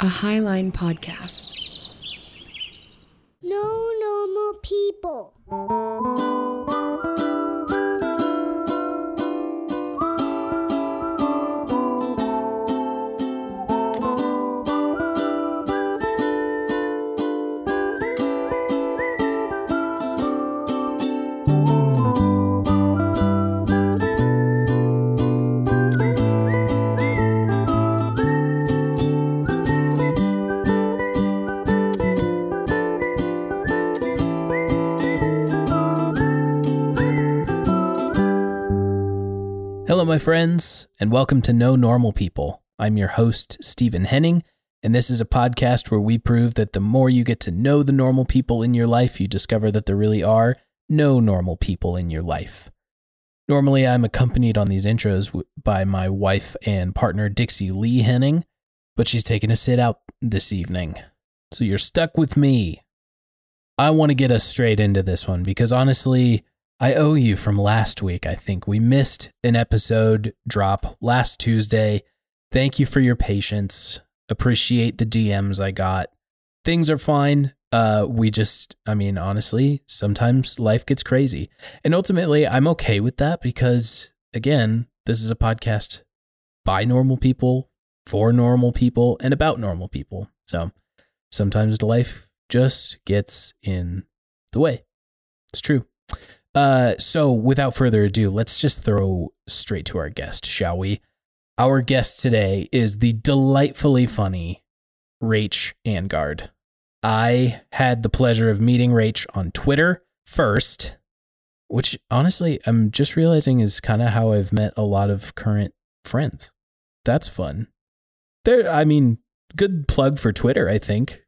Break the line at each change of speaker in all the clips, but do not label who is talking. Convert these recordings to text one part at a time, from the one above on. a Highline podcast.
No normal people.
Hello, my friends, and welcome to No Normal People. I'm your host, Stephen Henning, and this is a podcast where we prove that the more you get to know the normal people in your life, you discover that there really are no normal people in your life. Normally, I'm accompanied on these intros w- by my wife and partner, Dixie Lee Henning, but she's taking a sit out this evening. So you're stuck with me. I want to get us straight into this one because honestly, I owe you from last week, I think. We missed an episode drop last Tuesday. Thank you for your patience. Appreciate the DMs I got. Things are fine. Uh, we just, I mean, honestly, sometimes life gets crazy. And ultimately, I'm okay with that because, again, this is a podcast by normal people, for normal people, and about normal people. So sometimes life just gets in the way. It's true. Uh, so without further ado, let's just throw straight to our guest, shall we? Our guest today is the delightfully funny Rach Angard. I had the pleasure of meeting Rach on Twitter first, which honestly, I'm just realizing is kind of how I've met a lot of current friends. That's fun. There, I mean, good plug for Twitter, I think.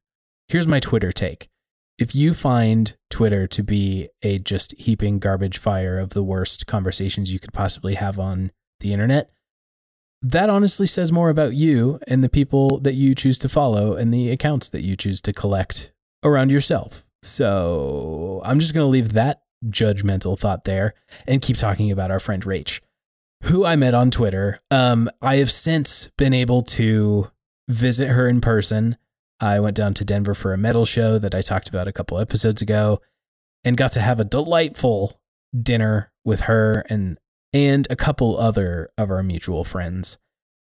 Here's my Twitter take if you find Twitter to be a just heaping garbage fire of the worst conversations you could possibly have on the internet, that honestly says more about you and the people that you choose to follow and the accounts that you choose to collect around yourself. So I'm just going to leave that judgmental thought there and keep talking about our friend Rach, who I met on Twitter. Um, I have since been able to visit her in person. I went down to Denver for a metal show that I talked about a couple episodes ago and got to have a delightful dinner with her and and a couple other of our mutual friends.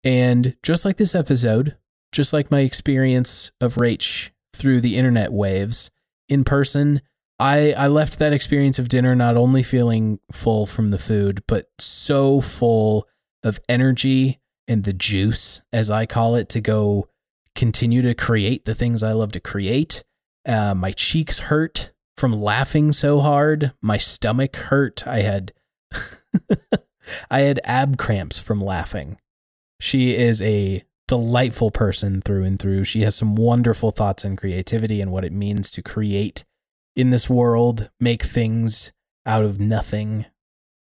And just like this episode, just like my experience of Rach through the internet waves in person, I, I left that experience of dinner not only feeling full from the food, but so full of energy and the juice, as I call it, to go continue to create the things I love to create. Uh, my cheeks hurt from laughing so hard. My stomach hurt. I had I had ab cramps from laughing. She is a delightful person through and through. She has some wonderful thoughts and creativity and what it means to create in this world, make things out of nothing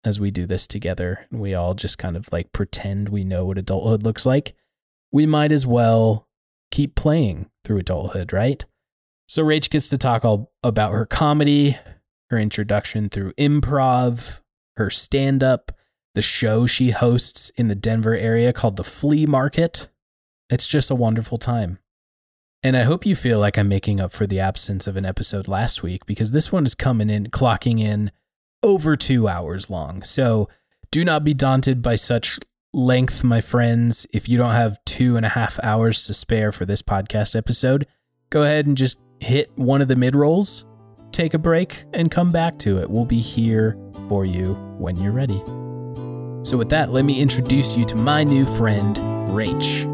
as we do this together. And we all just kind of like pretend we know what adulthood looks like. We might as well keep playing through adulthood, right? So Rach gets to talk all about her comedy, her introduction through improv, her stand up, the show she hosts in the Denver area called The Flea Market. It's just a wonderful time. And I hope you feel like I'm making up for the absence of an episode last week because this one is coming in, clocking in over two hours long. So do not be daunted by such length, my friends. If you don't have two and a half hours to spare for this podcast episode, go ahead and just hit one of the mid rolls, take a break, and come back to it. We'll be here for you when you're ready. So, with that, let me introduce you to my new friend, Rach.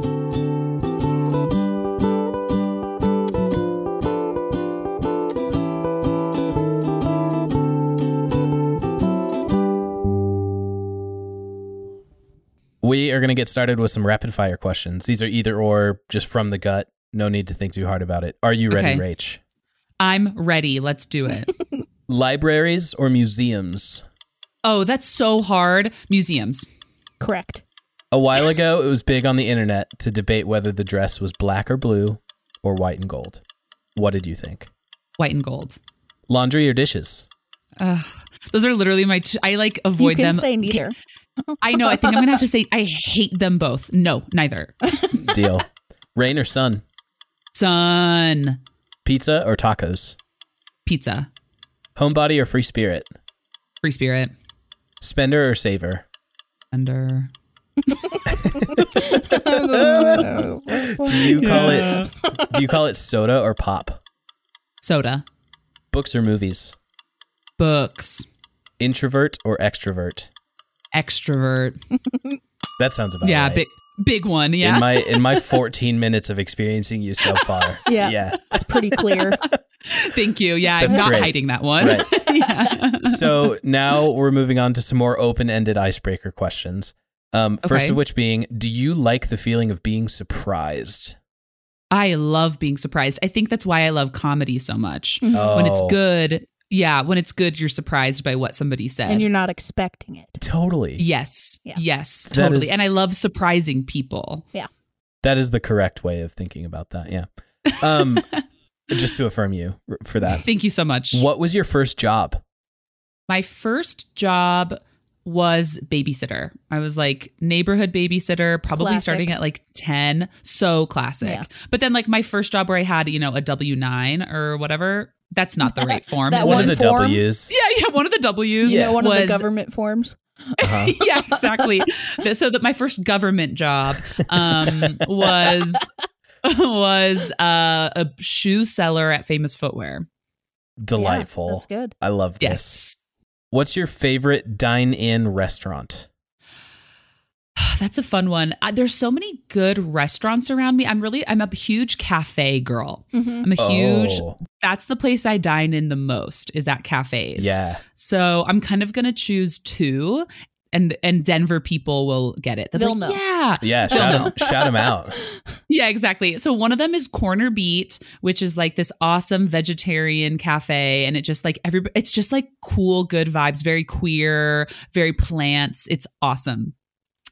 We are going to get started with some rapid fire questions. These are either or, just from the gut. No need to think too hard about it. Are you ready,
Okay.
Rach?
I'm ready. Let's do it.
Libraries or museums?
oh, that's so hard. Museums.
Correct.
A while ago, it was big on the internet to debate whether the dress was black or blue or white and gold. What did you think?
White and gold.
Laundry or dishes?
Those are literally my. T- I like avoid
you can
them.
say neither.
I know. I think I'm gonna have to say I hate them both. No, neither.
Deal. Rain or sun?
Son.
Pizza or tacos?
Pizza.
Homebody or free spirit?
Free spirit.
Spender or saver?
Under.
Do you call it Do you call it soda or pop?
Soda.
Books or movies?
Books.
Introvert or extrovert?
Extrovert.
That sounds about
yeah,
right.
big big one. Yeah.
In my in my 14 minutes of experiencing you so far.
Yeah.
Yeah.
It's pretty clear.
Thank you. Yeah, I'm
That's
not
great.
hiding that one.
Right.
yeah.
so now we're moving on to some more open-ended icebreaker questions. Um, First
Okay.
of which being, do you like the feeling of being surprised?
I love being surprised. I think that's why I love comedy so much. Mm-hmm. When it's
Oh,
good, yeah, when it's good, you're surprised by what somebody said.
and you're not expecting it.
Totally.
yes,
Yeah.
yes,
That
totally.
is-
and I love surprising people.
That is the correct way of thinking about that. Yeah. Um, just to affirm you r- for that.
Thank you so much.
What was your first job?
My first job was babysitter. I was like neighborhood babysitter, probably
Classic.
starting at like 10. So classic.
Yeah.
But then, like, my first job where I had, you know, a W 9 or whatever, that's not the right form.
That
is
One
it?
of the
form?
W's.
yeah, yeah, one of the W's.
You know, one
was
of the government forms.
Uh-huh.
yeah, exactly. Th- so that my first government job um, was was uh, a shoe seller at Famous Footwear.
Delightful.
Yeah, that's good.
I love this.
Yes,
What's your favorite dine-in restaurant?
that's a fun one. Uh, there's so many good restaurants around me. I'm really I'm a huge cafe girl.
Mm-hmm.
I'm a huge.
Oh,
That's the place I dine in the most is at cafes.
yeah.
So I'm kind of gonna choose two, and and Denver people will get it.
They'll
like,
know.
Yeah,
Yeah. Shout them, shout 'em out.
Yeah, exactly. So one of them is Corner Beat, which is like this awesome vegetarian cafe, and it just like every it's just like cool, good vibes, very queer, very plants. It's awesome.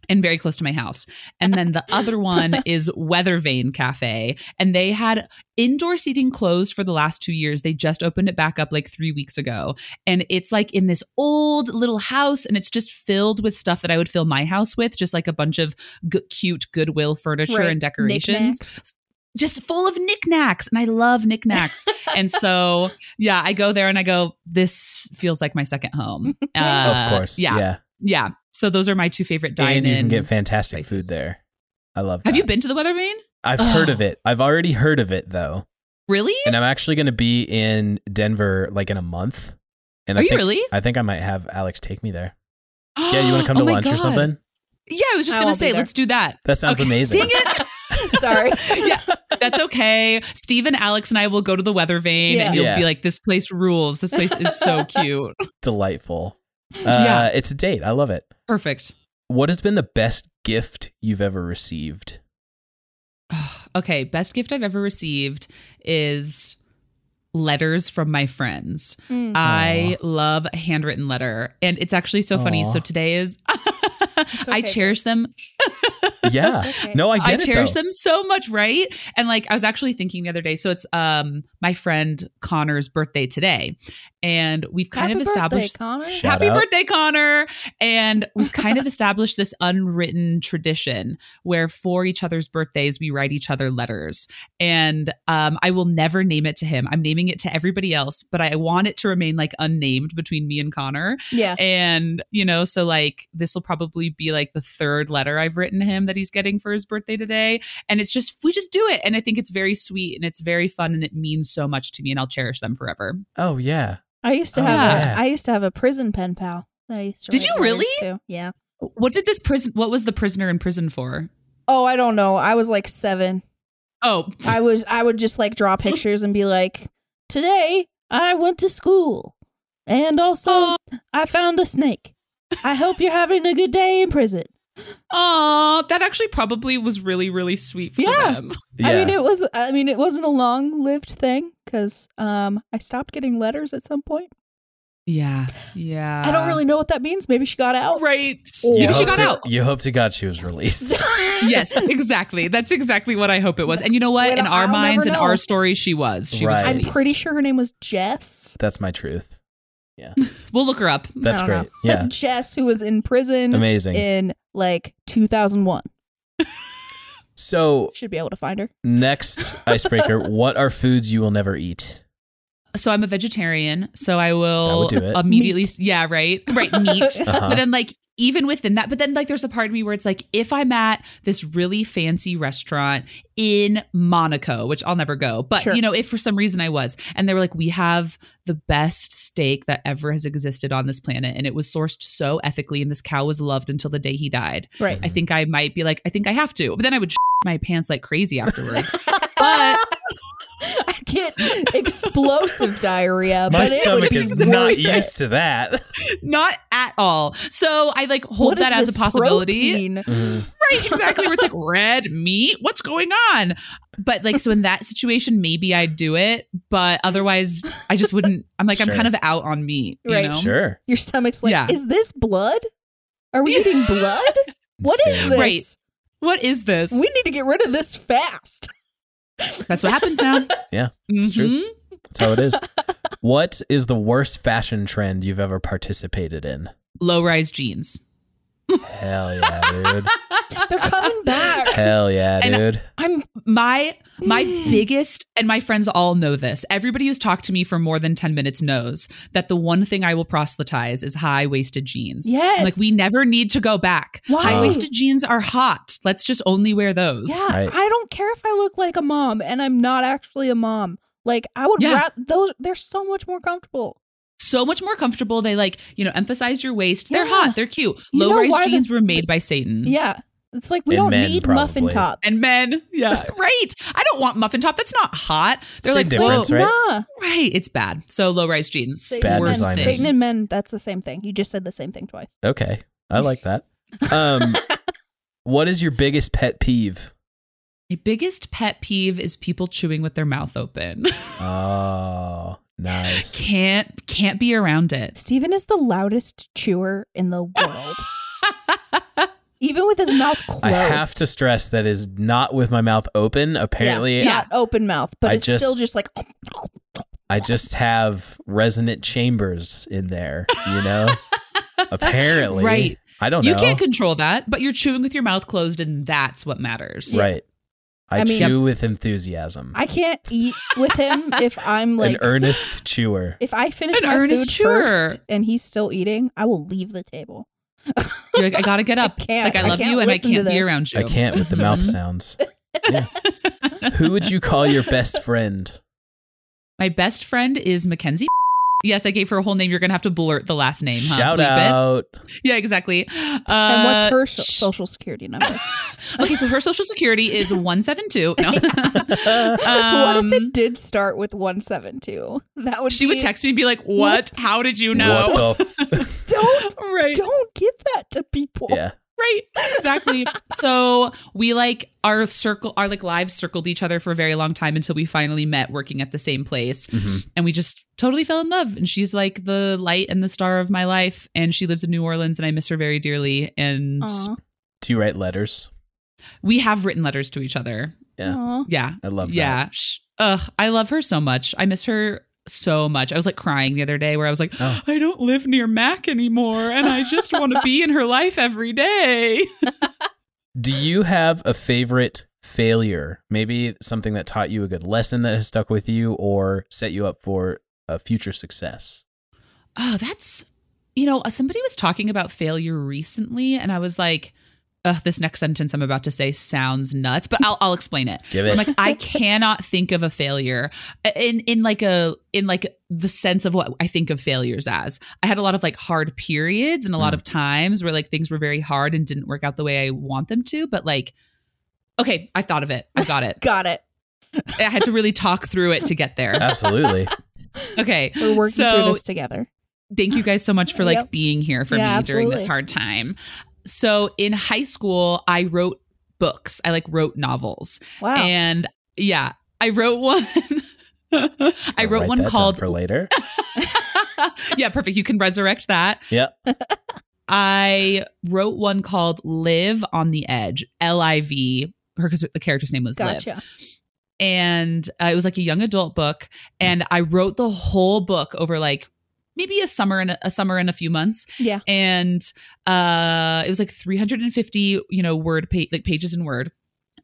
And very close to my house. And then the other one is Weather Vane Cafe. And they had indoor seating closed for the last two years. They just opened it back up like three weeks ago. And it's like in this old little house, and it's just filled with stuff that I would fill my house with, just like a bunch of g- cute Goodwill furniture
Right.
and decorations
Knickknacks.
just full of knickknacks and I love knickknacks. and so, yeah, I go there and I go, this feels like my second home. Uh,
of course.
Yeah.
Yeah.
Yeah. So those are my two favorite dine
And you can
in.
get fantastic
places.
food there. I love that.
Have you been to the Weather Vane?
I've heard
Ugh.
of it. I've already heard of it though.
Really?
And I'm actually going to be in Denver like in a month. And
Are
I
you
think,
really?
I think I might have Alex take me there. Yeah, you want to come to
Oh my
lunch or
God.
something?
Yeah, I was just
I
going to
won't be
say,
there.
let's do that.
That sounds
Okay.
amazing.
Dang it.
Sorry.
yeah, that's okay. Steve and Alex and I will go to the Weather Vane
Yeah.
and you'll
Yeah.
be like, this place rules. This place is so cute.
Delightful. Uh,
Yeah.
It's a date. I love it.
Perfect.
What has been the best gift you've ever received?
Okay, best gift I've ever received is letters from my friends.
Mm.
I love a handwritten letter. And it's actually so funny.
Aw.
So today is I
okay,
cherish them.
Yeah.
Okay.
No, Oh, I get
I,
it.
cherish
though.
them so much, right? And like I was actually thinking the other day, so it's um my friend Connor's birthday today. And we've kind
Happy
of established
birthday, Connor.
Shout
Happy
out.
birthday, Connor. And we've kind of established this unwritten tradition where for each other's birthdays, we write each other letters. And um, I will never name it to him. I'm naming it to everybody else, but I want it to remain like unnamed between me and Connor.
Yeah.
And, you know, so like this will probably be like the third letter I've written him that he's getting for his birthday today. And it's just, we just do it. And I think it's very sweet and it's very fun and it means so much to me and I'll cherish them forever.
Oh, yeah.
I used to
Oh,
have
yeah.
a I used to have a prison pen pal. That I used to
Did
write
you
letters
really?
to. Yeah.
What did this prison, what was the prisoner in prison for?
Oh, I don't know. I was like seven.
Oh,
I was I would just like draw pictures and be like, Today I went to school. And also I found a snake. I hope you're having a good day in prison.
oh, that actually probably was really, really sweet for
Yeah.
them.
Yeah.
I mean it was I mean it wasn't a long lived thing because um I stopped getting letters at some point.
Yeah, yeah.
I don't really know what that means. Maybe she got out.
Right.
You
Maybe she
hope
got
to,
out.
You hope to God she was released.
yes, exactly. That's exactly what I hope it was. And you know what?
Well,
in our
I'll never
minds, in
know.
our story, she was. She was.
Right.
I'm
released.
pretty sure her name was Jess.
That's my truth.
We'll look her up.
That's
I don't
great.
know.
Yeah.
Jess, who was in prison
Amazing.
in like 2001.
So,
Should be able to find her.
next icebreaker what are foods you will never eat?
So I'm a vegetarian, so I will
That would do it.
immediately. Yeah, right, right. Meat,
Uh-huh.
but then like even within that, but then like there's a part of me where it's like if I'm at this really fancy restaurant in Monaco, which I'll never go, but
Sure.
you know if for some reason I was, and they were like, we have the best steak that ever has existed on this planet, and it was sourced so ethically, and this cow was loved until the day he died.
Right.
I think I might be like, I think I have to, but then I would my pants like crazy afterwards. but
I get explosive diarrhea,
My
but it would
stomach
be
is
worth
not
it.
used to that.
not at all. So I like hold
What is
that as a
this
possibility.
protein?
Mm-hmm.
Right, exactly. Where it's like red meat. What's going on? But like, so in that situation, maybe I'd do it. But otherwise, I just wouldn't. I'm like,
Sure.
I'm kind of out on meat. You
Right.
know?
Sure.
Your stomach's like,
Yeah.
is this blood? Are we eating blood? What is
Insane.
this?
Right. What is this?
We need to get rid of this fast.
That's what happens now.
Yeah, it's true.
Mhm.
That's how it is. what is the worst fashion trend you've ever participated in?
Low rise jeans.
Hell yeah, dude.
They're coming back.
Hell yeah,
And-
dude.
I'm
My my
Mm.
biggest and my friends all know this. Everybody who's talked to me for more than 10 minutes knows that the one thing I will proselytize is high-waisted jeans.
yes.
I'm Like we never need to go back.
Why?
High waisted jeans are hot. Let's just only wear those.
Yeah,
Right.
I don't care if I look like a mom and I'm not actually a mom. Like I would
Yeah.
wrap those. They're so much more comfortable.
So much more comfortable. They like, you know, emphasize your waist. They're
Yeah.
hot. They're cute.
You know
Low rise
why the-
jeans were made by Satan.
Yeah, it's like we
And
don't
Mm-hmm. men,
need muffin
probably.
top.
And men. Yeah. right. I don't want muffin top. That's not hot. They're
Same
like,
difference,
whoa.
right?
Nah,
Right. It's bad. So low rise jeans.
Satan
Bad
and-
worst
designers.
Satan
thing.
and men. That's the same thing. You just said the same thing twice.
Okay. I like that. Um what is your biggest pet peeve?
My biggest pet peeve is people chewing with their mouth open.
Oh, nice.
can't can't be around it.
Steven is the loudest chewer in the world, even with his mouth closed.
I have to stress that is not with my mouth open. Apparently,
yeah, not open mouth, but
I
it's still
just-
just like
I just have resonant chambers in there, you know? Apparently.
Right.
I don't
You
know.
can't control that, but you're chewing with your mouth closed, and that's what matters.
right. I,
I mean-
chew with enthusiasm.
I can't eat with him if I'm like
An earnest chewer.
If I finish
An
my
earnest
food
chewer.
first and he's still eating, I will leave the table.
You're like, I gotta get up.
I can't.
like
I
I love
can't
you, and I
listen to
can't be
this.
around you.
I can't with the mouth
Mhm.
sounds. Yeah. Who would you call your best friend?
My best friend is Mackenzie. Yes, I gave her a whole name. You're gonna have to blurt the last name. Huh?
Shout
Bleep it.
out.
Yeah, exactly. Uh,
And what's her so-
sh-
social security number?
Uh, Okay, so her social security is one seven two. No.
what if
Um,
it did start with 172? That would
she
be,
would text me and be like, "What? How did you know?"
What the f-
Don't
Right.
don't give that to people.
Yeah.
Right. Exactly. so we like our circle, our like lives circled each other for a very long time until we finally met working at the same place.
Mhm.
And we just totally fell in love. And she's like the light and the star of my life. And she lives in New Orleans and I miss her very dearly. And
Aw.
Do you write letters?
we have written letters to each other.
Yeah.
Aw.
Yeah.
I love that.
yeah. Sh- Ugh. I love her so much. I miss her so much. I was like crying the other day where I was like,
Oh.
I don't live near Mac anymore. And I just want to be in her life every day.
Do you have a favorite failure? Maybe something that taught you a good lesson that has stuck with you or set you up for a future success?
oh, that's, you know, uh, somebody was talking about failure recently, and I was like, Ugh, this next sentence I'm about to say sounds nuts, but I'll, I'll explain it.
Give it.
I'm like, I cannot think of a failure uh, in in like a in like the sense of what I think of failures as. I had a lot of like hard periods and a lot
Mm.
of times where like things were very hard and didn't work out the way I want them to. But like, okay, I thought of it. I got it.
Got it.
I had to really talk through it to get there.
Absolutely.
Okay,
We're working
So-
through this together.
thank you guys so much for like
Yep.
being here for
Yeah,
me during this
absolutely.
hard time. So in high school, I wrote books. I like wrote novels.
Wow.
Oh.
And yeah, I wrote one. I
I'll
wrote
write
one
that down
called
for later.
Yeah, perfect. You can resurrect that.
Yeah.
I wrote one called Live on the Edge. L I V. Her cuz the character's name was Liv
gotcha.
and uh, it was like a young adult book and i wrote the whole book over like maybe a summer and a, a summer and a few months
Yeah.
and uh it was like 350 you know word pa- like pages in word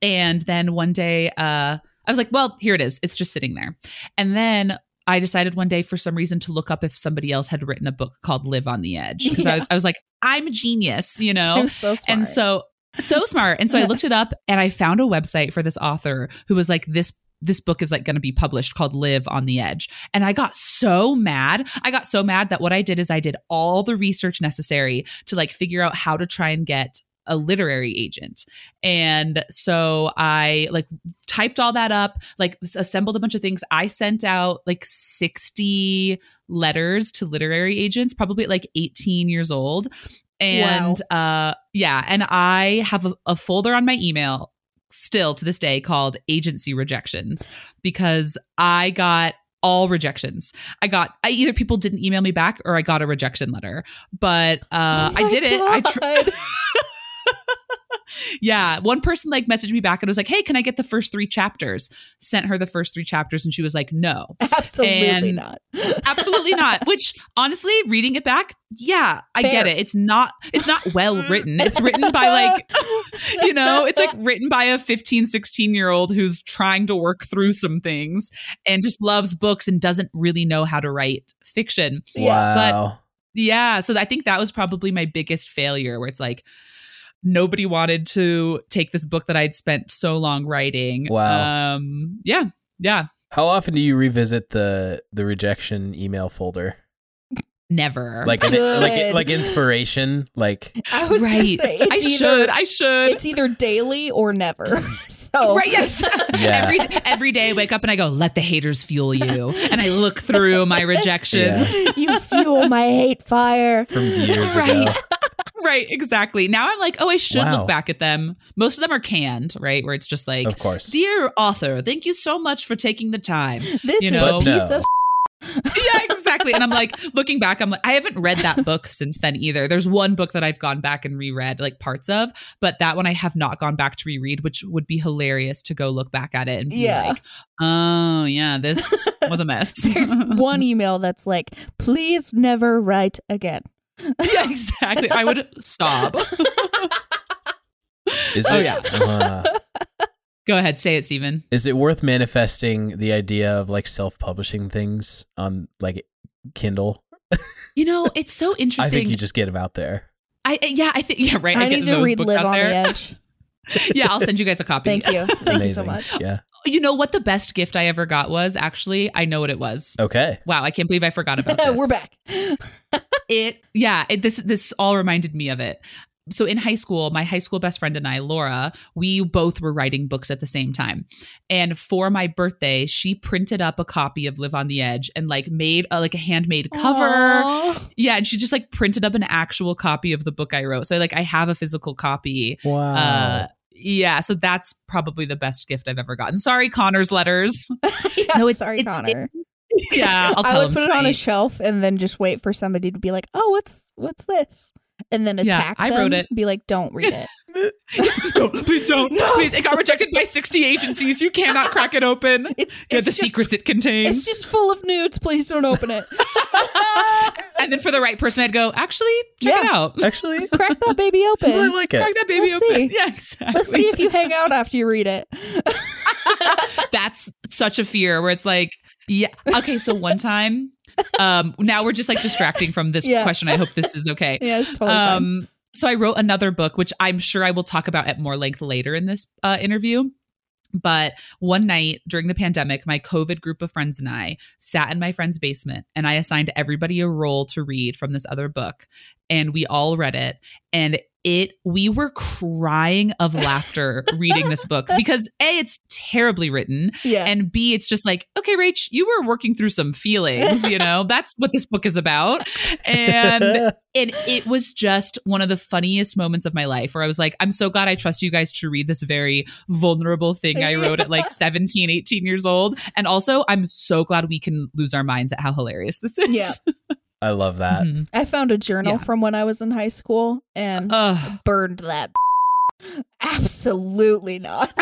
And then one day, uh, I was like, well, here it is. It's just sitting there. And then I decided one day for some reason to look up if somebody else had written a book called Live on the Edge. Because I,
Yeah.
I was like, I'm a genius, you know?
I'm so smart.
Oh, And so uh, so smart. And so I
Yeah.
looked it up and I found a website for this author who was like this this book is like going to be published called Live on the Edge. And I got so mad. I got so mad that what I did is I did all the research necessary to like figure out how to try and get a literary agent. And so I like typed all that up, like s- assembled a bunch of things. I sent out like 60 letters to literary agents, probably at like 18 years old. And uh yeah, and I have a, a folder on my email still to this day called agency rejections because I got all rejections. I got I, either people didn't email me back or I got a rejection letter. But uh
Oh my
I did it. I tr-
God.
yeah. One person like messaged me back and was like, Hey, can I get the first three chapters? Sent her the first three chapters and she was like, No,
Absolutely
And-
not.
absolutely not. Which honestly, reading it back, yeah, I get
Fair.
it. It's not it's not well written. It's written by like you know, it's like written by a 15, 16 year old who's trying to work through some things and just loves books and doesn't really know how to write fiction.
Yeah,
but-
Wow.
Yeah. So I think that was probably my biggest failure where it's like nobody wanted to take this book that I'd spent so long writing.
Wow.
Um, yeah. Yeah.
How often do you revisit the the rejection email folder?
Never.
Like an,
Good.
like like inspiration, like
I was gonna
Right.
say, it's
I
either-
should. I should.
It's either daily or never. So
Right. Yes.
Yeah.
Every every day, I wake up and I go, "Let the haters fuel you," and I look through my rejections.
you fuel my hate fire.
from years ago.
Right. Right. Exactly. Now I'm like, oh, I should
Wow.
look back at them. Most of them are canned, right? Where it's just like,
Of course.
dear author, thank you so much for taking the time.
This
You
is
know.
a
But
piece
no.
of
yeah, exactly. And I'm like, looking back, I'm like, I haven't read that book since then either. There's one book that I've gone back and reread like parts of, but that one I have not gone back to reread, which would be hilarious to go look back at it and be
Yeah.
like, oh, yeah, this was a mess.
there's one email that's like, please never write again.
yeah, exactly. I would sob.
Is it,
Oh, yeah.
uh,
go ahead, say it, Stephen.
is it worth manifesting the idea of like self-publishing things on like Kindle?
You know, it's so
I think
interesting.
you just get them out there.
I, I- yeah, I think yeah, right.
I,
get
need to
those
read
books
Live
out
on
there.
the Edge.
yeah, I'll send you guys a copy. Oh,
Thank you. Thank you so
Amazing.
much.
Yeah.
You know what the best gift I ever got was? Actually, I know what it was.
Okay.
Wow, I can't believe I forgot about this.
We're back.
It yeah, it, this this all reminded me of it. So in high school, my high school best friend and I, Laura, we both were writing books at the same time. And for my birthday, she printed up a copy of Live on the Edge and like made a, like a handmade cover.
Aw.
Yeah, and she just like printed up an actual copy of the book I wrote. So like I have a physical copy.
Wow.
Oh.
Uh yeah, so that's probably the best gift I've ever gotten. Sorry, Connor's letters.
Yeah,
No, it's-
sorry,
it's-
Connor.
yeah, I'll
I
tell
would
him
put it on a
tonight.
shelf and then just wait for somebody to be like, "Oh, what's what's this?" and then
Yeah,
attack
I
them.
wrote it.
Be like, "Don't read it."
don't, please don't.
No.
Please, it got rejected by 60 agencies. You cannot crack it open.
It's,
Yeah,
it's
the
just,
secrets it
It's
contains.
just full of nudes. Please don't open it.
and then for the right person, I'd go, actually, check it
Yeah.
out.
Actually,
Crack that baby
I
open.
like
Crack
it.
that baby
Let's
open.
see.
Yeah, exactly.
Let's see if you hang out after you read it.
That's such a fear where it's like, yeah. Okay, so one time, um, now we're just like distracting from this
Yeah.
question. I hope this is okay.
Yeah, it's totally fine.
um, so I wrote another book, which I'm sure I will talk about at more length later in this uh, interview. But one night during the pandemic, my COVID group of friends and I sat in my friend's basement and I assigned everybody a role to read from this other book. And we all read it. And it, we were crying of laughter reading this book because A, it's terribly written.
Yeah.
And B, it's just like, okay, Rach, you were working through some feelings, you know, that's what this book is about. And and it was just one of the funniest moments of my life where I was like, I'm so glad I trust you guys to read this very vulnerable thing I wrote at like 17, 18 years old. And also, I'm so glad we can lose our minds at how hilarious this is.
Yeah.
I love that.
Mhm.
I found a journal
Yeah. Uh-huh.
from when I was in high school and
Ugh.
burned that. Absolutely not.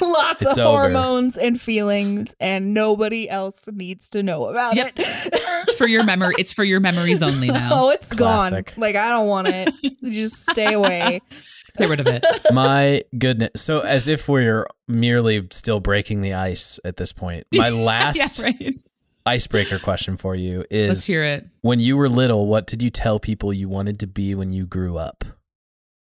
Lots
It's
of
over.
hormones and feelings, and nobody else needs to know about
Yep.
it.
It's for your memory. It's for your memories only now.
oh, it's
Classic.
gone. Like I don't want it. Just stay away.
Get rid of it.
My goodness. So as if we're merely still breaking the ice at this point. My last
yeah, right.
icebreaker question for you
Let's
is
hear it.
when you were little, what did you tell people you wanted to be when you grew up?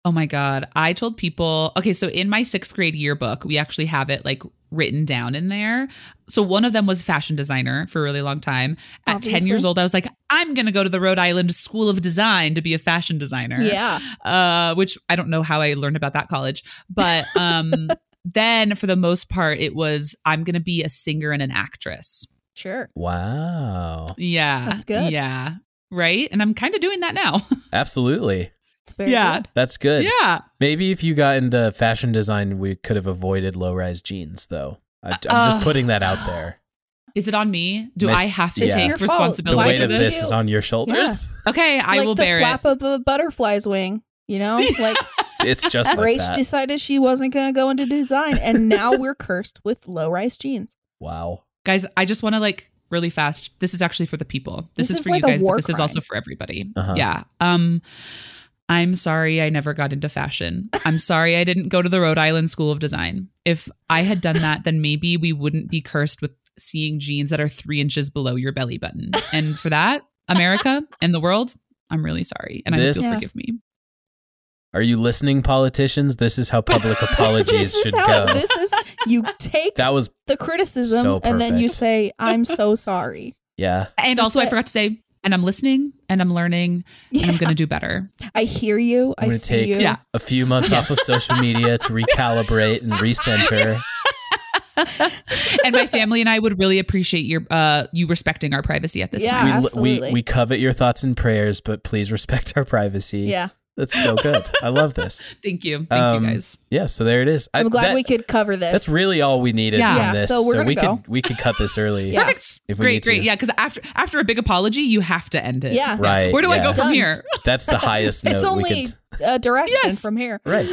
Oh my God. I told people, okay, so in my sixth grade yearbook, we actually have it like written down in there. So one of them was fashion designer for a really long time. At 10
Obviously.
years old, I was like, I'm going to go to the Rhode Island School of Design to be a fashion designer.
Yeah.
Uh, which I don't know how I learned about that college. But um, then for the most part, it was, I'm going to be a singer and an actress.
Sure.
Wow.
Yeah.
That's good.
Yeah. Right. And I'm kind of doing that now.
Absolutely.
It's very
Yeah.
good.
That's good.
yeah.
Maybe if you got into fashion design, we could have avoided low rise jeans, though. I, am
Uh,
just putting that out there.
Is it on me? Do
Miss-
I have to
It's
take
your fault.
The
responsibility
Why
weight
for
of
did
this
you-
is on your shoulders.
Okay,
It's
I
like
will
the
bear
flap
it.
of a butterfly's wing. You know, like
It's just like
Rach
that.
decided she wasn't going to go into design, and now we're cursed with low rise jeans.
wow.
Guys, I just want to like really fast. This is actually for the people. This,
This
is,
is
for
like
you
a
guys, but
war
this is
crime.
also for everybody.
Uh-huh.
Yeah. Um I'm sorry I never got into fashion. I'm sorry I didn't go to the Rhode Island School of Design. If I had done that, then maybe we wouldn't be cursed with seeing jeans that are three inches below your belly button. And for that, America and the world, I'm really sorry. And I hope
This-
you'll
Yeah.
forgive me.
Are you listening, politicians? This is how public apologies
this is
should
how
go.
this is. You take
that was,
the criticism
So
and then you
perfect.
say, "I'm so sorry."
yeah.
And also I
what-
forgot to say, and I'm listening and I'm learning and I'm gonna do better.
I hear you.
I'm
I
gonna
see
take-
you.
Yeah.
A few months off of social media to recalibrate and recenter.
and my family and I would really appreciate your uh you respecting our privacy at this
Yeah.
time.
we, l- we
absolutely.
we covet your thoughts and prayers, but please respect our privacy.
Yeah.
that's so good. I love this.
Thank you. Thank
Um,
you guys.
Yeah, so there it is. I-
I'm glad
that-
we could cover this.
That's really all we needed
Yeah.
from
Yeah,
this.
so we're gonna
we
go.
could we could cut this early.
Yeah.
Perfect.
If we need
great,
to.
great. Yeah, because after after a big apology, you have to end it.
Yeah.
Right,
Where do I
yeah.
go from
Done.
here?
That's the highest note
It's
we
only
could.
a direction
Yes.
from here.
Right.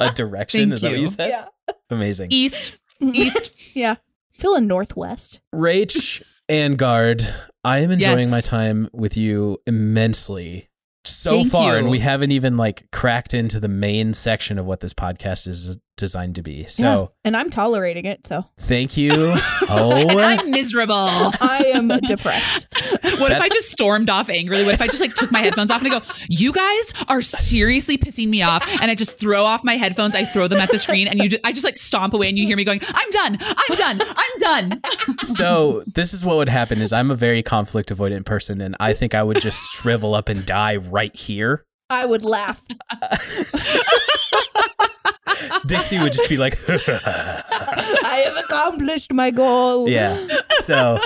A direction.
Thank
is that what
you.
you said?
Yeah.
Amazing.
East. East.
Yeah. Feeling Mm-hmm. northwest.
Rach and Guard, I am enjoying
Yes.
my time with you immensely so
Thank
far,
you.
and we haven't even like cracked into the main section of what this podcast is designed to be. So
Yeah. And I'm tolerating it, so
thank you. oh,
I'm miserable. What
I am depressed.
if I
That's-
just stormed off angrily? What if I just like took my headphones off and I go, "You guys are seriously pissing me off," and I just throw off my headphones, I throw them at the screen, and you, just, I just like stomp away, and you hear me going, "I'm done, I'm done, I'm done."
so this is what would happen is I'm a very conflict avoidant person, and I think I would just shrivel up and die right here.
I would laugh.
Dixie would just be like,
I have accomplished my goal.
yeah. So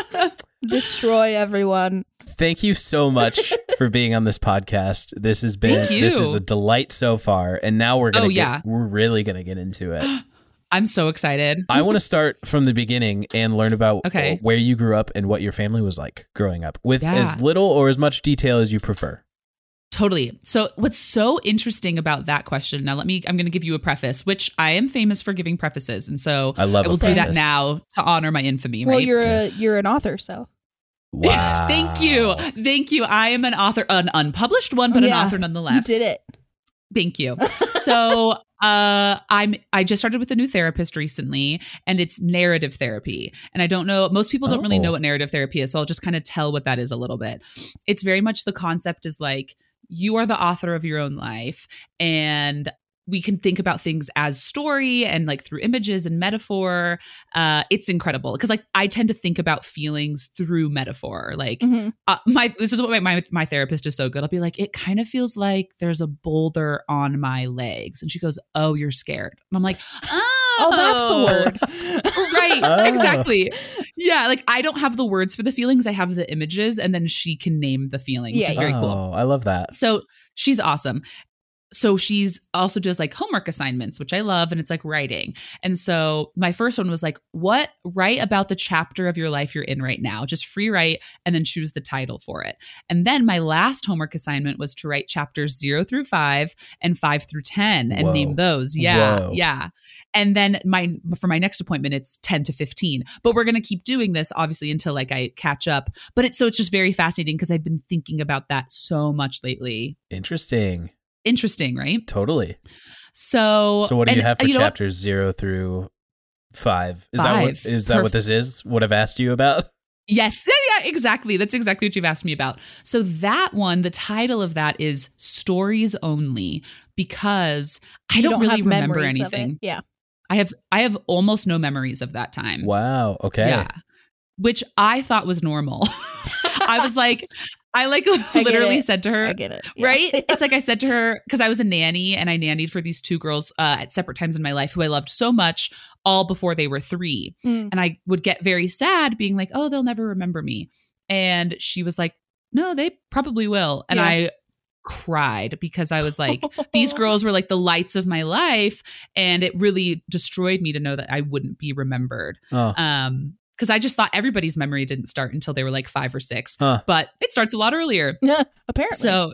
Destroy everyone.
thank you so much for being on this podcast. This has been
Thank you.
this is a delight so far, and now we're gonna
Oh,
get,
yeah.
we're really gonna get into it.
I'm so excited.
I want to start from the beginning and learn about
Okay.
uh, where you grew up and what your family was like growing up, with
Yeah.
as little or as much detail as you prefer.
Totally. So, what's so interesting about that question? Now, let me, I'm going to give you a preface, which I am famous for giving prefaces. And so
I love.
I will
a
do that
preface.
now to honor my infamy,
Well,
right?
you're a you're an author, so
Wow.
Thank you. Thank you. I am an author, an unpublished one, but
Yeah.
an author nonetheless.
you did it.
Thank you. So, uh, I'm I just started with a new therapist recently, and it's narrative therapy. And I don't know; most people don't really
Oh.
know what narrative therapy is, so I'll just kind of tell what that is a little bit. It's very much the concept is like you are the author of your own life, and we can think about things as story and like through images and metaphor. Uh, it's incredible because like I tend to think about feelings through metaphor, like
Mhm.
uh, my this is what my, my my therapist is so good. I'll be like, it kind of feels like there's a boulder on my legs, and she goes, "Oh, you're scared." And I'm like, "Oh,
Oh, that's the word.
right?
Oh.
Exactly. Yeah, like I don't have the words for the feelings. I have the images, and then she can name the feeling,
Yeah,
which is very
oh,
cool.
I love that.
So she's awesome. So she's also does like homework assignments, which I love, and it's like writing. And so my first one was like, what write about the chapter of your life you're in right now? Just free write and then choose the title for it. And then my last homework assignment was to write chapters zero through five and five through ten and
Whoa.
name those. Yeah.
Whoa.
Yeah. And then my for my next appointment, it's 10 to 15. But we're gonna keep doing this obviously until like I catch up. But it's so it's just very fascinating because I've been thinking about that so much lately.
Interesting.
interesting, right?
Totally.
So,
so what do you
and uh,
have for
know what?
chapters zero through five? Is that
Five.
what is that what this is? What I've asked you about?
Yes, yeah, yeah, exactly. That's exactly what you've asked me about. So that one, the title of that is "Stories Only," because I
You
don't, really
have
remember
memories of it.
anything.
Yeah.
I have I have almost no memories of that time.
Wow. Okay.
Yeah, which I thought was normal. I was like, I like
get
literally
it.
said to her,
I get it. Yeah.
Right? It's like I said to her, because I was a nanny and I nannied for these two girls uh, at separate times in my life who I loved so much, all before they were three.
Mm.
And I would get very sad being like, oh, they'll never remember me. And she was like, no, they probably will. And
Yeah.
I cried because I was like, these girls were like the lights of my life. And it really destroyed me to know that I wouldn't be remembered.
Oh.
Um, because I just thought everybody's memory didn't start until they were like five or six,
Huh.
but it starts a lot earlier.
Apparently.
So,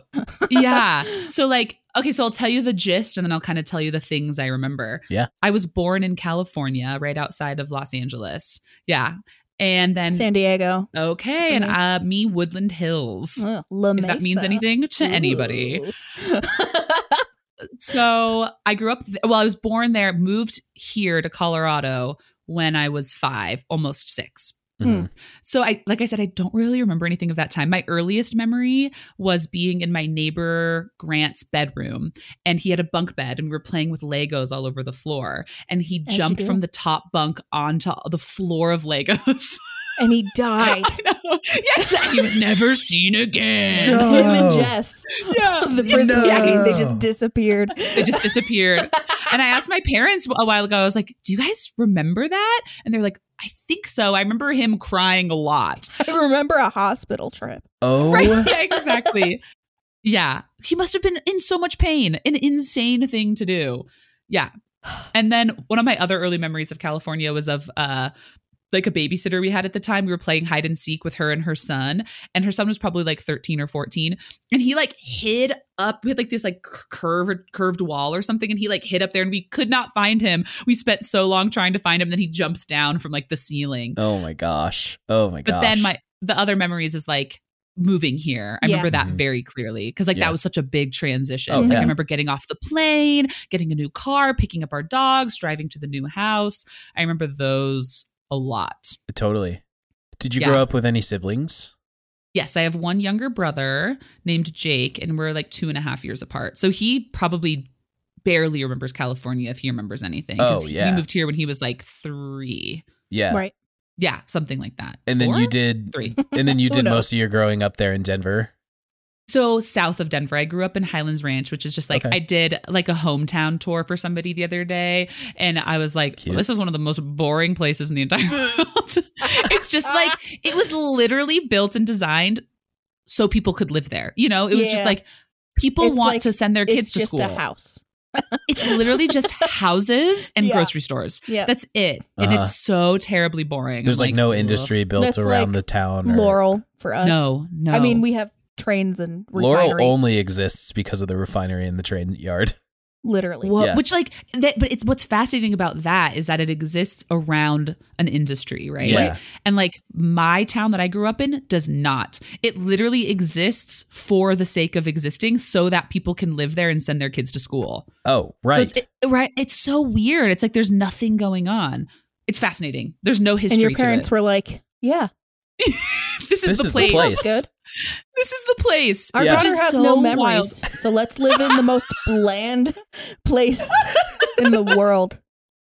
yeah. So, like, okay, so I'll tell you the gist and then I'll kind of tell you the things I remember.
Yeah.
I was born in California, right outside of Los Angeles. Yeah. And then,
San Diego.
okay, and uh, me, Woodland Hills.
Ugh, La
If that means
Oh, Mesa.
anything to anybody.
Ooh.
So I grew up, th- well, I was born there, moved here to Colorado when I was five, almost six.
Mhm.
So I like I said I don't really remember anything of that time. My earliest memory was being in my neighbor Grant's bedroom and he had a bunk bed and we were playing with Legos all over the floor and he
As you
jumped
do.
from the top bunk onto the floor of Legos.
And he died.
I know. Yes, and he was never seen again.
No.
Him and Jess.
Yeah.
The prison
No.
gang, they just disappeared.
They just disappeared. and I asked my parents a while ago, I was like, Do you guys remember that? And they're like, I think so. I remember him crying a lot.
I remember a hospital trip.
Oh.
Right. Yeah, exactly. yeah. He must have been in so much pain. An insane thing to do. Yeah. And then one of my other early memories of California was of uh like a babysitter we had at the time. We were playing hide and seek with her and her son. And her son was probably like 13 or 14. And he like hid up with like this like c- curved curved wall or something. And he like hid up there and we could not find him. We spent so long trying to find him. Then he jumps down from like the ceiling.
Oh my gosh. Oh my gosh.
But then my the other memories is like moving here. I
Yeah.
remember that
Mhm.
very clearly because like
Yeah.
that was such a big transition.
Oh,
It's like
yeah.
I remember getting off the plane, getting a new car, picking up our dogs, driving to the new house. I remember those a lot.
totally. Did you
Yeah.
grow up with any siblings?
Yes, I have one younger brother named Jake, and we're like two and a half years apart. So he probably barely remembers California if he remembers anything. 'cause
Oh,
he-
yeah.
we moved here when he was like three.
Yeah.
Right.
Yeah, something like that.
And then
Four?
you did.
three.
And then you
Who
did
knows?
most of your growing up there in Denver.
So south of Denver, I grew up in Highlands Ranch, which is just like
Okay.
I did like a hometown tour for somebody the other day, and I was like,
Cute.
"This is one of the most boring places in the entire world." it's just like it was literally built and designed so people could live there. You know, it was just
Yeah.
like people
It's
want
like-
to send their kids
it's
to
just
school.
a house.
It's literally just houses and
Yeah.
grocery stores.
Yeah.
That's it, and
Uh-huh.
it's so terribly boring.
There's
I'm
like, no
ugh.
industry built
That's like
around the town. or-
Laurel for us.
No, no.
I mean, we have trains and
Laurel
refinery,
only exists because of the refinery and the train yard.
literally.
Wha-
Yeah.
Which like that, but it's what's fascinating about that is that it exists around an industry, right?
Yeah.
Like- and like my town that I grew up in does not. It literally exists for the sake of existing, so that people can live there and send their kids to school.
Oh, right.
So it's, it- right. It's so weird. It's like there's nothing going on. It's fascinating. There's no history.
and your parents
to
were like, "Yeah,
it. this is
This
the
is the
place.
place.
good.
This is the place.
Our
Yeah.
which
daughter
is
has
so
no memories,
wild.
so let's live in the most bland place in the world."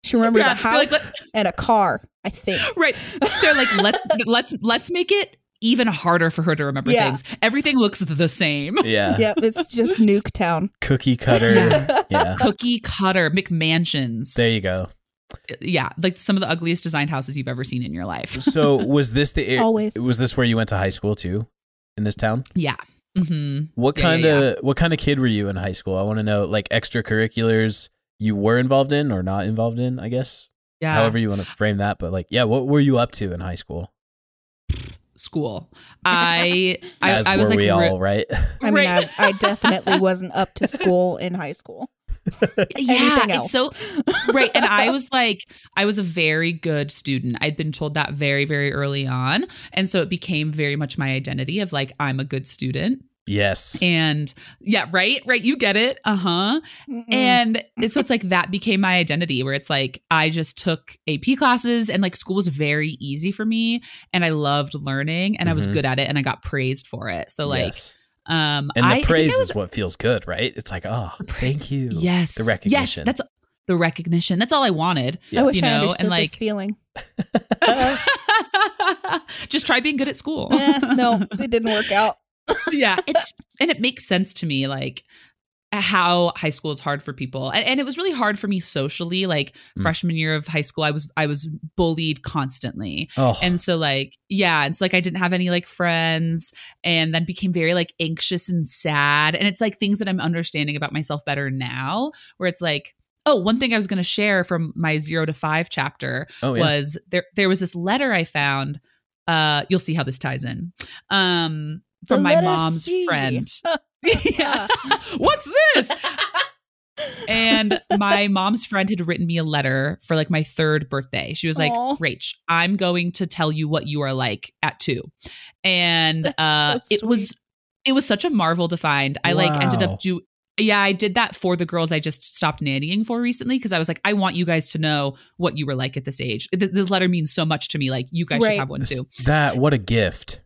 She remembers
Yeah,
a
they're like,
house and a car, I think.
Right. They're like, let's let's let's make it even harder for her to remember
Yeah.
things. Everything looks the same.
yeah.
Yep, it's just Nuketown.
Cookie cutter.
Yeah.
yeah.
Cookie cutter McMansions.
There you go.
yeah, like some of the ugliest designed houses you've ever seen in your life.
So was this the
Always.
was this where you went to high school too in this town?
Yeah. hmm
What
Yeah,
kind
yeah,
of what kind of kid were you in high school? I want to know like extracurriculars you were involved in or not involved in, I guess.
Yeah.
However you want to frame that, but like yeah, what were you up to in high school?
school. I I,
As
I
were
was like
we
re-
all, right?
I mean,
Right.
I, I definitely wasn't up to school in high school.
yeah,
Anything
it's so right. And I was like, I was a very good student. I'd been told that very, very early on, and so it became very much my identity of like I'm a good student.
Yes.
And yeah, right, right. You get it. Uh
Mm.
huh. And it's so it's like that became my identity where it's like I just took AP classes and like school was very easy for me and I loved learning and I was
Mhm.
good at it and I got praised for it. So like
Yes.
um
and
I,
the
I think I
praise
was-
is what feels good, right? It's like, oh, thank you.
yes
The
Yes,
recognition.
that's the recognition. That's all I wanted.
I wish
you know,
I
and,
understood
like-
this feeling. Uh-huh.
just try being good at school.
Eh, no, it didn't work out.
yeah it's and it makes sense to me like how high school is hard for people and, and it was really hard for me socially like
Mm.
freshman year of high school i was i was bullied constantly
Oh,
and so like yeah and so like i didn't have any like friends and then became very like anxious and sad and it's like things that i'm understanding about myself better now where it's like oh one thing i was going to share from my zero to five chapter
oh, yeah.
was there there was this letter I found. Uh, you'll see how this ties in. Um, from
The
my
letter
mom's
C.
friend. yeah. What's this? and my mom's friend had written me a letter for like my third birthday. She was like,
Aw.
Rach, I'm going to tell you what you are like at two. And
That's
uh,
so
it was it was such a marvel to find. I like ended
Wow.
up do yeah, I did that for the girls I just stopped nannying for recently because I was like, I want you guys to know what you were like at this age. Th- This letter means so much to me. Like, you guys
Right.
should have one too
that what a gift.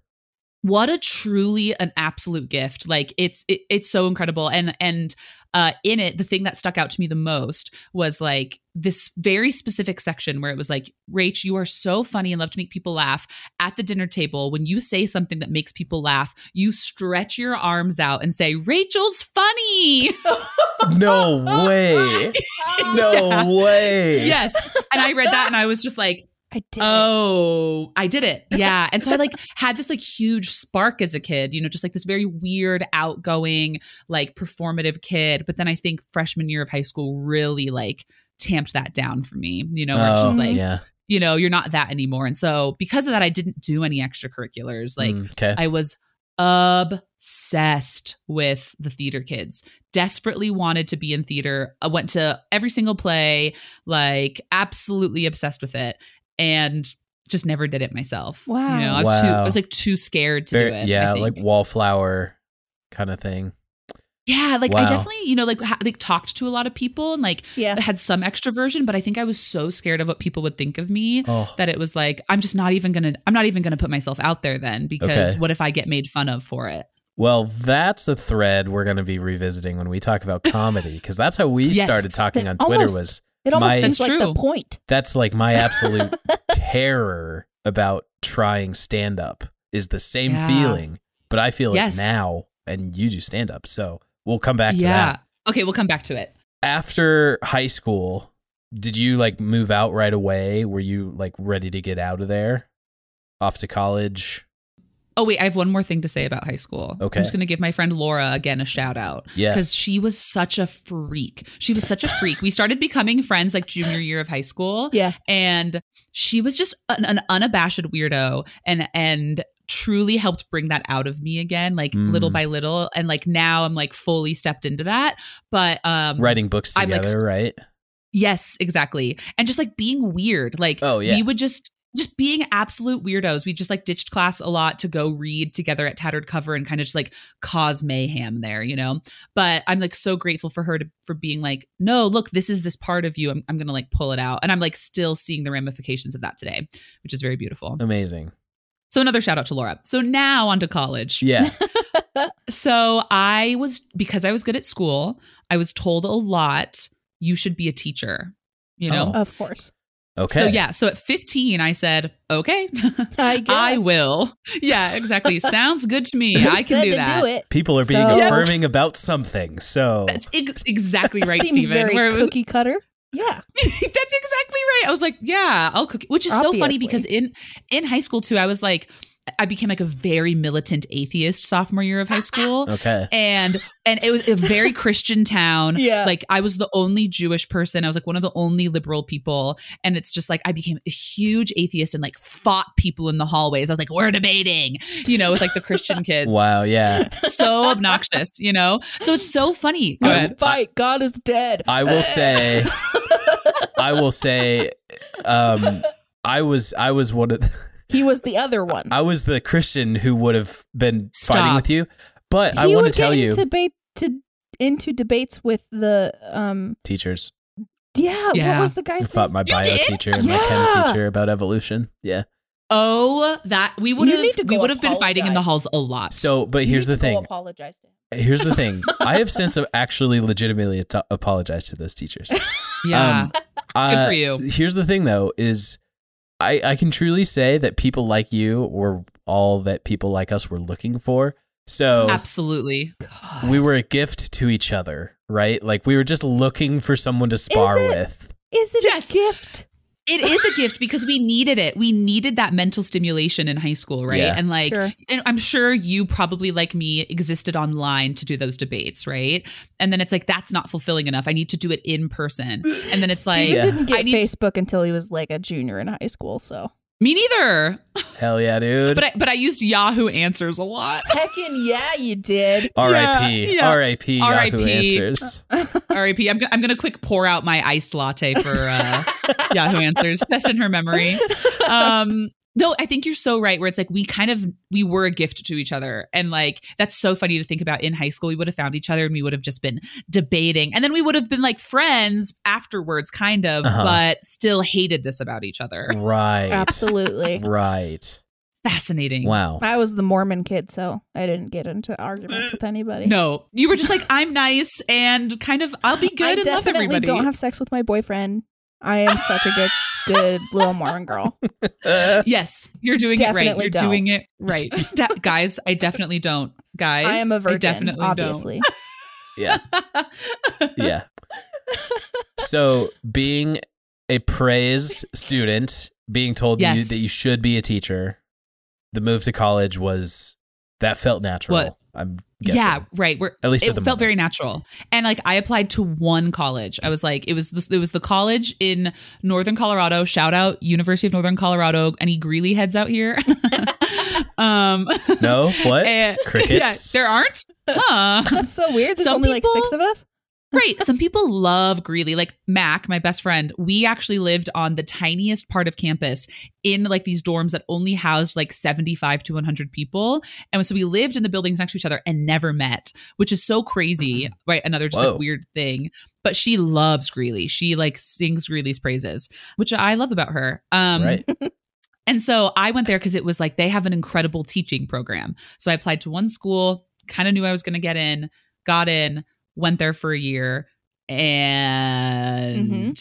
what a truly an absolute gift like it's it, it's so incredible and and uh in it the thing that stuck out to me the most was like this very specific section where it was like rach you are so funny and love to make people laugh at the dinner table when you say something that makes people laugh you stretch your arms out and say rachel's funny
No way. No
Yeah.
way.
yes and i read that and i was just like
I did.
Oh, I did it. Yeah. And so I like had this like huge spark as a kid, you know, just like this very weird, outgoing, like performative kid. But then I think freshman year of high school really like tamped that down for me, you know, where it's
Oh,
just like,
yeah.
you know, you're not that anymore. And so because of that, I didn't do any extracurriculars. Like
Mm, okay.
I was obsessed with the theater kids. Desperately wanted to be in theater. I went to every single play, like absolutely obsessed with it, and just never did it myself.
Wow.
You know, I was too I
Wow.
was like too scared to
Very-
do it. I
yeah,
think.
like wallflower kind of thing.
yeah, like I
Wow.
definitely, you know, like ha- like talked to a lot of people and like
yeah.
had some extroversion, but I think I was so scared of what people would think of me
Oh,
that it was like I'm just not even going to I'm not even going to put myself out there then because
Okay.
what if I get made fun of for it?
well, that's a thread we're going to be revisiting when we talk about comedy because that's how we
Yes.
started talking
That
on Twitter.
almost-
was
It almost
my-
seems like the
That's true.
point.
that's like my absolute terror about trying stand up is the same
Yeah.
feeling, but I feel
Yes.
it now, and you do stand up, so we'll come back to that.
Okay, we'll come back to it.
after high school, did you like move out right away? Were you like ready to get out of there? Off to college?
Oh wait, I have one more thing to say about high school.
Okay.
I'm just gonna give my friend Laura again a shout out. Because
Yes.
she was such a freak. She was such a freak. we started becoming friends like junior year of high school.
Yeah.
And she was just an, an unabashed weirdo and and truly helped bring that out of me again, like
Mm.
little by little. And like now I'm like fully stepped into that. But um
Writing books
I'm, like,
together, right?
Yes, exactly. And just like being weird. Like
Oh, yeah.
we would just just being absolute weirdos. We just like ditched class a lot to go read together at Tattered Cover and kind of just like cause mayhem there, you know. But I'm like so grateful for her to, for being like, "No, look, this is this part of you. I'm I'm going to like pull it out." And I'm like still seeing the ramifications of that today, which is very beautiful.
Oh. Amazing.
So another shout out to Laura. So now on to college.
Yeah.
So I was because I was good at school, I was told a lot, "You should be a teacher." You know?
Oh.
Of course.
Okay.
So yeah, so at 15 I said, "Okay,
I guess.
I will." Yeah, exactly. Sounds good to me. I can
said
do
to
that.
do it.
People are being
So- Yeah.
affirming about something. So
That's ex- exactly right,
Seems
Stephen.
very
Where it was-
cookie cutter. Yeah.
that's exactly right. I was like, "Yeah, I'll cook," it," which is so funny
Obviously.
because in in high school too, I was like, I became like a very militant atheist sophomore year of high school.
okay.
and and it was a very christian town
Yeah.
like i was the only jewish person i was like one of the only liberal people and it's just like i became a huge atheist and like fought people in the hallways i was like we're debating you know with like the christian kids
Wow. Yeah.
so obnoxious you know so it's so funny Go
Let's
ahead.
fight. God is dead.
I will say, I will say, um, I was I was one of
He was the other one.
I was the Christian who would have been fighting
Stop.
with you, But I
He
want to
would
tell
get
you,
into debate to into debates with the um
teachers,
yeah,
Yeah.
what was the
I
guy's
fought
name?
my bio
did?
teacher and my
Yeah.
chem teacher about evolution. Yeah.
Oh, that we would
You
have
need to
we
go
would have been fighting in the
apologize.
halls a lot.
So, but here's the thing.
Apologize to him.
Here's the thing. I have since actually legitimately ato- apologized to those teachers.
yeah,
Um, uh,
for you.
Here's the thing, though, is I, I can truly say that people like you were all that people like us were looking for. So
absolutely.
we were a gift to each other, right? Like we were just looking for someone to spar
it-
with.
Is it
Yes.
a gift?
It is a gift because we needed it. We needed that mental stimulation in high school, right?
Yeah.
And like,
Sure.
and I'm sure you probably like me existed online to do those debates, right? And then it's like that's not fulfilling enough. I need to do it in person. And then it's like
Steve
Yeah.
didn't
I
get
need-
Facebook until he was like a junior in high school, so
me neither.
Hell yeah, dude.
But I, but I used Yahoo Answers a lot.
Heckin' yeah, you did.
R.I.P.
yeah.
R.I.P. Yahoo
R.I.P..
answers.
R.I.P. I'm, go- I'm gonna quick pour out my iced latte for uh, Yahoo Answers, best in her memory. Um, no, I think you're so right. Where it's like we kind of we were a gift to each other, and like that's so funny to think about. In high school, we would have found each other, and we would have just been debating, and then we would have been like friends afterwards, kind of,
Uh-huh.
but still hated this about each other.
Right.
Absolutely.
Right.
Fascinating.
Wow.
I was the Mormon kid, so I didn't get into arguments with anybody.
No, you were just like I'm nice and kind of I'll be good
I
and love
definitely
everybody.
don't have sex with my boyfriend. I am such a good, good little Mormon girl.
Uh,
Yes, you're doing it right.
Definitely
You're
don't.
doing it right. De- guys, I definitely don't. Guys,
I am a virgin,
definitely
obviously.
yeah. yeah. So being a praised student, being told that you-
Yes.
that you should be a teacher, the move to college was that felt natural.
What?
I'm
don't.
guessing.
Yeah, right. We're,
At least
it
at the
felt
moment.
very natural. And like I applied to one college. I was like, it was the, it was the college in Northern Colorado. Shout out University of Northern Colorado. Any Greeley heads out here? um,
No. What?
and- yeah,
Crickets.
there aren't. Huh.
That's so weird. There's
Some
only
people-
like six of us.
Right. Some people love Greeley. Like Mac, my best friend, we actually lived on the tiniest part of campus in like these dorms that only housed like 75 to 100 people. And so we lived in the buildings next to each other and never met, which is so crazy. Right. Another just
Mm-hmm. Whoa.
like weird thing. But she loves Greeley. She like sings Greeley's praises, which I love about her. Um,
right.
and so I went there because it was like they have an incredible teaching program. So I applied to one school, kind of knew I was going to get in, got in, went there for a year, and.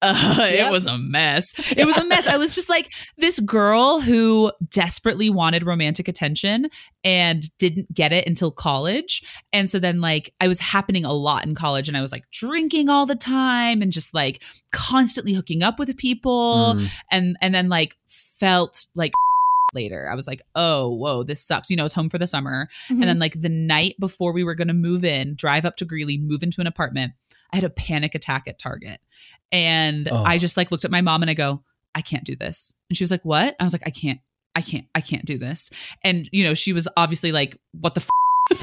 Uh,
Yep.
It was a mess. It was a mess. I was just like this girl who desperately wanted romantic attention and didn't get it until college. And so then, like, I was happening a lot in college and I was like drinking all the time and just like constantly hooking up with people
Mm.
and and then like felt like later i was like oh whoa this sucks you know it's home for the summer
Mhm.
and then like the night before we were going to move in drive up to greeley move into an apartment i had a panic attack at target and
Oh.
i just like looked at my mom and i go i can't do this and she was like what i was like i can't i can't i can't do this and you know she was obviously like what the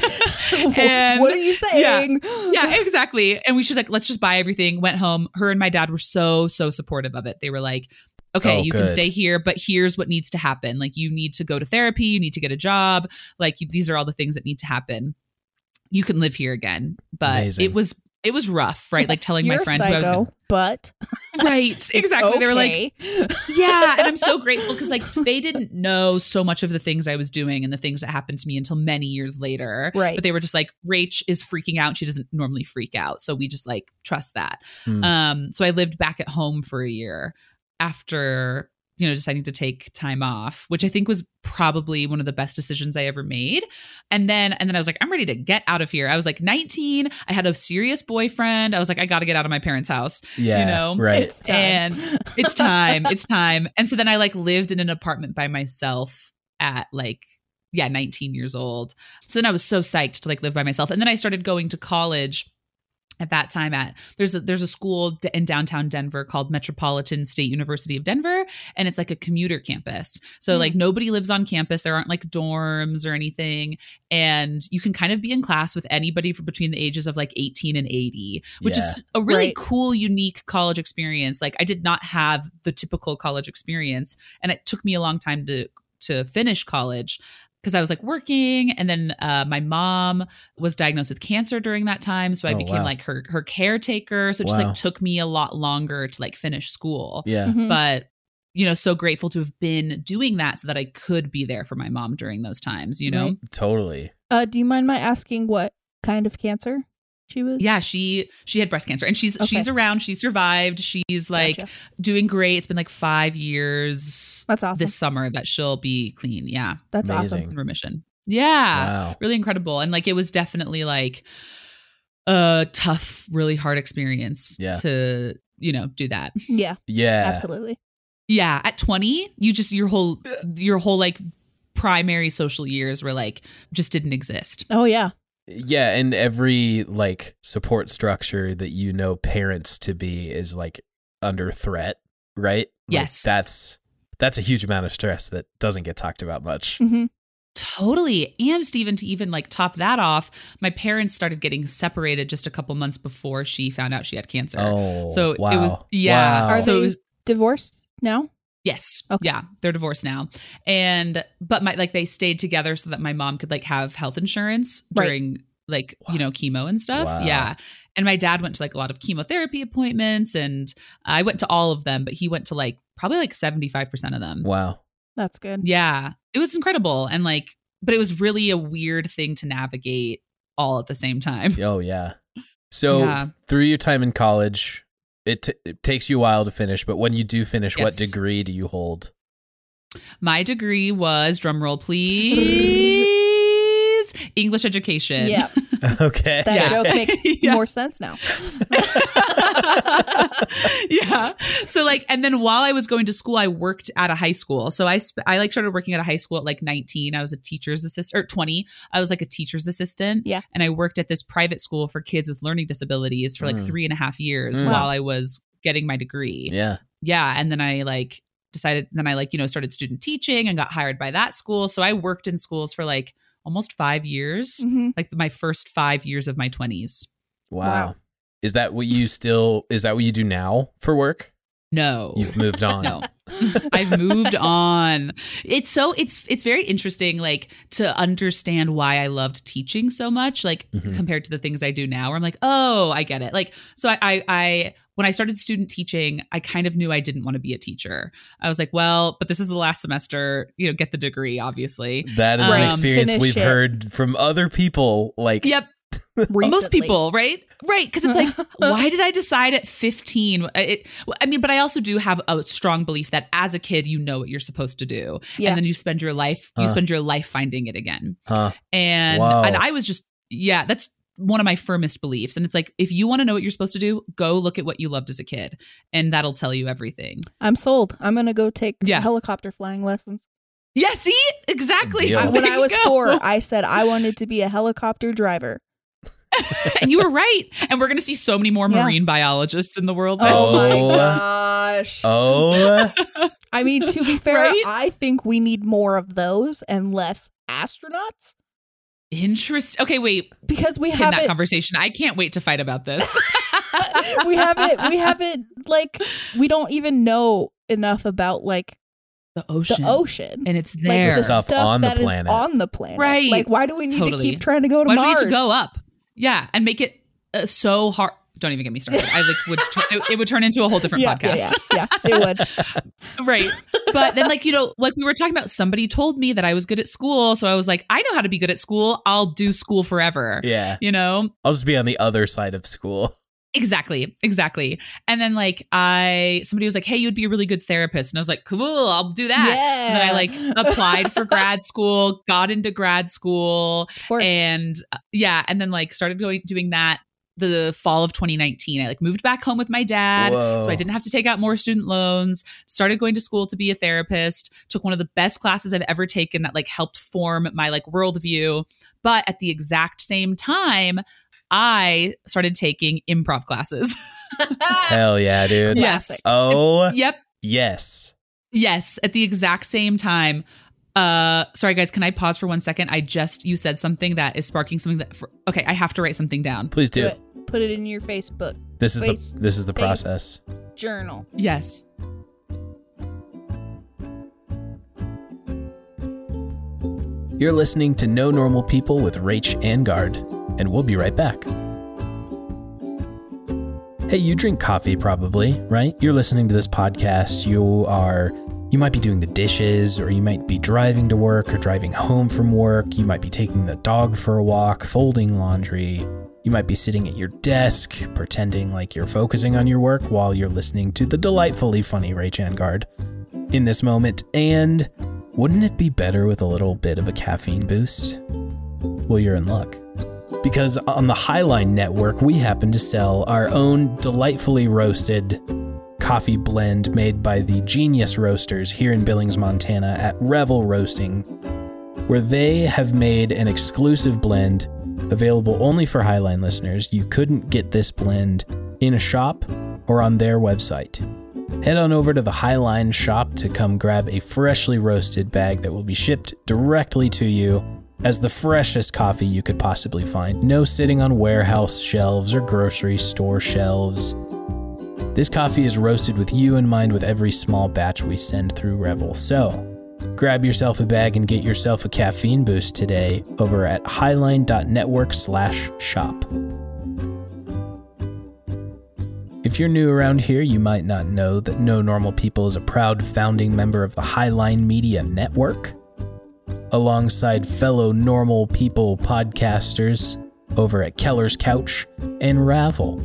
f-? and
what are you saying?
yeah, exactly. And we she's like, let's just buy everything. Went home. Her and my dad were so so supportive of it. They were like, okay,
Oh,
you
good.
can stay here, but here's what needs to happen. Like you need to go to therapy. You need to get a job. Like you, these are all the things that need to happen. You can live here again, but
Amazing.
it was it was rough, right? Like telling
You're
my
a
friend
psycho,
who I was gonna-
but
right, exactly. They were like,
okay.
yeah and i'm so grateful because like they didn't know so much of the things i was doing and the things that happened to me until many years later
Right.
but they were just like rach is freaking out she doesn't normally freak out so we just like trust that
Hmm.
um so i lived back at home for a year after you know deciding to take time off which i think was probably one of the best decisions i ever made and then and then i was like i'm ready to get out of here i was like 19 i had a serious boyfriend i was like i gotta get out of my parents house
Yeah.
know,
right.
It's time.
And it's time it's time and so then i like lived in an apartment by myself at like yeah 19 years old so then i was so psyched to like live by myself and then i started going to college at that time at there's a there's a school d- in downtown denver called metropolitan state university of denver and it's like a commuter campus so
Mm.
like nobody lives on campus there aren't like dorms or anything and you can kind of be in class with anybody from between the ages of like 18 and 80 which
Yeah.
is a really
Right.
cool unique college experience like i did not have the typical college experience and it took me a long time to to finish college because I was like working, and then uh, my mom was diagnosed with cancer during that time, so I
Oh,
became
wow.
like her her caretaker. So it just
Wow.
like took me a lot longer to like finish school,
Yeah.
Mhm.
but you know, so grateful to have been doing that so that I could be there for my mom during those times. You know,
Right.
Totally.
Uh, do you mind my asking what kind of cancer she was?
yeah, she she had breast cancer, and she's
Okay.
she's around. She survived. She's like
Gotcha.
doing great. It's been like five years
that's awesome.
this summer that she'll be clean. Yeah,
that's
Amazing.
awesome.
in remission. Yeah.
Wow.
really incredible and like it was definitely like a tough really hard experience
Yeah.
to you know do that
Yeah,
Yeah.
absolutely.
yeah at 20 you just your whole your whole like primary social years were like just didn't exist
Oh yeah,
Yeah, and every like support structure that you know parents to be is like under threat, right? Like,
Yes.
That's that's a huge amount of stress that doesn't get talked about much.
hmm
totally and Stephen to even like top that off my parents started getting separated just a couple months before she found out she had cancer
Oh.
so it
wow.
was
Wow.
yeah
Are
so it
they-
was
divorced now.
Yes.
Okay.
Yeah, they're divorced now. And but my like they stayed together so that my mom could like have health insurance
Right.
during like,
Wow.
you know, chemo and stuff.
Wow.
Yeah. And my dad went to like a lot of chemotherapy appointments and I went to all of them, but he went to like probably like 75% of them.
wow.
That's good.
Yeah. It was incredible and like but it was really a weird thing to navigate all at the same time.
Oh yeah. So
Yeah.
through your time in college, it, t- it takes you a while to finish, but when you do finish, what
Yes.
degree do you hold?
My degree was drumroll please English education.
Yeah.
okay.
That
Yeah.
joke makes
Yeah.
more sense now.
yeah. So like, and then while I was going to school, I worked at a high school. So I sp- I like started working at a high school at like 19. I was a teacher's assistant or 20. I was like a teacher's assistant.
Yeah.
And I worked at this private school for kids with learning disabilities for like
Mm.
three and a half years
Mm.
while I was getting my degree.
yeah.
yeah. And then I like decided then I like, you know, started student teaching and got hired by that school. So I worked in schools for like almost five years.
Mhm.
Like my first five years of my 20s.
Wow.
Wow.
Is that what you still is that what you do now for work?
No.
You've moved on.
Oh. No. I've moved on. It's so it's it's very interesting like to understand why I loved teaching so much, like
Mhm.
compared to the things I do now where I'm like, oh, I get it. Like so I I, I when I started student teaching, I kind of knew I didn't want to be a teacher. I was like, well, but this is the last semester, you know, get the degree, obviously.
That is
Right.
an experience
Finish
we've
it.
heard from other people. Like,
Yep. Most
Recently.
people, right? Right. Because it's like, why did I decide at 15? It, I mean, but I also do have a strong belief that as a kid, you know what you're supposed to do.
Yeah.
And then you spend your life,
Huh.
you spend your life finding it again.
huh?
And,
Wow.
and I was just, yeah, that's one of my firmest beliefs. And it's like, if you want to know what you're supposed to do, go look at what you loved as a kid, and that'll tell you everything.
I'm sold. I'm gonna go take
Yeah.
helicopter flying lessons.
Yeah, see? Exactly.
Deal.
I-
Oh,
when
There
I
you
was
go.
four, I said I wanted to be a helicopter driver.
and you were right. And we're going to see so many more
Yeah.
marine biologists in the world.
Oh.
my gosh! Uh,
Oh,
I mean, to be fair,
Right?
I think we need more of those and less astronauts
Interest. Okay, wait.
because we
in that
haven't
conversation. I can't wait to fight about this.
we haven't we haven't like we don't even know enough about like
the
the
ocean.
ocean.
And it's
Like
there.
the
Stuff
stuff,
on the
that is
planet.
on the planet.
Right.
Like, why do we need
Totally.
to keep trying to go to
Why do we
Mars?
need to go up? Yeah, and make it uh, so hard. Don't even get me started. I like would tu- it, it would turn into a whole different
yeah,
podcast,
Yeah, yeah, yeah, it would.
right? But then, like you know, like we were talking about, somebody told me that I was good at school, so I was like, I know how to be good at school. I'll do school forever.
yeah.
You know,
I'll just be on the other side of school.
Exactly, exactly. And then like I somebody was like, "Hey, you'd be a really good therapist." And I was like, "Cool, I'll do that." So then I
Yeah.
like applied for grad school, got into grad school,
Of course.
and uh, yeah, and then like started going doing that the fall of 2019. I like moved back home with my dad,
Whoa.
so I didn't have to take out more student loans. Started going to school to be a therapist. Took one of the best classes I've ever taken that like helped form my like worldview. But at the exact same time, I started taking improv classes.
Hell yeah, dude.
yes.
Oh,
Yep.
yes.
Yes. At the exact same time. Uh, sorry guys, can I pause for one second? I just you said something that is sparking something that. For, okay, I have to write something down.
Please
do
do.
it. Put it in your Facebook
This is
Face-
the this is the
face.
process.
journal.
Yes.
You're listening to No Normal People with Rach and Guard, and we'll be right back. Hey, you drink coffee probably, right? You're listening to this podcast. You are you might be doing the dishes or you might be driving to work or driving home from work. You might be taking the dog for a walk, folding laundry. You might be sitting at your desk pretending like you're focusing on your work while you're listening to the delightfully funny Ray Changard in this moment. And wouldn't it be better with a little bit of a caffeine boost? Well, you're in luck because on the Highline Network, we happen to sell our own delightfully roasted coffee blend made by the Genius Roasters here in Billings, Montana at Revel Roasting, where they have made an exclusive blend available only for Highline listeners. You couldn't get this blend in a shop or on their website. Head on over to the Highline shop to come grab a freshly roasted bag that will be shipped directly to you as the freshest coffee you could possibly find. No sitting on warehouse shelves or grocery store shelves. This coffee is roasted with you in mind with every small batch we send through Revel. So, grab yourself a bag and get yourself a caffeine boost today over at highline.network/shop. If you're new around here, you might not know that No Normal People is a proud founding member of the Highline Media Network alongside fellow normal people podcasters over at Keller's Couch and Ravel.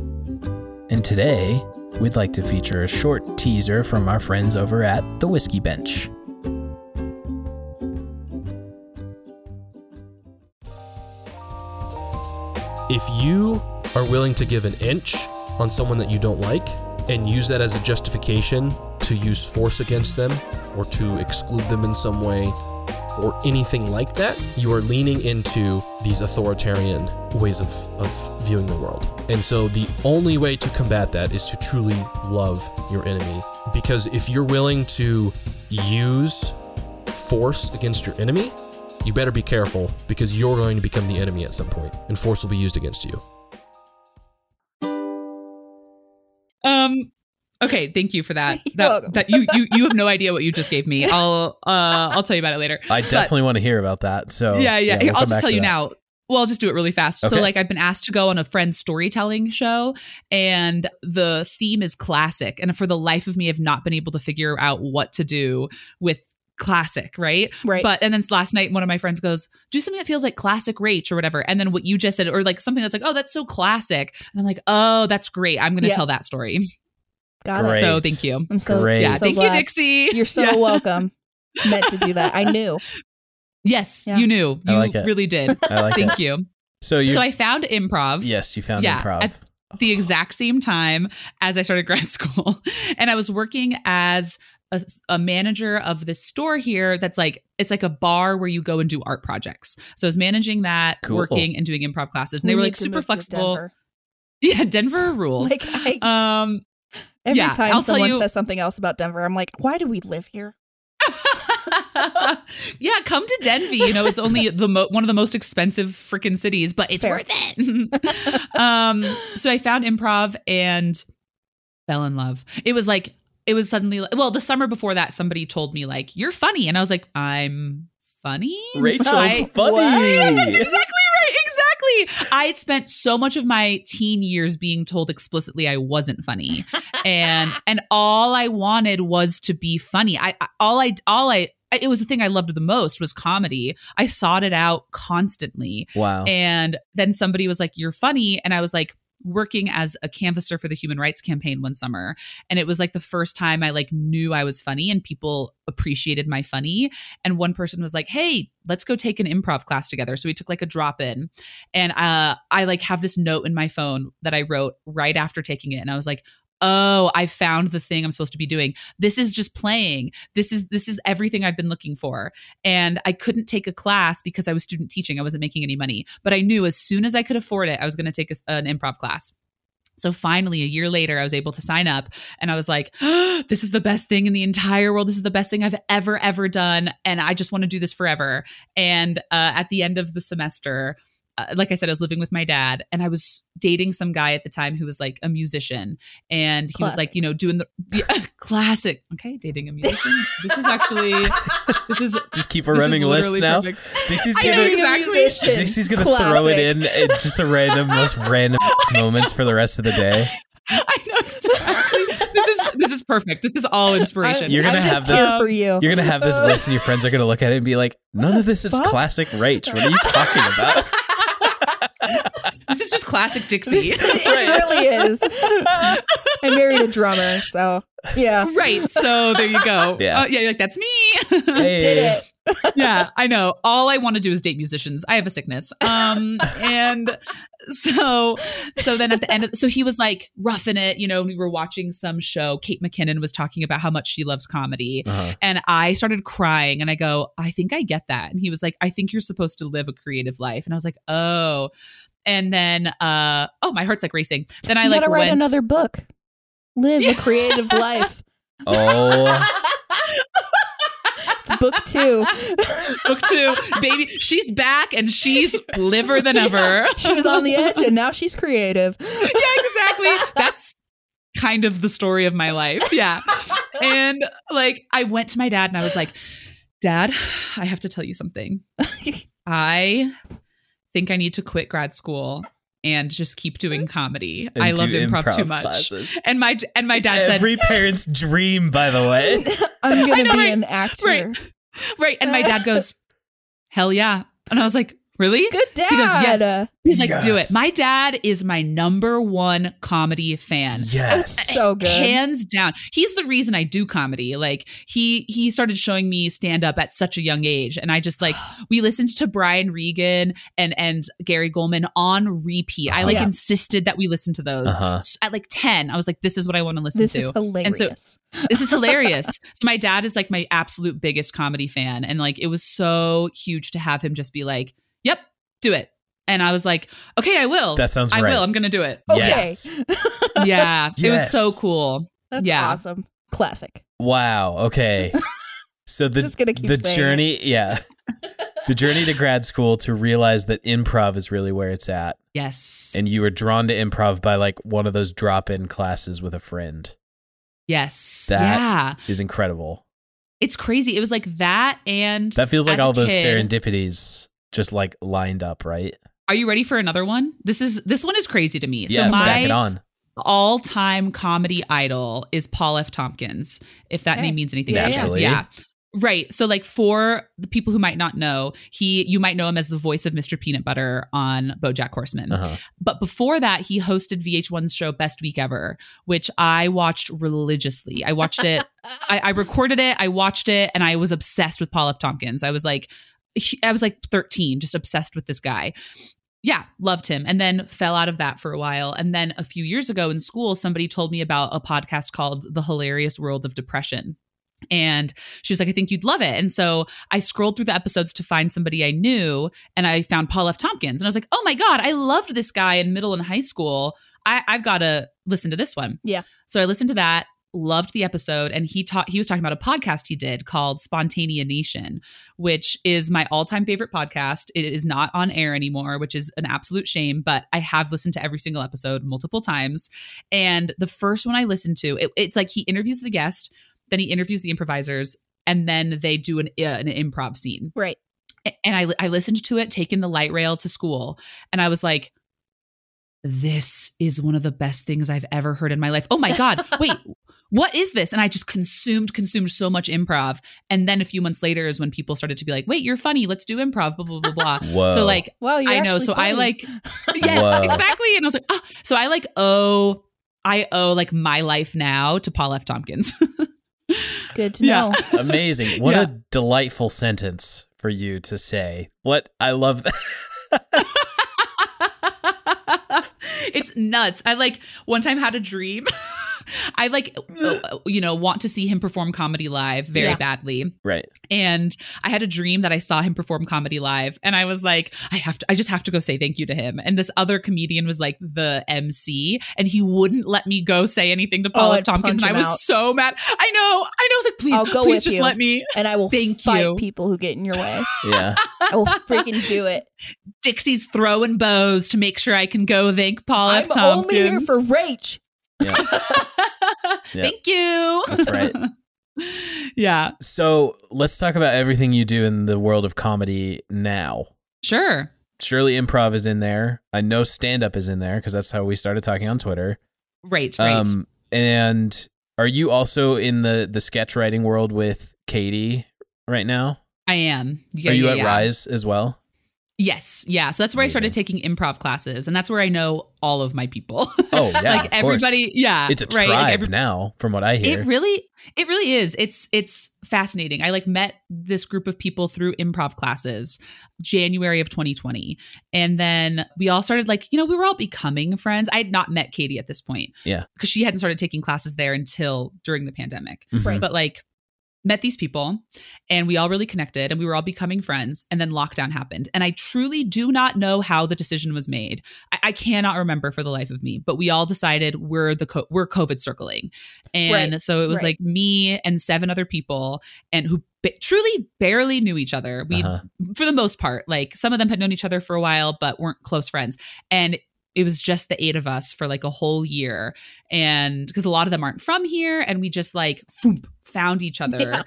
And today, we'd like to feature a short teaser from our friends over at The Whiskey Bench.
If you are willing to give an inch on someone that you don't like and use that as a justification to use force against them or to exclude them in some way or anything like that, you are leaning into these authoritarian ways of, of viewing the world. And so the only way to combat that is to truly love your enemy. Because if you're willing to use force against your enemy, you better be careful because you're going to become the enemy at some point, and force will be used against you.
Um. Okay, thank you for that.
You're welcome.
That, that you, you you have no idea what you just gave me. I'll uh I'll tell you about it later.
I
But-
definitely want to hear about that. So
yeah, yeah. Here,
Oh, we'll
I'll
come
just
back
tell
to
you
that.
now. Well, I'll just do it really fast.
Okay.
So, like, I've been asked to go on a friend's storytelling show, and the theme is classic. And for the life of me, I've not been able to figure out what to do with classic, right?
Right.
But and then last night, one of my friends goes, "Do something that feels like classic Rach or whatever." And then what you just said, or like something that's like, "Oh, that's so classic," and I'm like, "Oh, that's great. I'm going to
Yeah.
tell that story."
Got
Great.
it.
So thank you.
I'm so
Great.
I'm
Yeah,
so
thank
glad.
you, Dixie.
You're so
Yeah.
welcome. Meant to do that. I knew.
Yes,
Yeah.
you knew.
I
You
like it.
really did.
I like
Thank
it.
you.
So you
So I found improv.
yes, you found
Yeah,
improv.
at the exact same time as I started grad school. And I was working as a, a manager of this store here that's like, it's like a bar where you go and do art projects. So I was managing that,
Cool.
working and doing improv classes. And
We
they were
need
like
to
super
move to
flexible.
Denver.
Yeah, Denver rules.
Like I,
um,
every
yeah,
time
I'll tell
someone
you-
says something else about Denver, I'm like, why do we live here?
yeah, come to Denver. You know, it's only the mo- one of the most expensive freaking cities, but it's
Fair.
worth it. um, so I found improv and fell in love. It was like it was suddenly like, well, the summer before that, somebody told me like you're funny, and I was like, I'm funny.
Rachel's
I-
funny.
what?
That's exactly right. Exactly. I had spent so much of my teen years being told explicitly I wasn't funny, and and all I wanted was to be funny. I, I all I all I it was the thing I loved the most was comedy. I sought it out constantly,
Wow.
and then somebody was like, "You're funny," and I was like working as a canvasser for the human rights campaign one summer and it was like the first time i like knew i was funny and people appreciated my funny and one person was like hey let's go take an improv class together so we took like a drop in and uh, i like have this note in my phone that i wrote right after taking it and i was like oh i found the thing i'm supposed to be doing this is just playing this is this is everything i've been looking for and i couldn't take a class because i was student teaching i wasn't making any money but i knew as soon as i could afford it i was going to take a s an improv class so finally a year later i was able to sign up and I was like, this is the best thing in the entire world. This is the best thing I've ever, ever done. And I just want to do this forever. And uh, at the end of the semester, uh, like I said, I was living with my dad and I was dating some guy at the time who was like a musician. And he was like,
Classic.
you know, doing the yeah, classic. Okay, dating a musician. this is actually, this is.
Just keep a
This
running
is
list
literally
now.
perfect.
Dixie's
I know
gonna
exactly.
Dixie's gonna throw it in at just the random, most random moments for the rest of the day.
I know exactly. this is this is perfect. This is all inspiration.
You're gonna
I'm
have
just
this-
um,
here for you.
You're gonna have this list, and your friends are gonna look at it and be like, "None of this is
fuck?
classic Rach. What are you talking about?"
this is just classic Dixie.
it really is. I married a drummer, so yeah.
right. So there you go.
Yeah.
Uh, yeah. You're like that's me.
Did it.
yeah, I know. All I want to do is date musicians. I have a sickness. Um, and so, so then at the end, of, so he was like roughing it. You know, we were watching some show. Kate McKinnon was talking about how much she loves comedy,
Uh-huh.
and I started crying. And I go, I think I get that. And he was like, I think you're supposed to live a creative life. And I was like, oh. And then, uh, oh, my heart's like racing. Then I
you
like
gotta write
went-
another book. Live a creative life.
Oh,
It's book two.
book two, baby. She's back and she's liver than ever.
She was on the edge, and now she's creative.
yeah, exactly. That's kind of the story of my life. Yeah. And like I went to my dad and I was like, "Dad, I have to tell you something. I think I need to quit grad school and just keep doing comedy.
and
I love
do
improv, too much."
classes.
And my and my dad said,
Every parent's dream, by the way.
I'm
I
gonna
know,
be
right?
an actor.
Right. Right. And my dad goes, Hell yeah. And I was like, Really?
Good dad.
He goes, Yes. He's like, Do
Yes.
it. My dad is my number one comedy fan.
Yes.
So good.
Hands down. He's the reason I do comedy. Like he he started showing me stand up at such a young age. And I just like we listened to Brian Regan and and Gary Goldman on repeat. I like
Yeah.
insisted that we listen to those.
Uh-huh.
S- At like 10, I was like, this is what I want to listen
this
to
is hilarious.
this is hilarious. so my dad is like my absolute biggest comedy fan, and like it was so huge to have him just be like, "Yep, do it." And I was like, "Okay, I will.
That sounds
I
right.
will. I'm gonna do it."
Okay.
Yes.
yeah, it was
Yes.
so cool.
That's
Yeah.
awesome. Classic.
Wow. Okay. So the
Just gonna keep
the
saying
journey, yeah, the journey to grad school to realize that improv is really where it's at,
Yes,
and you were drawn to improv by like one of those drop-in classes with a friend
yes,
That-
yeah.
is incredible.
It's crazy. It was like that, and
That feels like
As a
all those
kid-
serendipities just like lined up, right?
are you ready for another one? This is this one is crazy to me.
yes,
so
back
my
it on.
all time comedy idol is Paul F. Tompkins, if that
Hey.
name means anything to you guys.
Naturally.
Yeah. Right. So, like, for the people who might not know, he, you might know him as the voice of Mr. Peanut Butter on Bojack Horseman.
Uh-huh.
But before that, he hosted VH1's show Best Week Ever, which I watched religiously. I watched it, I, I recorded it, I watched it, and I was obsessed with Paul F. Tompkins. I was like, he- I was like 13, just obsessed with this guy. Yeah, loved him. And then fell out of that for a while. And then a few years ago in school, somebody told me about a podcast called The Hilarious World of Depression. And she was like, I think you'd love it. And so I scrolled through the episodes to find somebody I knew and I found Paul F. Tompkins. And I was like, oh my God, I loved this guy in middle and high school. I, I've got to listen to this one.
Yeah.
So I listened to that, loved the episode, and he taught he was talking about a podcast he did called Spontanea Nation, which is my all-time favorite podcast. It is not on air anymore, which is an absolute shame, but I have listened to every single episode multiple times. And the first one I listened to, it- it's like he interviews the guest, then he interviews the improvisers, and then they do an, uh, an improv scene
Right.
and I, I listened to it taking the light rail to school and i was like this is one of the best things i've ever heard in my life oh my god wait what is this and i just consumed consumed so much improv and then a few months later is when people started to be like wait you're funny let's do improv blah blah blah blah
Whoa.
so like
Wow. You're
I know.
actually
So I
funny.
like, yes,
Whoa.
exactly. And I was like, ah. so I like owe, I owe like my life now to Paul F. Tompkins.
Good to
Yeah.
know.
Amazing. What
Yeah.
a delightful sentence for you to say. What I love that.
it's nuts. I like one time had a dream I like, uh, you know, want to see him perform comedy live very
Yeah.
badly.
Right.
And I had a dream that I saw him perform comedy live, and I was like, I have to, I just have to go say thank you to him. And this other comedian was like the MC, and he wouldn't let me go say anything to Paul
Oh,
F.
I'd
Tompkins,
punch
and
him
I was
out.
so mad. I know, I know. I was like, please,
I'll go
please
with
just
you.
let me.
and I will
Thank
fight
you.
people who get in your way.
Yeah.
I will freaking do it.
Dixie's throwing bows to make sure I can go thank Paul F.
I'm
Tompkins.
only here for Rach.
Yeah.
Thank you.
That's right.
yeah,
So let's talk about everything you do in the world of comedy now.
sure.
Surely improv is in there. I know stand up is in there because that's how we started talking on Twitter.
Right, right.
Um, and are you also in the the sketch writing world with Katie right now?
I am. Yeah,
are you
yeah,
at
yeah.
Rise as well?
Yes, yeah. So that's where I started taking improv classes, and that's where I know all of my people.
Oh yeah,
like
of course.
everybody, yeah.
It's a
right?
tribe
Like, every-
now, from what I hear.
It really, it really is. It's it's fascinating. I like met this group of people through improv classes, January of 2020, and then we all started like you know we were all becoming friends. I had not met Katie at this point,
Yeah.
because she hadn't started taking classes there until during the pandemic.
Mhm.
Right.
But like met these people and we all really connected and we were all becoming friends and then lockdown happened and i truly do not know how the decision was made i, I cannot remember for the life of me but we all decided we're the co- we're covid circling and
Right,
so it was
right.
like me and seven other people and who ba- truly barely knew each other we
Uh-huh.
for the most part like some of them had known each other for a while but weren't close friends and it was just the eight of us for like a whole year and because a lot of them aren't from here and we just like phoomp, found each other
Yeah.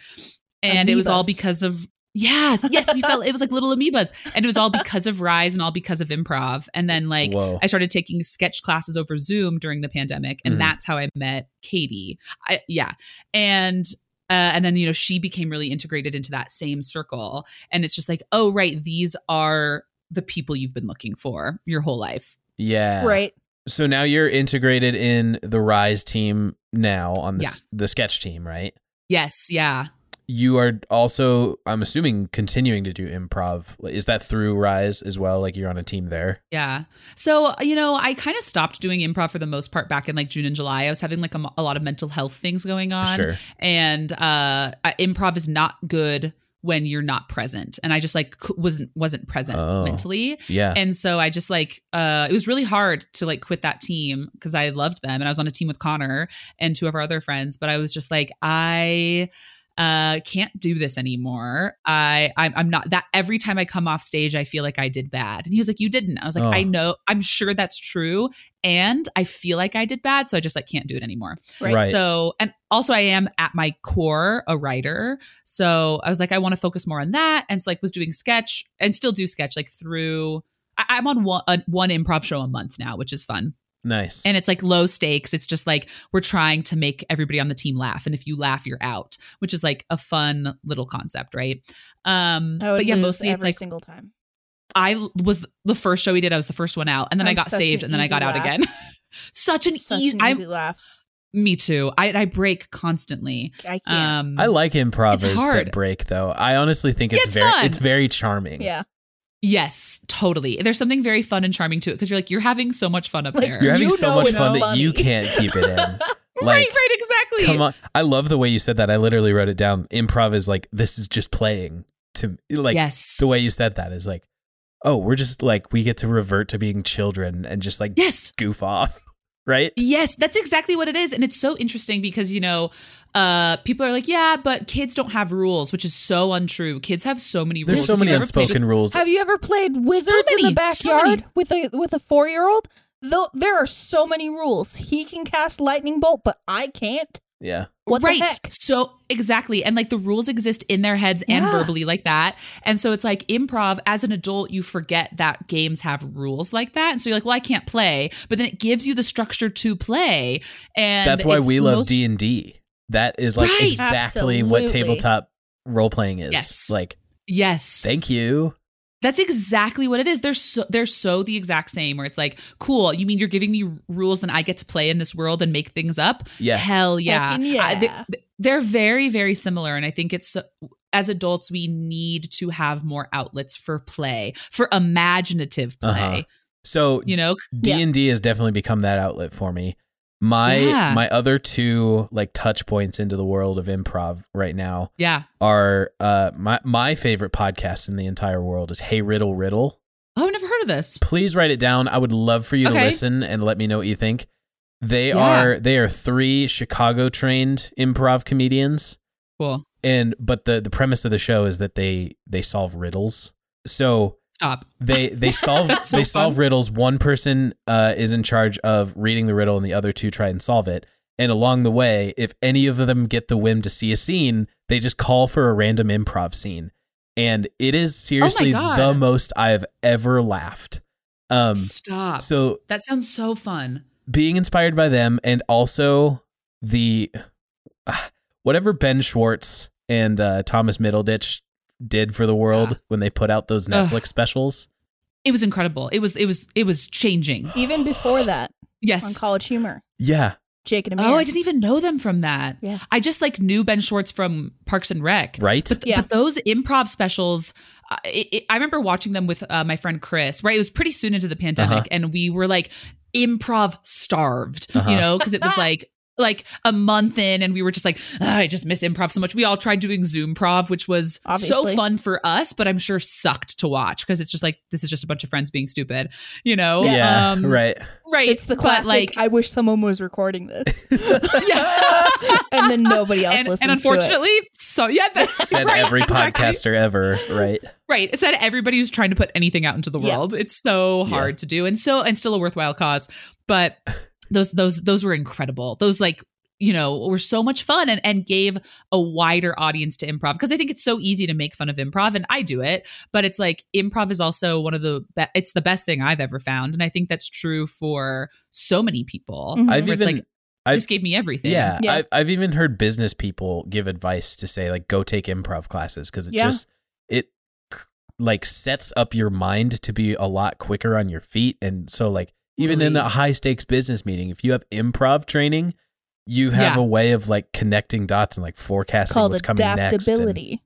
and it was all
Amoebas.
because of yes yes we felt it was like little amoebas and it was all because of rise and all because of improv and then like
Whoa.
I started taking sketch classes over Zoom during the pandemic, and
Mhm.
that's how I met Katie. I, yeah, and uh, and then you know she became really integrated into that same circle, and it's just like, oh right, these are the people you've been looking for your whole life.
yeah.
Right.
So now you're integrated in the Rise team now on the
Yeah.
s the sketch team, right?
Yes, yeah,
You are also, I'm assuming, continuing to do improv. Like, Is that through Rise as well? Like you're on a team there.
yeah. So you know, I kind of stopped doing improv for the most part back in like June and July. I was having like a, mo- a lot of mental health things going on.
Sure.
and uh I- improv is not good when you're not present and i just like c- wasn't wasn't present
Oh.
mentally
Yeah.
and so i just like uh it was really hard to like quit that team because i loved them and i was on a team with connor and two of our other friends but i was just like i uh can't do this anymore i i'm, I'm not that every time i come off stage i feel like i did bad and he was like you didn't i was like
Oh.
i know i'm sure that's true and i feel like i did bad so i just like can't do it anymore
Right.
Right.
so, and also I am at my core a writer. So I was like, I want to focus more on that. And so like was doing sketch and still do sketch like through, I, I'm on one, uh, one improv show a month now, which is fun.
nice.
And it's like low stakes. It's just like we're trying to make everybody on the team laugh. And if you laugh, you're out, which is like a fun little concept, right? Um,
I would
but yeah,
lose
mostly it's
every
like
single time.
I was the first show we did, I was the first one out. And then i
I'm
got
such
saved
an
and then I
easy
got out
laugh.
again. such an
Such
easy,
an
I'm
easy laugh.
me too. I, I break constantly.
I can't.
Um,
I like improvers
It's hard.
that break though. I honestly think it's,
It's
very
fun.
it's very charming.
yeah.
yes, totally. There's something very fun and charming to it because you're like you're having so much fun up
Like,
there.
You're having
You
so
know
much
it's
fun that
funny.
you can't keep it in.
right,
Like
right, exactly.
come on. I love the way you said that. I literally wrote it down. Improv is like this is just playing to like
yes,
the way you said that is like oh, we're just like we get to revert to being children and just like
yes,
goof off, right?
yes. That's exactly what it is, and it's so interesting because you know, uh, people are like, yeah, but kids don't have rules, which is so untrue. Kids have so many
There's
rules.
so
If
many
you ever played with-
unspoken rules.
Have you ever played Wizards in
many,
the
so many.
backyard with a with a four year old? Though there are so many rules. He can cast lightning bolt, but I can't.
Yeah.
What
right.
the heck?
So exactly. And like the rules exist in their heads and
Yeah.
verbally like that. And so it's like improv as an adult, you forget that games have rules like that. And so you're like, well, I can't play, but then it gives you the structure to play. And
That's why
it's
we
the
love
most-
D&D. That is like
Right.
exactly what
Absolutely.
tabletop role playing is.
Yes.
Like
Yes.
thank you.
That's exactly what it is. They're so they're so the exact same. Where it's like, cool. You mean you're giving me rules, then I get to play in this world and make things up?
Yeah.
Hell yeah.
Heckin' yeah.
I- they, they're very very similar, and I think it's as adults we need to have more outlets for play, for imaginative play.
Uh-huh. So
You know,
D&D has definitely become that outlet for me. My
Yeah.
my other two like touch points into the world of improv right now
Yeah.
are uh my my favorite podcast in the entire world is Hey Riddle Riddle.
Oh, I've never heard of this.
Please write it down. I would love for you to
Okay.
listen and let me know what you think. They
Yeah.
are they are three Chicago trained improv comedians
Cool.
and but the the premise of the show is that they they solve riddles. So
Stop.
they they solve
That's so
they solve
fun.
riddles. One person uh, is in charge of reading the riddle, and the other two try and solve it. And along the way, if any of them get the whim to see a scene, they just call for a random improv scene, and it is seriously
Oh God.
the most I've ever laughed. Um,
Stop.
so
that sounds so fun.
being inspired by them, and also the ah, whatever Ben Schwartz and uh, Thomas Middleditch did for the world
Yeah.
when they put out those
Ugh.
Netflix specials.
It was incredible. It was it was it was changing.
Even before that, on
Yes.
College Humor,
Yeah,
Jake and Amir.
Oh, I didn't even know them from that.
Yeah.
I just like knew Ben Schwartz from Parks and Rec.
right?
But,
Yeah.
but those improv specials, uh, it, it, I remember watching them with uh, my friend Chris, right? It was pretty soon into the pandemic,
Uh-huh.
and we were like improv starved,
Uh-huh.
you know, because it was like, like a month in, and we were just like, "Ah, I just miss improv so much. We all tried doing Zoom prov, which was
Obviously.
so fun for us, but I'm sure sucked to watch because it's just like this is just a bunch of friends being stupid, you know?
yeah,
Um,
right.
right.
It's the
But,
classic.
like,
I wish someone was recording this,
yeah.
and then nobody else
and,
listens
and
to it.
unfortunately, so yeah, that's
Said
right,
every
exactly.
podcaster ever, right?
Right. It's that everybody who's trying to put anything out into the
Yeah.
world. It's so
Yeah.
hard to do and so and still a worthwhile cause. But those those those were incredible. Those like you know were so much fun and and gave a wider audience to improv because I think it's so easy to make fun of improv and I do it, but it's like improv is also one of the be- it's the best thing I've ever found and I think that's true for so many people.
Mhm.
Mm-hmm. I've
Where it's
even,
like
I've-
this gave me everything.
yeah,
Yeah.
I've, I've even heard business people give advice to say like go take improv classes because it
Yeah.
just it like sets up your mind to be a lot quicker on your feet, and so like even in
Totally.
a high stakes business meeting, if you have improv training, you have
Yeah.
a way of like connecting dots and like
It's
forecasting
called
what's coming next. and-
adaptability.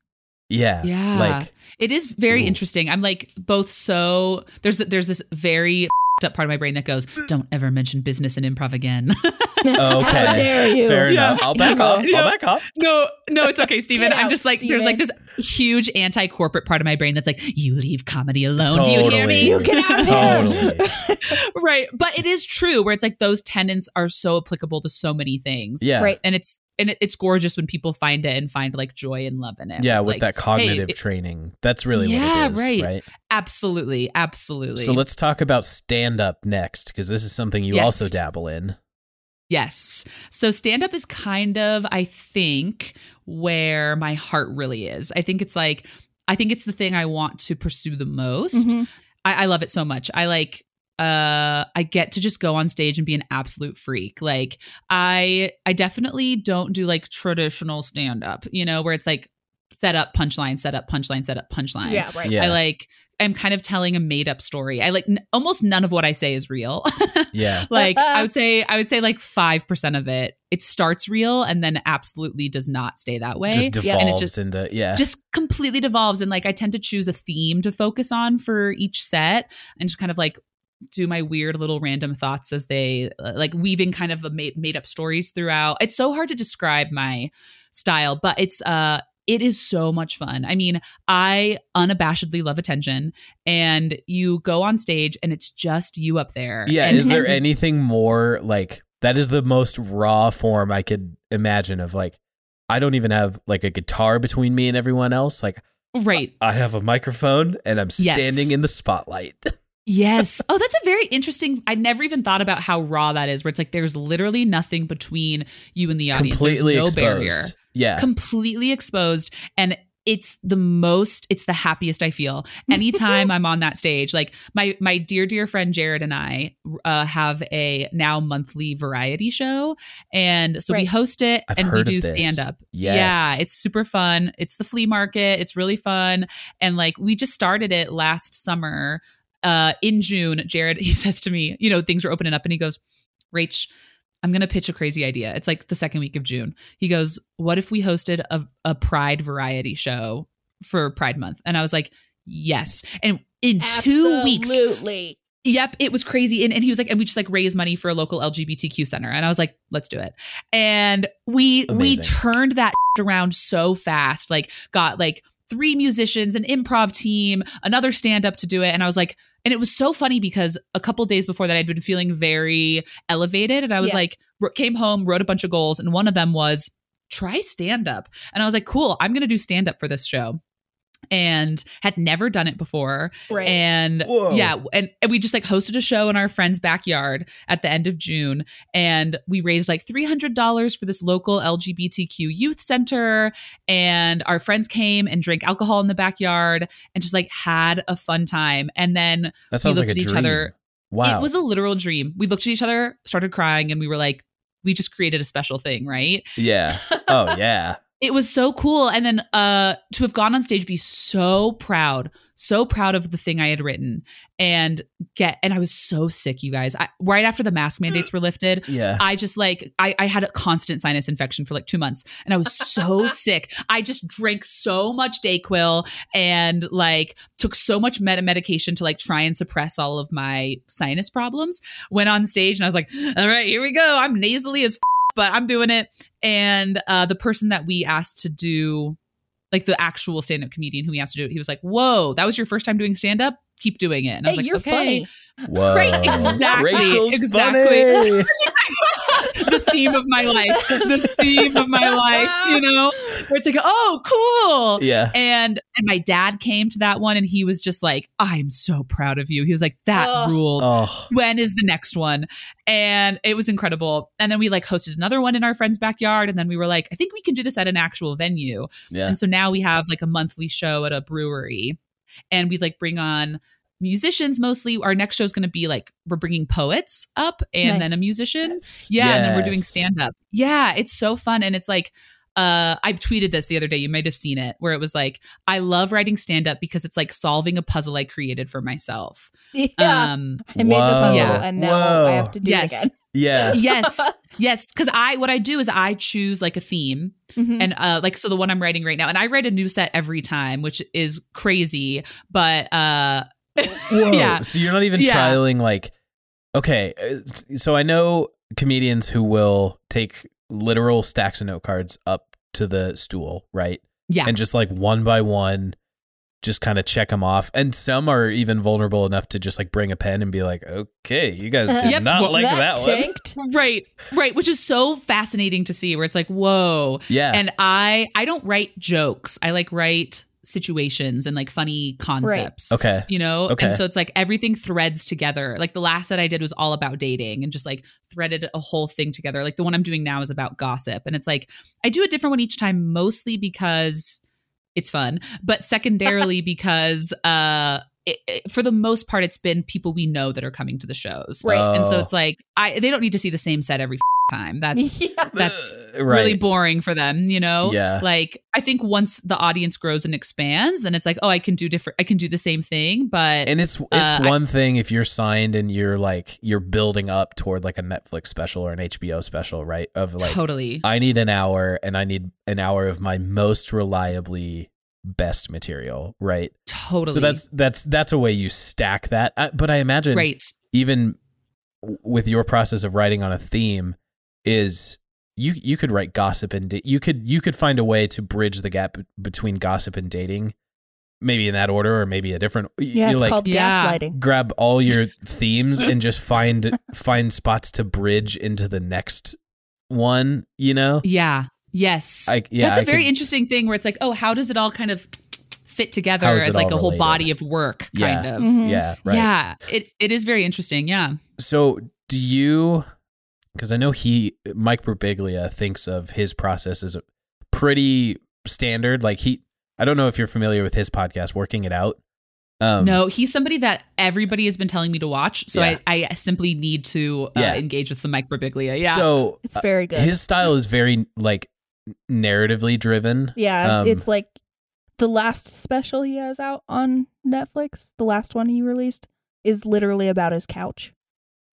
yeah,
Yeah.
like
It is very
Ooh.
interesting. I'm like both so there's th- there's this very fed up part of my brain that goes, "Don't ever mention business and improv again."
okay,
How dare you?
fair
Yeah.
enough. I'll back
Yeah.
off.
Yeah.
I'll back off.
no, no, it's okay, Steven.
Get
I'm
out,
just like there's like this huge anti-corporate part of my brain that's like, "You leave comedy alone." Oh, Do you hear me?
You get out of
totally.
here.
right. But it is true where it's like those tenants are so applicable to so many things.
Yeah.
Right.
And it's and it, it's gorgeous when people find it and find like joy and love in it.
Yeah,
It's
with
like,
that cognitive
it-
training. That's really
Yeah,
what it is, right.
right. absolutely, absolutely.
So let's talk about stand up next because this is something you
Yes.
also dabble in.
Yes. So stand up is kind of, I think, where my heart really is. I think it's like, I think it's the thing I want to pursue the most.
Mhm.
I, I love it so much. I like uh I get to just go on stage and be an absolute freak. Like I I definitely don't do like traditional stand up, you know, where it's like set up punchline, set up punchline, set up punchline.
Yeah, right.
Yeah,
I like I'm kind of telling a made up story. I like n- almost none of what I say is real.
yeah,
like I would say I would say like 5% of it it starts real and then absolutely does not stay that way.
just
Yeah,
devolves
and it's just-
into yeah,
just completely devolves and like I tend to choose a theme to focus on for each set and just kind of like do my weird little random thoughts as they uh, like weaving kind of a made, made up stories throughout. It's so hard to describe my style, but it's uh it is so much fun. I mean, I unabashedly love attention and you go on stage and it's just you up there.
yeah.
And-
Is there
and-
anything more like that? Is the most raw form I could imagine of like I don't even have like a guitar between me and everyone else. Like
right.
I have a microphone and I'm
Yes.
standing in the spotlight.
Yes. Oh, that's a very interesting. I never even thought about how raw that is. Where it's like there's literally nothing between you and the audience.
completely
there's no
exposed.
barrier.
Yeah,
Completely exposed, and it's the most. It's the happiest I feel anytime I'm on that stage. Like my my dear dear friend Jared and I uh, have a now monthly variety show, and so we
Right.
host it
I've
and we
heard of
do
this.
stand up.
Yes.
Yeah, it's super fun. It's the flea market. It's really fun. And like we just started it last summer uh in June. Jared he says to me, you know, things are opening up and he goes, "Rach, I'm going to pitch a crazy idea. It's like the second week of June." He goes, "What if we hosted a a pride variety show for Pride month?" And I was like, "Yes." And in 2 weeks
Absolutely.
Yep, it was crazy. And, and he was like, and we just like raised money for a local LGBTQ center. And I was like, let's do it. And we we
Amazing.
turned that around so fast. Like got like three musicians, an improv team, another stand-up to do it. And I was like, and it was so funny because a couple days before that I'd been feeling very elevated. And I was
Yeah.
like, wr- came home, wrote a bunch of goals, and one of them was try stand-up. And I was like, cool, I'm gonna do stand-up for this show. And had never done it before
Right.
and
Whoa.
yeah and, and we just like hosted a show in our friend's backyard at the end of june and we raised like $300 for this local lgbtq youth center and our friends came and drank alcohol in the backyard and just like had a fun time and then
That sounds like
looked
a
at each
dream.
other.
Wow.
it was a literal dream we looked at each other started crying and we were like we just created a special thing right
yeah. Oh yeah.
it was so cool and then uh to have gone on stage be so proud so proud of the thing i had written and get and i was so sick you guys I, right after the mask mandates were lifted
Yeah.
I just like I, I had a constant sinus infection for like two months, and I was so sick. I just drank so much Dayquil and like took so much meta medication to like try and suppress all of my sinus problems. Went on stage and I was like, "All right, here we go. I'm nasally as, f- but I'm doing it." And uh, the person that we asked to do, like the actual stand up comedian who we asked to do it, he was like, "Whoa, that was your first time doing stand up." Keep doing it. And I
Hey,
was like,
you're
okay.
funny.
Whoa.
Right, exactly,
Rachel's
exactly.
funny.
the theme of my life. The theme of my life, you know? Where it's like, oh, cool.
yeah.
And and my dad came to that one and he was just like, I'm so proud of you. He was like, that
Ugh.
ruled.
Oh.
When is the next one? And it was incredible. And then we like hosted another one in our friend's backyard. And then we were like, I think we can do this at an actual venue.
Yeah.
And so now we have like a monthly show at a brewery and we like bring on musicians mostly. Our next show is going to be like we're bringing poets up
Nice.
and then a musician. Yeah, and then we're doing
Yes.
stand up. Yeah, it's so fun and it's like uh, I tweeted this the other day. You might have seen it, where it was like, "I love writing stand up because it's like solving a puzzle I created for myself."
Yeah.
Um,
I made the
Whoa.
puzzle
Yeah.
and now I have to do
yes,
Yeah.
yes, yes. Because I, what I do is I choose like a theme,
it again. Mhm.
and uh like so the one i'm writing right now and i write a new set every time which is crazy but uh
Whoa.
Yeah.
So you're not even
Yeah.
trialing like okay, uh, so I know comedians who will take literal stacks of note cards up to the stool, right?
yeah
And just like one by one just kind of check them off. And some are even vulnerable enough to just like bring a pen and be like, "Okay, you guys did
Yep,
not
well,
like that, one."
tanked.
right right which is so fascinating to see where it's like whoa
Yeah.
and i i don't write jokes i like write situations and like funny concepts
okay.
you know
Okay.
and so it's like everything threads together like the last that i did was all about dating and just like threaded a whole thing together like the one i'm doing now is about gossip and it's like i do a different one each time mostly because it's fun but secondarily because uh it, it- for the most part it's been people we know that are coming to the shows
Right.
and so
Oh.
it's like i they don't need to see the same set every f- time that's
yeah.
that's
Uh, right.
really boring for them you know
Yeah.
Oh, like i think once the audience grows and expands then it's like oh i can do different i can do the same thing but
and it's it's
uh, I-
one thing if you're signed and you're like you're building up toward like a Netflix special or an HBO special, right? Of like
totally
I need an hour and I need an hour of my most reliably best material, right?
totally
So that's that's that's a way you stack that. I, but I imagine
right
even w- with your process of writing on a theme is you you could write gossip and da- you could you could find a way to bridge the gap b- between gossip and dating maybe in that order or maybe a different y-
Yeah,
you
it's
like
called
Yeah.
gaslighting.
grab all your themes and just find find spots to bridge into the next one you know
yeah yes
I- yeah,
that's a
I
very
could-
interesting thing where it's like oh how does it all kind of fit together
How is it
as like a
all
whole
related?
body of work
Yeah.
kind of
Mhm.
yeah right
yeah it, it is very interesting yeah
So do you? Because I know he Mike Brubiglia thinks of his process as pretty standard. Like he, I don't know if you're familiar with his podcast, Working It Out. Um,
no he's somebody that everybody has been telling me to watch so
Yeah.
I, I simply need to uh,
Yeah.
engage with some mike Birbiglia. yeah
So
It's very
uh,
good.
his style is very like narratively driven.
yeah,
um,
it's like the last special he has out on Netflix, the last one he released is literally about his couch.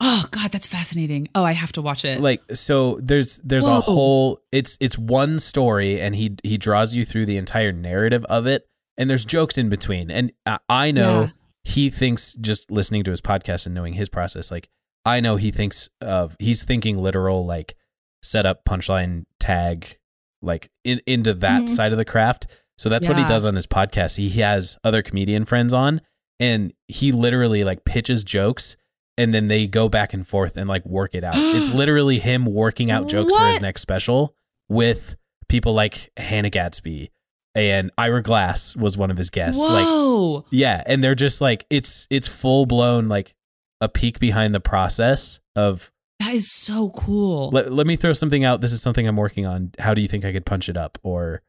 oh god that's fascinating oh i have to watch it
Like so, there's there's
Whoa.
a whole. It's it's one story, and he he draws you through the entire narrative of it, and there's jokes in between. And I, I know
Yeah.
he thinks just listening to his podcast and knowing his process like i know he thinks of he's thinking literal like setup punchline tag like in, into that
Mhm.
side of the craft so that's what he
Mm-hmm. Yeah.
does on his podcast he has other comedian friends on and he literally like pitches jokes and then they go back and forth and like work it out it's literally him working out jokes for his
What?
next special with people like hannah gadsby and ira glass was one of his guests like
Whoa.
yeah, and they're just like it's it's full blown like a peek behind the process of
that is so cool.
let, let me throw something out. This is something I'm working on. How do you think I could punch it up? Or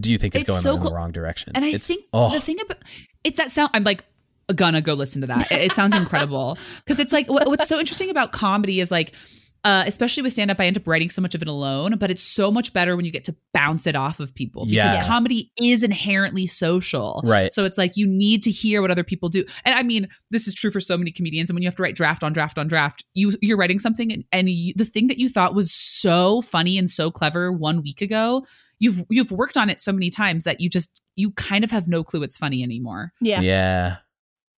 do you think it's,
It's
going
so
in
cool.
the wrong direction?
and I
It's-
think
oh,
the thing about it that sound I'm like gonna go listen to that. It, it sounds incredible because it's like what, what's so interesting about comedy is like. Uh, especially with stand up, I end up writing so much of it alone, but it's so much better when you get to bounce it off of people because
Yes.
comedy is inherently social.
Right.
So it's like you need to hear what other people do. And I mean, this is true for so many comedians. And when you have to write draft on draft on draft, you, you're writing something and, and you, the thing that you thought was so funny and so clever one week ago, you've you've worked on it so many times that you just you kind of have no clue it's funny anymore.
Yeah.
yeah.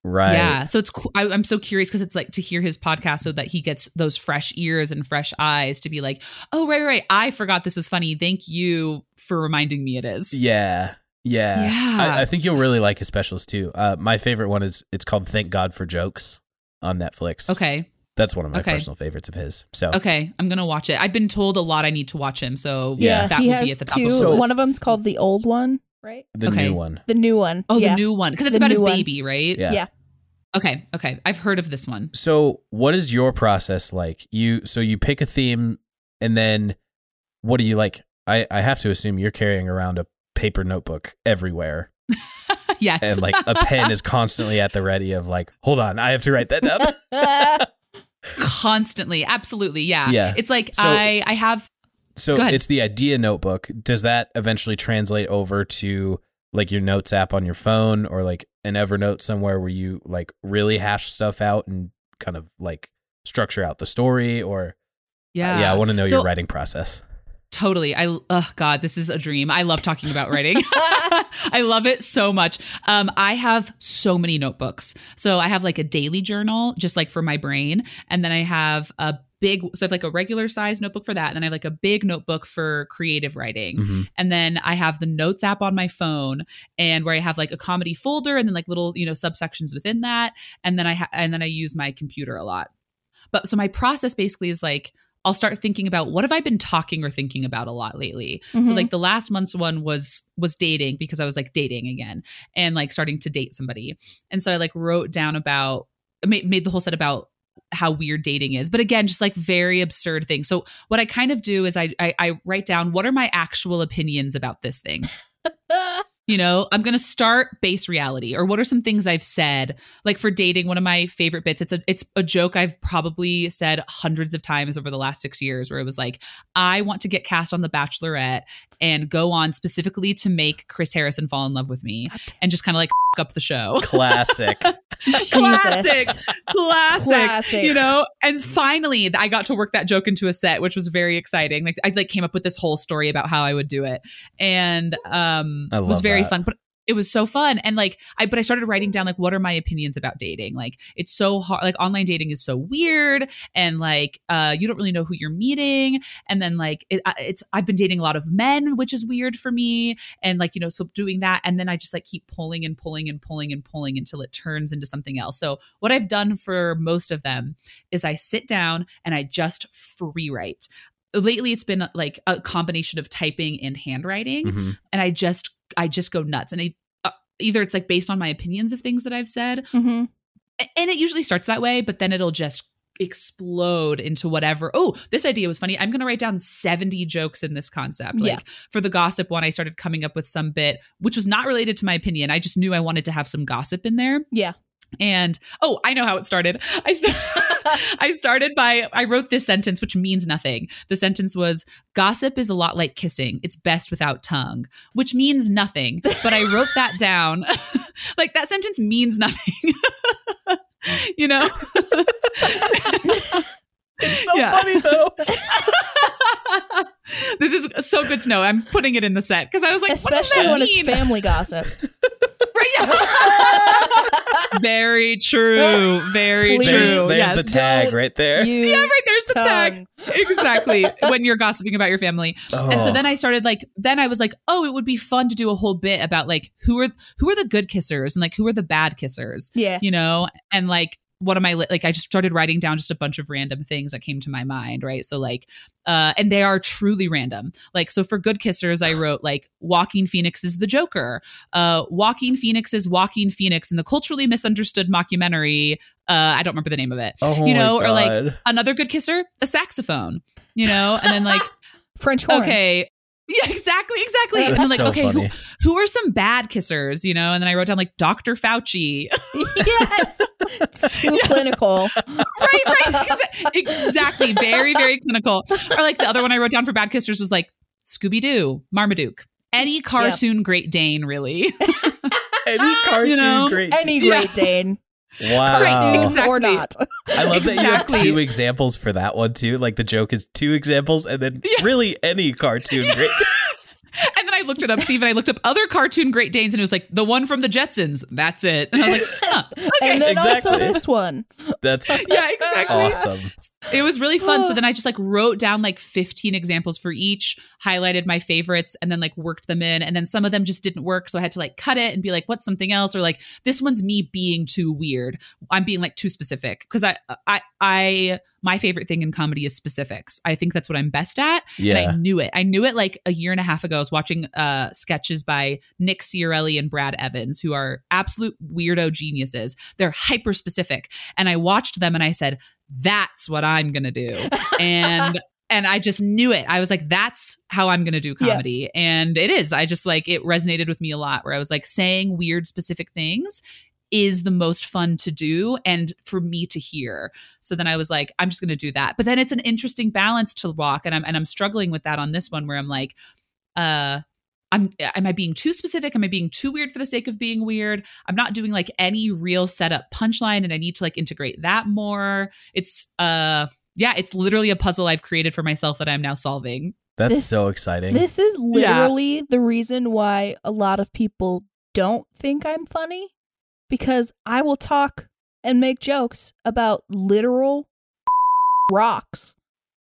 right.
Yeah. So it's cool. I, I'm so curious because it's like to hear his podcast so that he gets those fresh ears and fresh eyes to be like, oh right, right, right. I forgot this was funny. Thank you for reminding me it is.
yeah, yeah,
Yeah.
I, I think you'll really like his specials too. Uh, my favorite one is it's called "Thank God for Jokes" on Netflix.
Okay.
that's one of my
Okay.
personal favorites of his. So
Okay. I'm gonna watch it. I've been told a lot I need to watch him, so
Yeah.
that
he
will
has
be at the top
two.
of the list.
One of them's called the old one, right?
the
Okay.
new one,
The new one.
Oh,
yeah.
the new one because it's
The
about his
new one.
baby, right?
yeah.
Yeah.
Okay. Okay. I've heard of this one.
so what is your process like you so you pick a theme and then what do you like i i have to assume you're carrying around a paper notebook everywhere
yes.
and like a pen is constantly at the ready of like hold on i have to write that down
constantly absolutely yeah
Yeah.
it's like
So-
i i have
so
Go ahead.
it's the idea notebook does that eventually translate over to like your notes app on your phone or like an evernote somewhere where you like really hash stuff out and kind of like structure out the story or yeah,
yeah
i want to know
So-
your writing process
totally i oh god this is a dream i love talking about writing i love it so much um i have so many notebooks so i have like a daily journal just like for my brain and then i have a big so i have like a regular size notebook for that and then i have like a big notebook for creative writing
Mhm.
and then I have the notes app on my phone and where I have like a comedy folder and then like little you know subsections within that and then I ha- and then I use my computer a lot. But so my process basically is like I'll start thinking about what have I been talking or thinking about a lot lately. So
Mhm.
like the last month's one was was dating because I was like dating again and like starting to date somebody. And so I like wrote down about made, made the whole set about how weird dating is but again just like very absurd things so what i kind of do is I, I i write down what are my actual opinions about this thing
Mm-hmm.
you know i'm gonna start base reality or what are some things i've said like for dating one of my favorite bits it's a it's a joke i've probably said hundreds of times over the last six years where it was like i want to get cast on the bachelorette and go on specifically to make chris harrison fall in love with me and just kind of like f- up the show
classic
Jesus.
classic, classic,
Classic.
You know, and finally, I got to work that joke into a set, which was very exciting. Like I like came up with this whole story about how I would do it, and um,
I
it was
love
very
that.
fun. But it was so fun, and like I, but I started writing down like what are my opinions about dating? Like it's so hard. Like online dating is so weird, and like uh, you don't really know who you're meeting, and then like it, I- it's I've been dating a lot of men, which is weird for me, and like you know so doing that and then i just like keep pulling and pulling and pulling and pulling until it turns into something else so what i've done for most of them is i sit down and i just free write lately it's been like a combination of typing and handwriting
Mhm.
and i just i just go nuts and i uh, either it's like based on my opinions of things that i've said
Mhm.
a- and it usually starts that way but then it'll just explode into whatever oh this idea was funny i'm going to write down 70 jokes in this concept like
Yeah.
for the gossip one i started coming up with some bit which was not related to my opinion i just knew i wanted to have some gossip in there
Yeah.
and oh i know how it started i st- i started by i wrote this sentence which means nothing the sentence was gossip is a lot like kissing it's best without tongue which means nothing but i wrote that down like that sentence means nothing you know
so
Yeah.
funny though.
this is so good to know i'm putting it in the set because i was like what does
Especially
that
when
mean?
it's family gossip.
Right, yeah. Very true. Very
Please.
true.
There's, there's
yes.
the tag
don't
right there.
yeah, right. There's the tag. Exactly. when you're gossiping about your family. And so
Oh.
then I started like then I was like, "Oh, it would be fun to do a whole bit about like who are who are the good kissers and like who are the bad kissers."
Yeah.
You know, and like what am I li- like I just started writing down just a bunch of random things that came to my mind, right? So like uh and they are truly random. Like so for good kissers I wrote like Walking Phoenix is the Joker. Uh Walking Phoenix is Walking Phoenix in the culturally misunderstood mockumentary uh I don't remember the name of it.
Oh my
you know, or like
God.
another good kisser, a saxophone, you know, and then like,
French horn.
okay. Yeah, exactly, exactly. And
That's
then like,
so
okay, who,
funny.
who are some bad kissers, you know? And then I wrote down like Dr. Fauci.
yes. It's too clinical.
right, right. exa- Exactly. Very, very clinical. Or like the other one I wrote down for bad kissers was like Scooby Doo, Marmaduke. Any cartoon Great Dane, really.
any cartoon
know,
great.
Any
Yeah.
Great Dane.
wow.
Cartoon
Exactly.
or not.
I love that you
Exactly.
have two examples for that one too. Like the joke is two examples, and then really any cartoon. Great.
And then I looked it up, Steve, and I looked up other cartoon Great Danes, and it was like the one from the Jetsons. That's it. And I was like, huh, okay.
And then
Exactly.
also this one.
That's
yeah, exactly.
awesome.
It was really fun. So then I just like wrote down like 15 examples for each, highlighted my favorites, and then like worked them in. And then some of them just didn't work. So I had to like cut it and be like, what's something else? Or like, this one's me being too weird. I'm being like too specific. Cause I, I, I, my favorite thing in comedy is specifics. I think that's what I'm best at. And I
Yeah.
knew it. I knew it like a year and a half ago. I was watching uh, sketches by Nick Ciarelli and Brad Evans, who are absolute weirdo geniuses. They're hyper specific. And I watched them and I said, that's what I'm going to do. And. And I just knew it. I was like, that's how I'm going to do
Yeah.
comedy. And it is. I just like, it resonated with me a lot where I was like, saying weird, specific things is the most fun to do and for me to hear. So then I was like, I'm just going to do that. But then it's an interesting balance to walk, and I'm and I'm struggling with that on this one where I'm like, uh, I'm am I being too specific? Am I being too weird for the sake of being weird? I'm not doing like any real setup punchline, and I need to like integrate that more. It's uh. Yeah, it's literally a puzzle I've created for myself that I'm now solving.
That's
This-
so exciting.
This is
Yeah.
literally the reason why a lot of people don't think I'm funny because I will talk and make jokes about literal rocks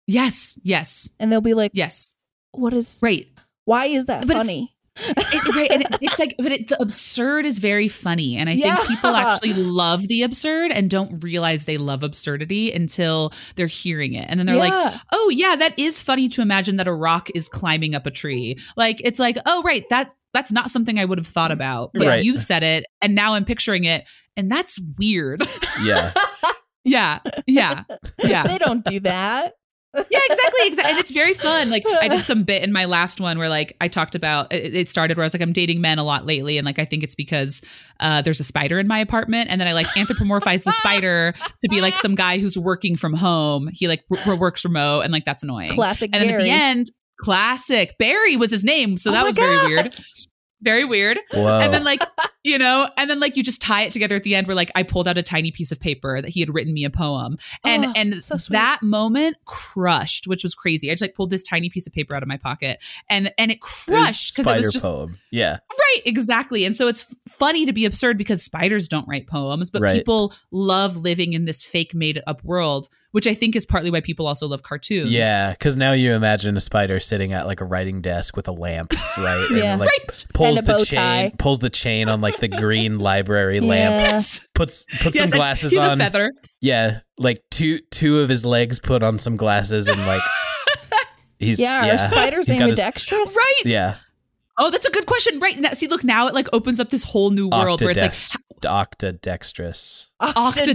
Yes, yes,
and they'll be like,
yes.
"What is
Right.
why is that
But it's-
funny?"
It- right, and it- it's like, but it, the absurd is very funny, and I
Yeah.
think people actually love the absurd and don't realize they love absurdity until they're hearing it, and then they're like,
Yeah.
"Oh yeah, that is funny to imagine that a rock is climbing up a tree." Like it's like, "Oh right, that that's not something I would have thought about," but
Right.
you said it, and now I'm picturing it, and that's weird.
yeah.
yeah, yeah, yeah.
they don't do that.
yeah, exactly, exactly. And it's very fun. Like I did some bit in my last one where like I talked about it, it started where I was like I'm dating men a lot lately, and like I think it's because uh, there's a spider in my apartment, and then I like anthropomorphize the spider to be like some guy who's working from home. He like r- works remote, and like that's annoying.
Classic
and then
Gary.
at the end, classic Barry was his name, so
Oh
that
my
was very
God.
weird. Very weird
Whoa.
and then like you know and then like you just tie it together at the end where like i pulled out a tiny piece of paper that he had written me a poem and
Oh,
and
so sweet.
that moment crushed which was crazy i just like pulled this tiny piece of paper out of my pocket and and it
This
crushed because it was
spider
just
poem. Yeah.
right exactly and so it's f- funny to be absurd because spiders don't write poems but
Right.
people love living in this fake made up world which i think is partly why people also love cartoons
Yeah, because now you imagine a spider sitting at like a writing desk with a lamp, right?
Yeah.
And like
Right.
pulls
And a bow
the
tie.
chain, pulls the chain on like the green library lamp,
Yeah.
yes
puts puts
Yes,
some
and
glasses
he's
on.
a feather
Yeah, like two two of his legs put on some glasses and like he's
Yeah, are spiders
He's got his-
ambidextrous?
right
yeah
Oh, that's a good question. Right. Now, see, look, now it like opens up this whole new world where it's like
octadex- octadextrous.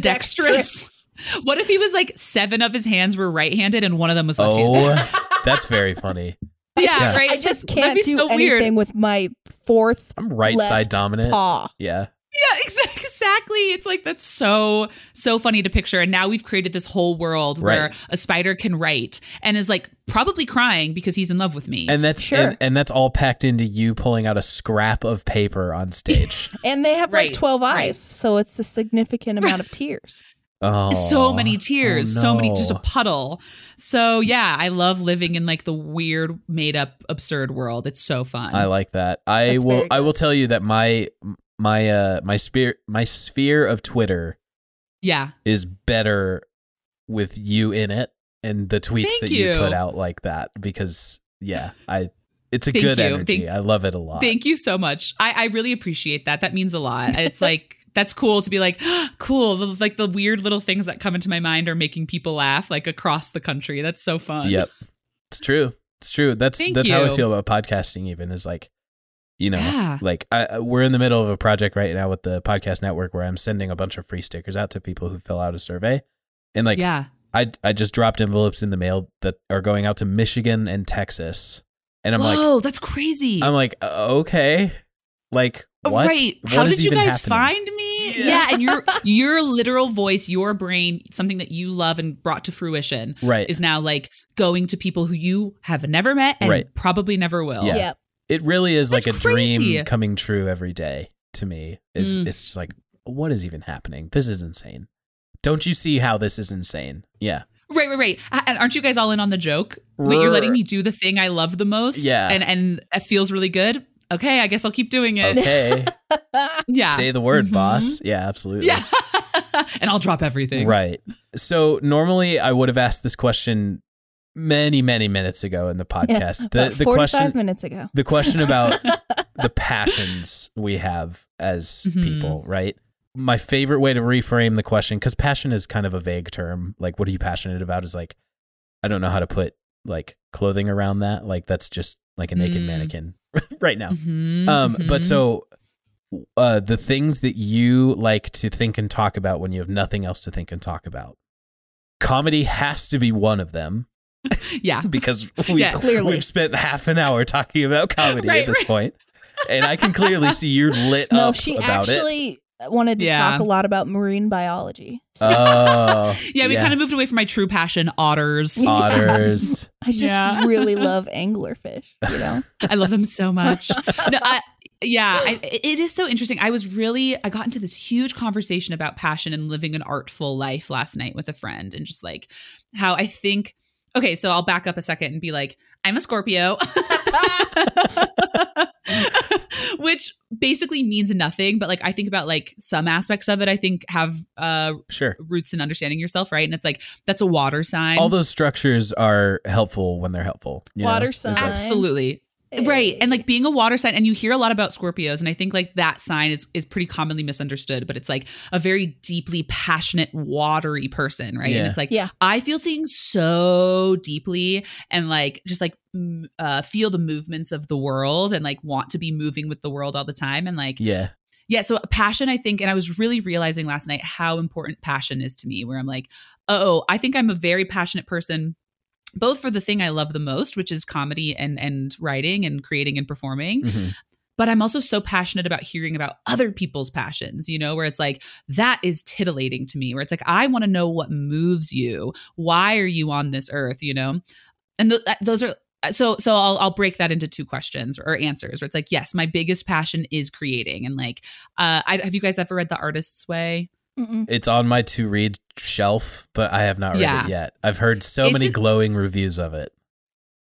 octodextrous. What if he was like seven of his hands were right handed and one of them was left handed?
Oh, that's very funny.
yeah,
Oh, yeah.
right.
I
It's
just
like,
can't do anything with my fourth
I'm right
left
side dominant.
paw.
Yeah,
Yeah, exa- exactly. It's like that's so so funny to picture. And now we've created this whole world where
Right.
a spider can write and is like probably crying because he's in love with me.
and that's and,
Sure.
and that's all packed into you pulling out a scrap of paper on stage.
And they have
Right,
like 12 eyes,
right.
so it's a significant amount of tears.
oh,
so many tears,
Oh,
so many just a
no.
puddle. So yeah, I love living in like the weird, made up, absurd world. It's so fun.
I like that. I
That's
will.
very
I will tell you that my my uh my sphere my sphere of Twitter
Yeah.
is better with you in it and the tweets
Thank
that you.
you.
put out like that because yeah, I it's a
Thank
good
you.
energy.
Thank-
I love it a lot.
Thank you so much. I, I really appreciate that. That means a lot. It's like that's cool to be like, cool. the- Like the weird little things that come into my mind are making people laugh like across the country. That's so fun.
Yep. It's true. It's true. That's
Thank
that's how I
you.
feel about podcasting even is like you know,
Yeah.
like I, I- we're in the middle of a project right now with the podcast network where I'm sending a bunch of free stickers out to people who fill out a survey. And like
yeah.
I I just dropped envelopes in the mail that are going out to Michigan and Texas. And I'm like
Whoa, that's crazy.
I'm like uh, okay. Like what?
Oh, Right.
What
How
is
did you
even
guys
happening?
find me? Yeah. and your your literal voice, your brain, something that you love and brought to fruition
Right.
is now like going to people who you have never met and
Right.
probably never will.
Yeah.
Yep.
it really is like a
That's
dream
crazy.
coming true every day to me. It's
Mm.
it's just like what is even happening? This is insane. Don't you see how this is insane? Yeah.
Right, right, right. A- And aren't you guys all in on the joke? Wait, you're letting me do the thing I love the most?
Yeah.
And and it feels really good. Okay, I guess I'll keep doing it.
Okay.
Yeah.
Say the word,
Mhm.
boss. Yeah, absolutely.
Yeah. and I'll drop everything.
Right. So normally I would have asked this question many, many minutes ago in the podcast.
About
the the
45
question
minutes ago.
the question about the passions we have as
Mhm.
people, right? My favorite way to reframe the question, because passion is kind of a vague term. Like, what are you passionate about? Is like, I don't know how to put like clothing around that. Like, that's just like a naked
Mm.
mannequin right now.
Mhm,
Um, but
mhm.
so, uh, the things that you like to think and talk about when you have nothing else to think and talk about, comedy has to be one of them
yeah.
because we
Yeah,
clearly.
we've spent half an hour talking about comedy at
Right,
this
right.
point, and I can clearly see you're lit
No,
up
she
about it.
actually wanted to
Yeah.
talk a lot about marine biology. So
Oh,
Yeah, we kind of moved away from my true passion, otters.
otters.
I just
Yeah.
really love anglerfish, you know?
I love them so much. No, I, yeah, I, it is so interesting. I was really, I got into this huge conversation about passion and living an artful life last night with a friend, and just like how I think. Okay, so I'll back up a second and be like, I'm a Scorpio, which basically means nothing. But like, I think about like some aspects of it. I think have uh,
Sure.
roots in understanding yourself, right? And it's like that's a water sign.
All those structures are helpful when they're helpful. you know?
Water
It's like-
sign.
absolutely, right and like being a water sign and you hear a lot about scorpios and i think like that sign is is pretty commonly misunderstood but it's like a very deeply passionate watery person right
Yeah.
and it's like
Yeah.
i feel things so deeply and like just like m- uh, feel the movements of the world and like want to be moving with the world all the time and like
yeah.
yeah, so passion, I think, and I was really realizing last night how important passion is to me, where I'm like, oh, I think I'm a very passionate person, both for the thing I love the most, which is comedy and and writing and creating and performing,
Mhm.
but I'm also so passionate about hearing about other people's passions, you know, where it's like, that is titillating to me, where it's like, I want to know what moves you. Why are you on this earth, you know? And th- that- those are, uh, so, so I'll, I'll break that into two questions or answers where it's like, yes, my biggest passion is creating. And like, uh, I, have you guys ever read The Artist's Way?
Mm-mm.
It's on my to read shelf, but I have not read
Yeah.
it yet. I've heard so
It's
many
a-
glowing reviews of it.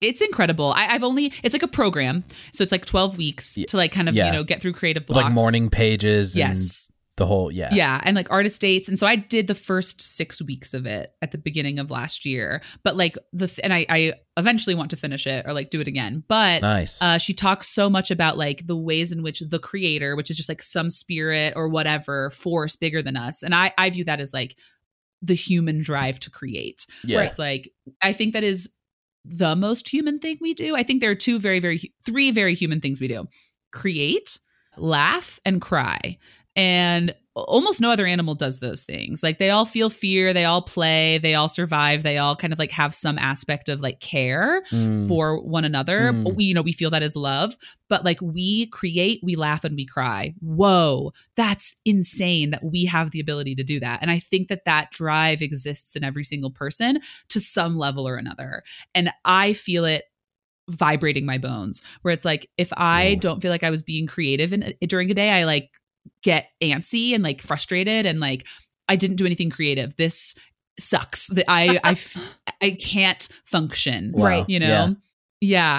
It's incredible. I, I've only, it's like a program. So it's like 12 weeks
Yeah.
to like kind of,
Yeah.
you know, get through creative
With,
blocks.
Like morning pages and
Yes.
the whole yeah.
Yeah, and like artist dates. And so I did the first six weeks of it at the beginning of last year. But like the th- and I, I eventually want to finish it or like do it again. But
Nice.
uh, she talks so much about like the ways in which the creator, which is just like some spirit or whatever force bigger than us, and I I view that as like the human drive to create
yeah.
where it's like i think that is the most human thing we do i think there are two very very hu- three very human things we do create laugh and cry and almost no other animal does those things like they all feel fear they all play they all survive they all kind of like have some aspect of like care
Mm.
for one another.
Mm.
We, you know, we feel that as love, but like we create, we laugh and we cry. Whoa, that's insane that we have the ability to do that. And I think that that drive exists in every single person to some level or another. And I feel it vibrating my bones where it's like if I
Ooh.
don't feel like I was being creative in, during a day, I like get antsy and like frustrated and like I didn't do anything creative. This sucks. That I I f- I can't function
Wow.
Right.
you know
Yeah.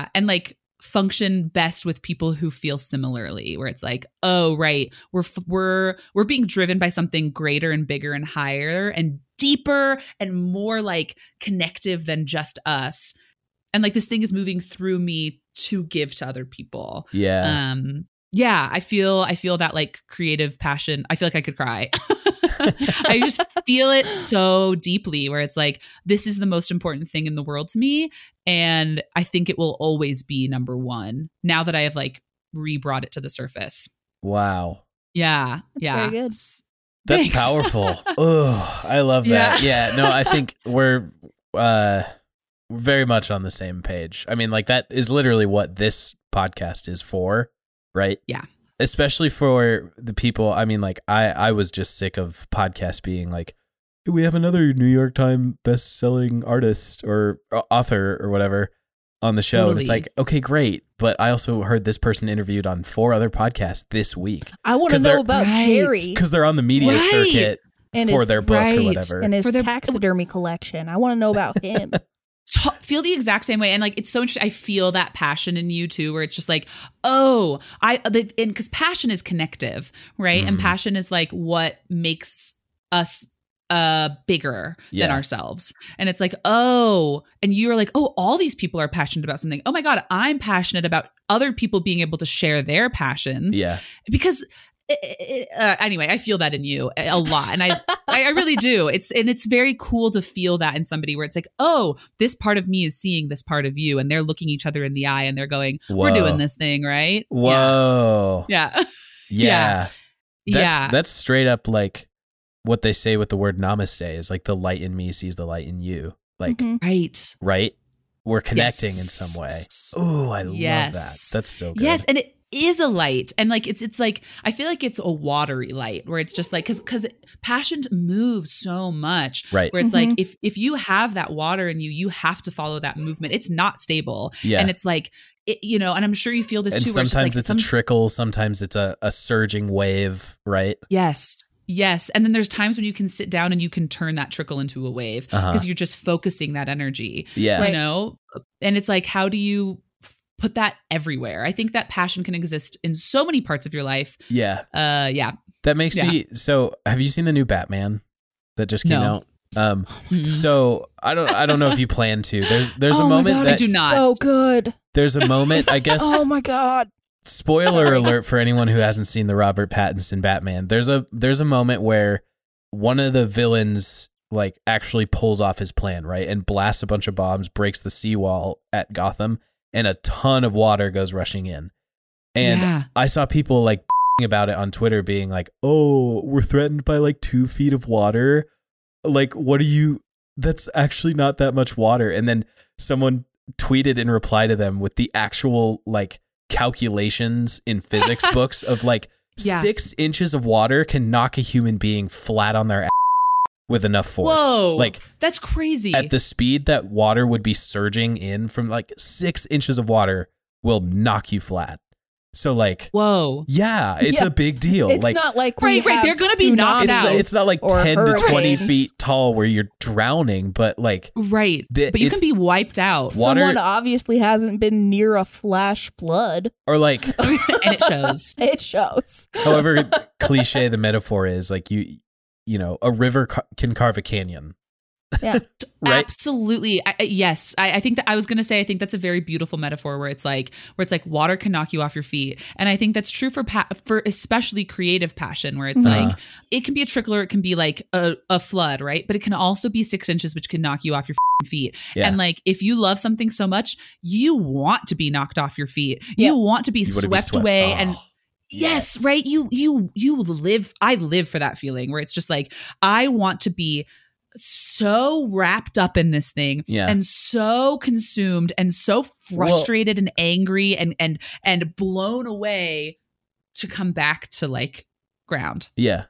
yeah. and like function best with people who feel similarly where it's like oh right we're f- we're we're being driven by something greater and bigger and higher and deeper and more like connective than just us and like this thing is moving through me to give to other people
Yeah.
um yeah i feel i feel that like creative passion i feel like i could cry i just feel it so deeply where it's like this is the most important thing in the world to me and i think it will always be number one now that i have like re-brought it to the surface
wow.
yeah
That's
yeah
very good.
S-
That's
Thanks.
powerful. oh, I love that. Yeah.
Yeah.
No, I think we're uh we're very much on the same page. I mean, like that is literally what this podcast is for, right?
Yeah.
Especially for the people, I mean, like I I was just sick of podcasts being like we have another New York Times best-selling artist or uh, author or whatever on the show and it's
Totally.
like, "Okay, great, but I also heard this person interviewed on four other podcasts this week
I want to
'Cause they're-
know about
Right.
Jerry
because they're on the media
Right.
circuit
and
for
his,
their book
right.
or whatever.
and his
For their-
taxidermy collection. I want to know about him.
t- feel the exact same way and like it's so interesting i feel that passion in you too where it's just like oh i the, and because passion is connective right and
Mhm.
passion is like what makes us uh bigger
Yeah.
than ourselves and it's like oh and you're like oh all these people are passionate about something oh my god i'm passionate about other people being able to share their passions
yeah,
because it, it, uh, anyway i feel that in you eh, a a lot and i I, I really do it's and it's very cool to feel that in somebody where it's like oh this part of me is seeing this part of you and they're looking each other in the eye and they're going we're
Whoa.
doing this thing right yeah
Whoa.
yeah
Yeah. That's
yeah
that's straight up like what they say with the word namaste is like the light in me sees the light in you. Like,
Mhm.
right
right? We're connecting in
Mm-hmm. Yes.
some way. Oh, I love
Yes.
that. That's so good.
Yes, and it is a light, and like it's it's like I feel like it's a watery light where it's just like because because passion moves so much,
Right.
Where it's
Mhm.
like if if you have that water in you, you have to follow that movement. It's not stable,
Yeah.
and it's like it, you know, and I'm sure you feel this
and
too. where
sometimes
just, like,
it's
some-
a trickle, sometimes it's a, a surging wave, right?
Yes. Yes. And then there's times when you can sit down and you can turn that trickle into a wave
Uh-huh.
because you're just focusing that energy.
Yeah.
Right.
you know and it's like how do you f- put that everywhere i think that passion can exist in so many parts of your life
Yeah.
uh yeah
That makes
Yeah.
me so have you seen the new Batman that just came
No.
out? Um
Mm.
so I don't I don't know if you plan to. There's there's
oh
a
my
moment
God,
that
I do not.
So good.
there's a moment I guess
Oh my god.
spoiler alert for anyone who hasn't seen the Robert Pattinson Batman. There's a there's a moment where one of the villains like actually pulls off his plan, right? And blasts a bunch of bombs, breaks the seawall at Gotham, and a ton of water goes rushing in. And
Yeah.
I saw people like about it on Twitter being like, "Oh, we're threatened by like 2 feet of water." Like, what are you that's actually not that much water. And then someone tweeted in reply to them with the actual like calculations in physics books of like
Yeah.
six inches of water can knock a human being flat on their ass with enough force.
whoa
Like
that's crazy
at the speed that water would be surging in from like six inches of water will knock you flat. So like
whoa
yeah, it's
Yeah.
a big deal.
It's
like
not like we
Right, right,
have
they're gonna be knocked
it's,
tsunamis
not,
out.
it's not like
or
ten to twenty
hurricanes.
feet tall where you're drowning, but like
right
The-
but you
it's-
can be wiped out
Wha- Water-
Someone obviously hasn't been near a flash flood.
or like
and it shows
It shows.
however cliche the metaphor is, like you you know a river ca- can carve a canyon, right?
absolutely I, I- yes I, I think that i was going to say i think that's a very beautiful metaphor where it's like where it's like water can knock you off your feet and i think that's true for pa- for especially creative passion where it's
Uh-huh.
like it can be a trickle or it can be like a, a flood right but it can also be six inches which can knock you off your fing feet
Yeah.
and like if you love something so much you want to be knocked off your feet
Yeah.
you want to be,
You wanna
swept,
be
away
Oh,
and Yes, right. You you you live I live for that feeling where it's just like I want to be so wrapped up in this thing
Yeah.
and so consumed and so frustrated and angry and and and blown away to come back to like ground.
Yeah.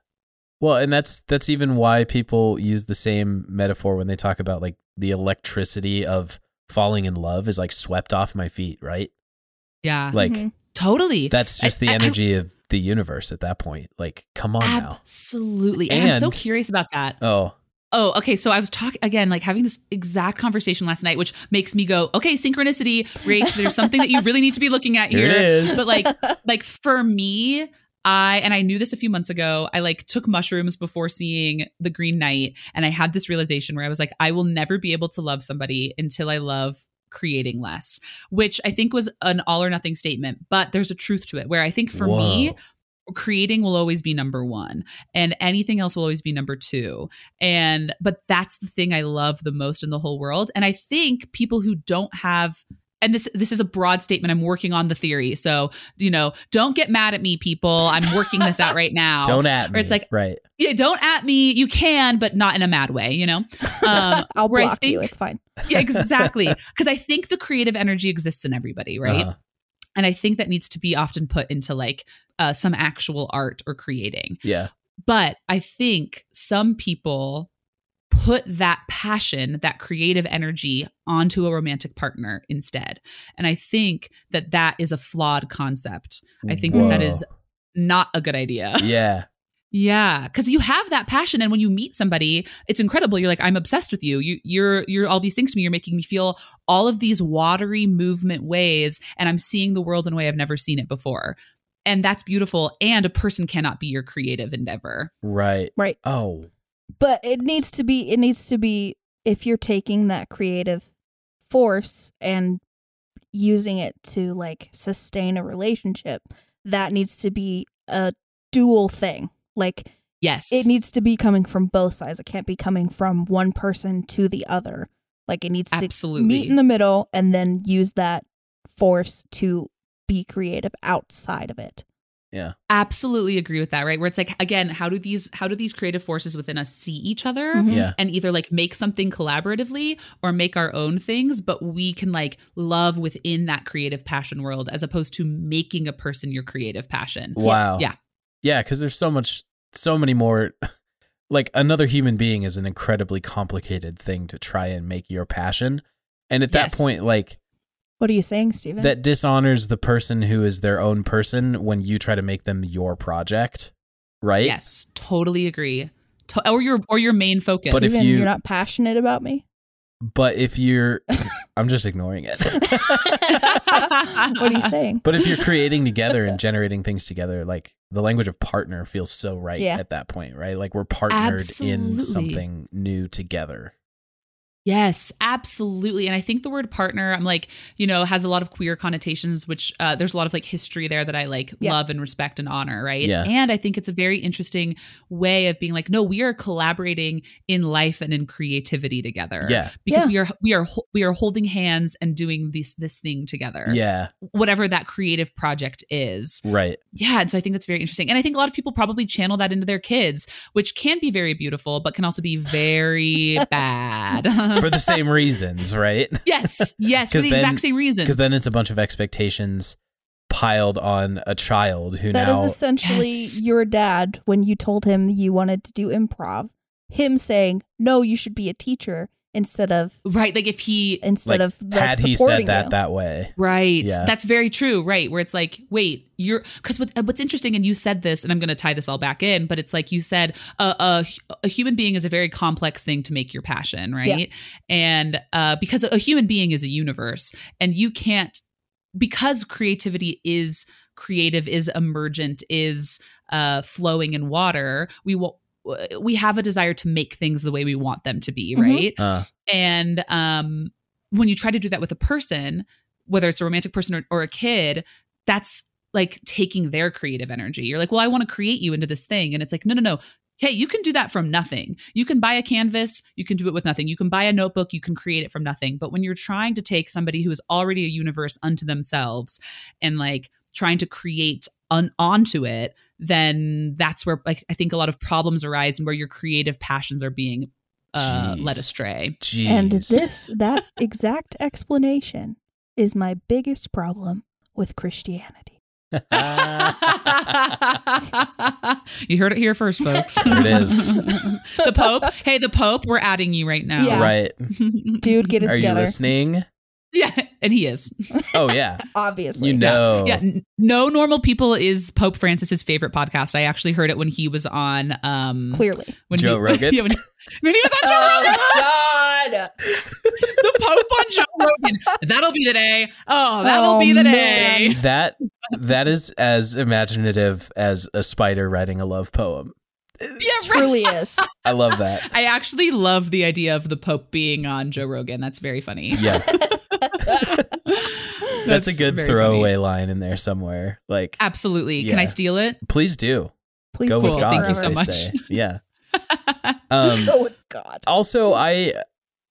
Well, and that's that's even why people use the same metaphor when they talk about like the electricity of falling in love is like swept off my feet, right?
Yeah.
Like
Mhm.
totally.
that's just
I-
the
I- I-
energy of the universe at that point. Like, come on now.
Absolutely. And, I'm so
And-
curious about that.
Oh,
Oh, okay. So I was talking again, like having this exact conversation last night, which makes me go, okay, synchronicity, Rach, there's something that you really need to be looking at
Here
here.
it is.
But like, um, like for me, I and I knew this a few months ago. I like took mushrooms before seeing The Green Knight, and I had this realization where I was like, I will never be able to love somebody until I love creating less, which I think was an all or nothing statement. But there's a truth to it where I think for me,
Whoa.
creating will always be number one and anything else will always be number two and but that's the thing i love the most in the whole world and i think people who don't have and this this is a broad statement i'm working on the theory so you know don't get mad at me people i'm working this out right now
don't at me.
Or it's like-
right.
yeah, don't at me you can but not in a mad way you know um
I'll
where I
block you.
think-
It's fine.
yeah exactly because i think the creative energy exists in everybody right
Uh-huh.
and i think that needs to be often put into like uh, some actual art or creating
Yeah.
but I think some people put that passion, that creative energy onto a romantic partner instead. And I think that that is a flawed concept. I think that that
Whoa.
is not a good idea.
Yeah.
Yeah, cuz you have that passion and when you meet somebody, it's incredible. You're like I'm obsessed with you. You you're you're all these things to me. You're making me feel all of these watery movement ways and I'm seeing the world in a way I've never seen it before. And that's beautiful and a person cannot be your creative endeavor.
Right.
Right.
Oh.
But it needs to be it needs to be if you're taking that creative force and using it to like sustain a relationship, that needs to be a dual thing. Like
Yes.
it needs to be coming from both sides. It can't be coming from one person to the other. Like it needs to
Absolutely.
meet in the middle and then use that force to be creative outside of it.
Absolutely agree with that, right? Where it's like again, how do these how do these creative forces within us see each other
Mhm.
Yeah.
and either like make something collaboratively or make our own things, but we can like love within that creative passion world as opposed to making a person your creative passion.
Wow.
Yeah.
Yeah, because there's so much, so many more. Like another human being is an incredibly complicated thing to try and make your passion. And at that
Yes.
point, like
What are you saying, Steven?
that dishonors the person who is their own person when you try to make them your project, right?
Yes, totally agree. To- or your or your main focus.
But if
Steven,
you-
you're not passionate about me?
But if you're, I'm just ignoring it.
What are you saying?
but if you're creating together and generating things together, like the language of partner feels so right
Yeah.
at that point, right? Like we're partnered in
Absolutely.
something new together.
Yes, absolutely. And I think the word partner, I'm like, you know, has a lot of queer connotations, which uh, there's a lot of like history there that I like
Yeah.
love and respect and honor, right?
Yeah.
And I think it's a very interesting way of being like, no, we are collaborating in life and in creativity together.
Yeah.
Because
Yeah.
we are we are ho- we are holding hands and doing this this thing together.
Yeah.
Whatever that creative project is.
Right.
Yeah, and so I think that's very interesting. And I think a lot of people probably channel that into their kids, which can be very beautiful, but can also be very bad.
for the same reasons, right?
Yes, yes, for
'Cause
the
then-
exact same reasons.
Because then it's a bunch of expectations piled on a child who
That is
now
essentially
Yes.
your dad when you told him you wanted to do improv. Him saying, "No, you should be a teacher instead of
right, like if he,
instead
like
of like,
had he
supporting
said that
you."
that way.
right,
Yeah.
that's very true, right? Where it's like, wait, you're because what, what's interesting, and you said this, and I'm going to tie this all back in, but it's like you said, uh, a hu- a human being is a very complex thing to make your passion, right? And uh, because a human being is a universe, and you can't because creativity is creative, is emergent, is uh, flowing in water. We will. We have a desire to make things the way we want them to be,
Mhm.
right?
Uh,
And um, when you try to do that with a person, whether it's a romantic person or, or a kid, that's like taking their creative energy. You're like, well, I want to create you into this thing. And it's like, no, no, no. Hey, you can do that from nothing. You can buy a canvas, you can do it with nothing. You can buy a notebook, you can create it from nothing. But when you're trying to take somebody who is already a universe unto themselves and like trying to create un- onto it, then that's where like I think a lot of problems arise and where your creative passions are being uh,
Jeez.
led astray.
Jeez.
And this that exact explanation is my biggest problem with Christianity.
you heard it here first, folks.
There it is.
the Pope. Hey, the Pope, we're adding you right now.
Yeah.
Right.
Dude, get it
Are you
together.
listening?
Yeah, and he is.
Oh yeah,
Obviously.
you know.
Yeah,
Oh.
n- no normal people is Pope Francis's favorite podcast. I actually heard it when he was on um
Clearly.
when
Joe
he,
Rogan?
Yeah, when, he- when he was on Joe Rogan,
Oh, God.
the Pope on Joe Rogan. That'll be the day. Oh, that'll
Oh,
be the
man.
day.
That that is as imaginative as a spider writing a love poem.
Yeah, right.
Truly is.
I love that.
I actually love the idea of the Pope being on Joe Rogan. That's very funny.
Yeah, that's, a good
very
throwaway
funny. Ah,
line in there somewhere. Like,
Absolutely. Can
Yeah.
I steal it?
please do
Please
go
do
with
it
God.
Thank
forever.
you so
they
much.
say. Yeah. Um,
Go with God.
also, I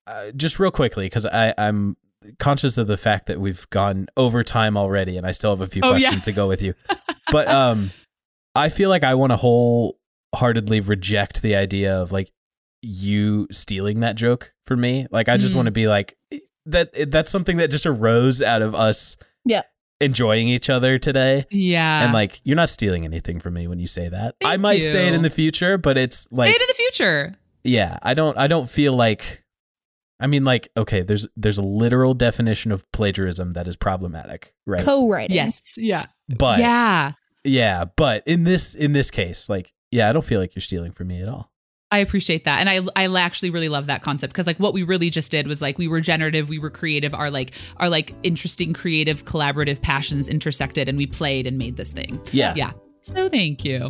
uh, just real quickly because I I'm conscious of the fact that we've gone over time already, and I still have a few
Oh, yeah.
questions to go with you. But um, I feel like I want to wholeheartedly reject the idea of like you stealing that joke for me. Like I just
Mm.
want to be like eh, that. That's something that just arose out of us.
Yeah.
Enjoying each other today.
Yeah.
And like, you're not stealing anything from me when you say that. I
Thank
might say it
you.
in the future, but it's like,
Say it in the future.
yeah, I don't, I don't feel like, I mean, like, okay, there's, there's a literal definition of plagiarism that is problematic, right?
Co-writing.
Yes. Yeah.
but yeah.
yeah.
but in this, in this case, like, yeah, I don't feel like you're stealing from me at all.
I appreciate that. And I I actually really love that concept because like what we really just did was like we were generative, we were creative, our like our like interesting creative collaborative passions intersected and we played and made this thing.
Yeah.
Yeah. So thank you.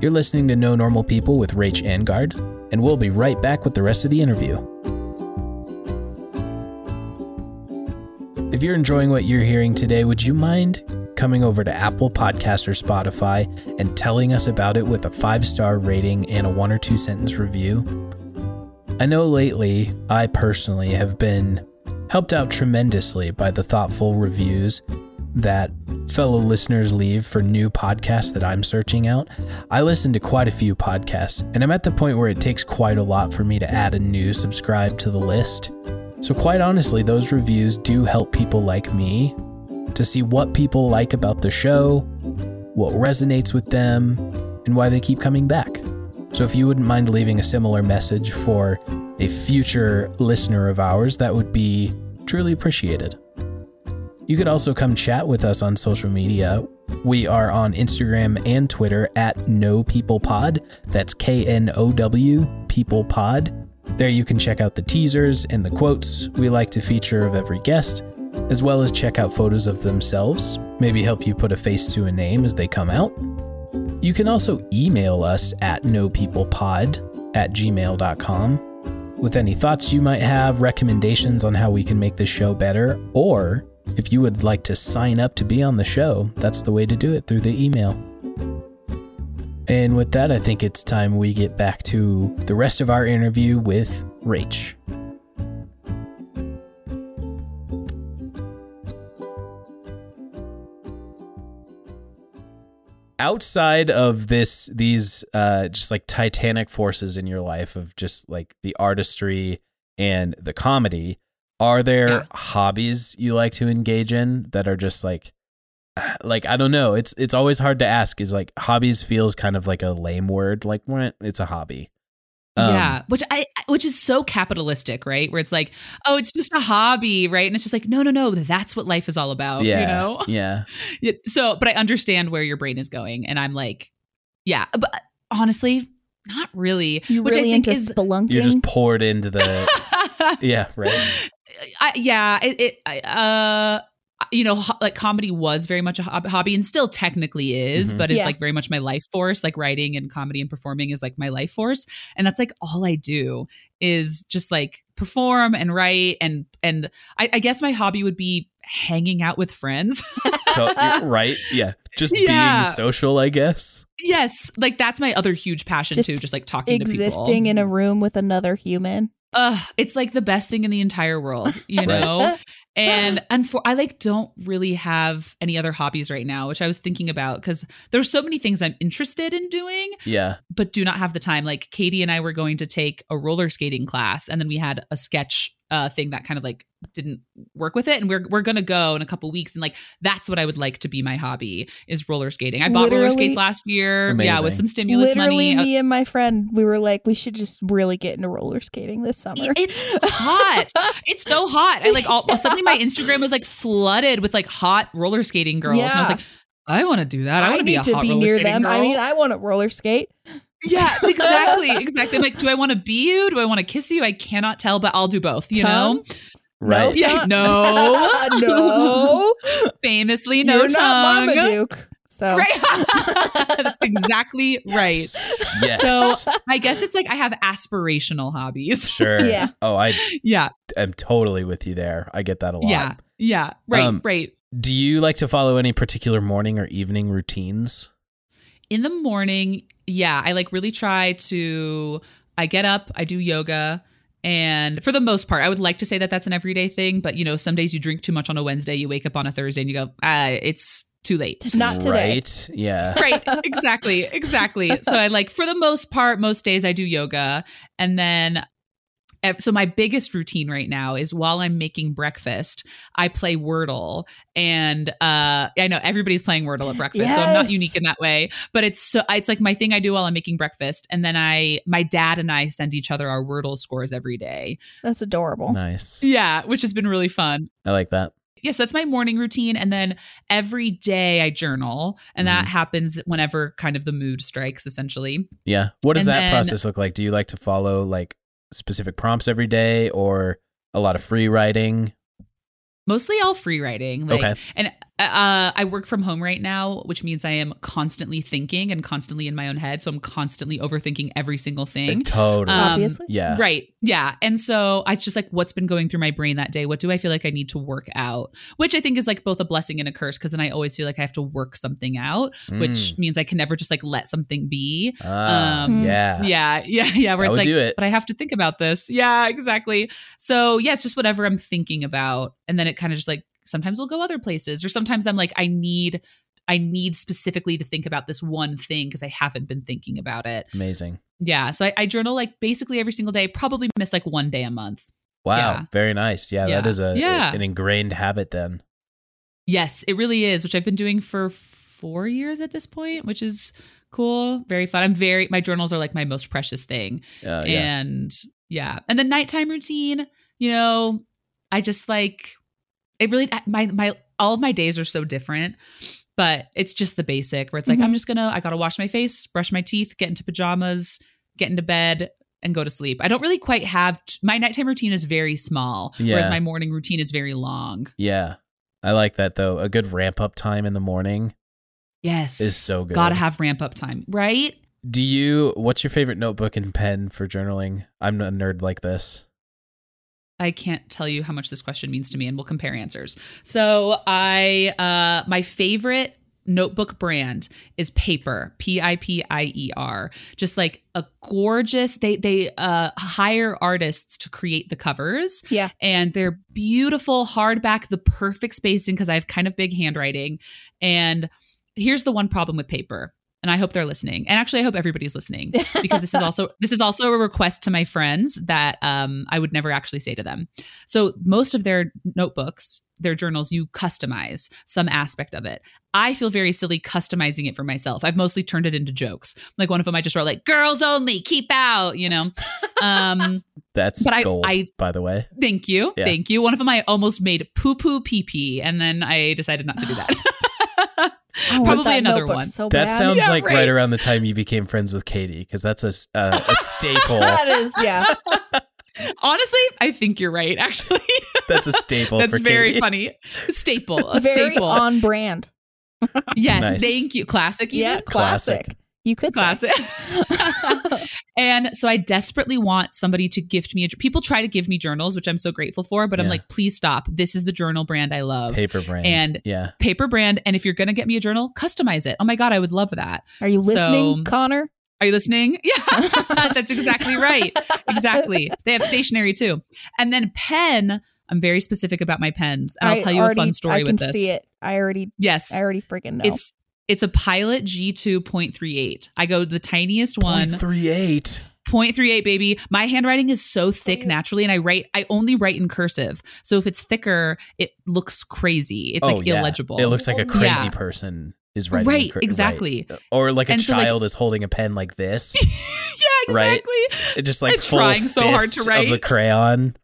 You're listening to No Normal People with Rach Angard, and we'll be right back with the rest of the interview. If you're enjoying what you're hearing today, would you mind coming over to Apple Podcasts or Spotify and telling us about it with a five star rating and a one or two sentence review? I know lately, I personally have been helped out tremendously by the thoughtful reviews that fellow listeners leave for new podcasts that I'm searching out. I listen to quite a few podcasts, and I'm at the point where it takes quite a lot for me to add a new subscribe to the list. So, quite honestly, those reviews do help people like me to see what people like about the show, what resonates with them, and why they keep coming back. So, if you wouldn't mind leaving a similar message for a future listener of ours, that would be truly appreciated. You could also come chat with us on social media. We are on Instagram and Twitter at No People Pod. That's K N O W People Pod. There you can check out the teasers and the quotes we like to feature of every guest, as well as check out photos of themselves, maybe help you put a face to a name as they come out. You can also email us at nopeoplepod at gmail.com with any thoughts you might have, recommendations on how we can make this show better, or if you would like to sign up to be on the show, that's the way to do it through the email. And with that, I think it's time we get back to the rest of our interview with Rach. outside of this these uh just like titanic forces in your life of just like the artistry and the comedy are there
Yeah.
hobbies you like to engage in that are just like like i don't know it's it's always hard to ask is like hobbies feels kind of like a lame word like meh, it's a hobby Um,
yeah, which I which is so capitalistic, right? Where it's like, oh, it's just a hobby, right? And it's just like, no, no, no, that's what life is all about,
yeah
oh, you know?
yeah
Yeah, So, but I understand where your brain is going and I'm like, yeah, but honestly, not really,
You
which
really
I think
into
is
spelunking?
you're just poured into the yeah right
I, yeah, it, it I, uh, you know, ho- like comedy was very much a hob- hobby and still technically is,
Mhm.
but it's
Yeah.
like very much my life force. Like writing and comedy and performing is like my life force, and that's like all I do is just like perform and write and and I, I guess my hobby would be hanging out with friends.
so, right yeah just
Yeah.
being social i guess
yes, like that's my other huge passion
Just
too, just like talking to
existing
people.
in a room with another human.
Ugh, it's like the best thing in the entire world, you
Right.
know. And and for I like don't really have any other hobbies right now, which I was thinking about because there's so many things I'm interested in doing,
yeah
but do not have the time. Like Katie and I were going to take a roller skating class, and then we had a sketch uh, thing that kind of like didn't work with it. And we're we're gonna go in a couple weeks, and like that's what I would like to be my hobby is roller skating. I bought roller
Literally-
skates last year, yeah,
Amazing.
with some stimulus
Literally,
money. uh,
me and my friend, we were like, we should just really get into roller skating this summer.
It's hot. It's so hot. I like all, suddenly my Instagram was like flooded with like hot roller skating girls, and I was
Yeah.
like, I want to do that. I want to be a
need to
hot
be
roller
near
skating
them. I
girl.
mean, I want to roller skate.
yeah, exactly, exactly. I'm like, do I want to be you? Do I want to kiss you? I cannot tell, but I'll do both. You know,
Tongue?
Right.
No.
yeah,
Tongue.
no,
no,
famously no
you're
tongue.
not Marmaduke. So
Right, that's exactly right.
Yes.
So I guess it's like I have aspirational hobbies.
sure.
Yeah.
Oh, I
Yeah,
am totally with you there. I get that a lot.
yeah, yeah. Right,
Um,
right.
Do you like to follow any particular morning or evening routines?
in the morning, yeah, I like really try to. I get up, I do yoga, and for the most part, I would like to say that that's an everyday thing. But you know, some days you drink too much on a Wednesday, you wake up on a Thursday, and you go, ah, it's too late.
not today.
Right. Yeah.
right exactly exactly so i like for the most part most days i do yoga and then ev- so my biggest routine right now is while i'm making breakfast i play wordle and uh i know everybody's playing wordle at breakfast so i'm not
Yes.
unique in that way but it's so it's like my thing i do while i'm making breakfast and then i my dad and i send each other our wordle scores every day
That's adorable.
Nice.
yeah which has been really fun
I like that.
yeah, so that's my morning routine. And then every day I journal, and
Mm-hmm.
that happens whenever kind of the mood strikes, essentially.
Yeah. What does
And
that
then-
process look like? Do you like to follow like specific prompts every day or a lot of free writing?
Mostly all free writing. Like,
okay.
And uh, I work from home right now, which means I am constantly thinking and constantly in my own head. So I'm constantly overthinking every single thing.
Totally.
um,
Obviously.
Uh, yeah.
Right. Yeah. And so it's just like what's been going through my brain that day? What do I feel like I need to work out? Which I think is like both a blessing and a curse because then I always feel like I have to work something out, which
Mm.
means I can never just like let something be.
Ah,
um,
yeah.
Yeah, yeah, yeah. Where
That
it's
would
like,
do it.
but I have to think about this. Yeah, exactly. So yeah, it's just whatever I'm thinking about, and then it kind of just like sometimes we'll go other places, or sometimes I'm like, I need, I need specifically to think about this one thing because I haven't been thinking about it.
Amazing.
Yeah, so I, I journal like basically every single day. Probably miss like one day a month.
Wow.
Yeah.
Very nice. Yeah, That
Yeah.
is a,
Yeah.
an ingrained habit then.
Yes, it really is, which I've been doing for four years at this point, which is cool, very fun. I'm very my journals are like my most precious thing.
Uh, yeah.
and yeah and the nighttime routine you know i just like it really my my all of my days are so different but it's just the basic where it's like i'm just gonna i gotta wash my face brush my teeth get into pajamas get into bed and go to sleep i don't really quite have t- my nighttime routine is very small whereas
Yeah.
my morning routine is very long
Yeah. I like that though. A good ramp up time in the morning
yes
is so good.
gotta have ramp up time right
Do you what's your favorite notebook and pen for journaling? I'm a nerd like this.
I can't tell you how much this question means to me, and we'll compare answers. So, I uh, my favorite notebook brand is Paper, P I P I E R. Just like a gorgeous, they they uh, hire artists to create the covers,
Yeah.
and they're beautiful hardback, the perfect spacing because I have kind of big handwriting. And here's the one problem with Paper. And I hope they're listening. And actually, I hope everybody's listening because this is also this is also a request to my friends that um, I would never actually say to them. So most of their notebooks, their journals, you customize some aspect of it. I feel very silly customizing it for myself. I've mostly turned it into jokes. Like one of them, I just wrote like "girls only, keep out," you know. Um,
That's
But I-
gold,
I-
by the way.
thank you,
Yeah.
thank you. One of them, I almost made "poo poo pee pee," and then I decided not to do that.
I want
Probably
that
another
notebook
one.
So
That
bad.
sounds
Oh, Yeah,
like right.
right.
around the time you became friends with Katie, because that's a, s- uh, a staple.
That is yeah.
Honestly, I think you're right. Actually,
that's a staple.
that's
for
very
Katie.
funny. Staple, a
Very
staple.
on brand.
yes,
Nice.
thank you. Classic. even?
Yeah,
Classic.
classic. You could
classic.
Say.
and so I desperately want somebody to gift me a people try to give me journals, which I'm so grateful for, but I'm
Yeah.
like, please stop. This is the journal brand I love.
paper brand.
and-
yeah,
Paper brand, and if you're gonna get me a journal, customize it. Oh my god, I would love that.
Are you listening,
So-
Connor?
Are you listening? Yeah, that's exactly right. Exactly. They have stationery too, and then pen. I'm very specific about my pens, and I'll
I
tell you
already-
a fun story
I can
with this.
see it. I already,
Yes,
I already freaking know.
it's it's a Pilot G2.38. I go the tiniest one.
three eight.
0.38 baby. My handwriting is so thick naturally and I write I only write in cursive. So if it's thicker, it looks crazy. It's
Oh,
like
yeah.
illegible.
It looks like a crazy
Yeah.
person is writing.
Right,
cra-
exactly.
Or like a
And so, like-
child is holding a pen like this.
yeah,
right.
exactly.
It just like
And
full
trying so hard
fist
to write.
of the crayon.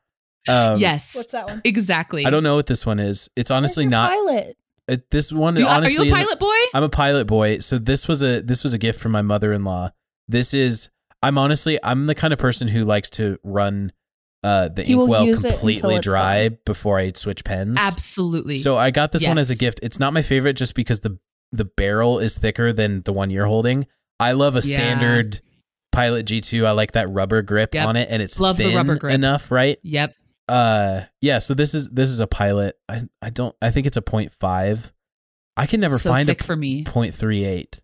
Um,
yes.
What's that one?
Exactly.
I don't know what this one is. It's honestly
Where's your
not.
pilot.
It, this one
Do you- uh,
honestly.
are you a
isn't-
pilot boy?
I'm a pilot boy, so this was a this was a gift from my mother-in-law. This is I'm honestly I'm the kind of person who likes to run uh the
You will
inkwell
use it until
completely
it's
dry before I switch pens.
Absolutely.
So I got this one as a
Yes.
gift. It's not my favorite just because the the barrel is thicker than the one you're holding. I love a
Yeah.
standard Pilot G2. I like that rubber grip
Yep.
on it and it's
Love the
thin
rubber grip.
enough, right?
yep.
Uh yeah, so this is this is a Pilot. I I don't I think it's a 0.5. I can never
so
find a
thick for me.
0.38.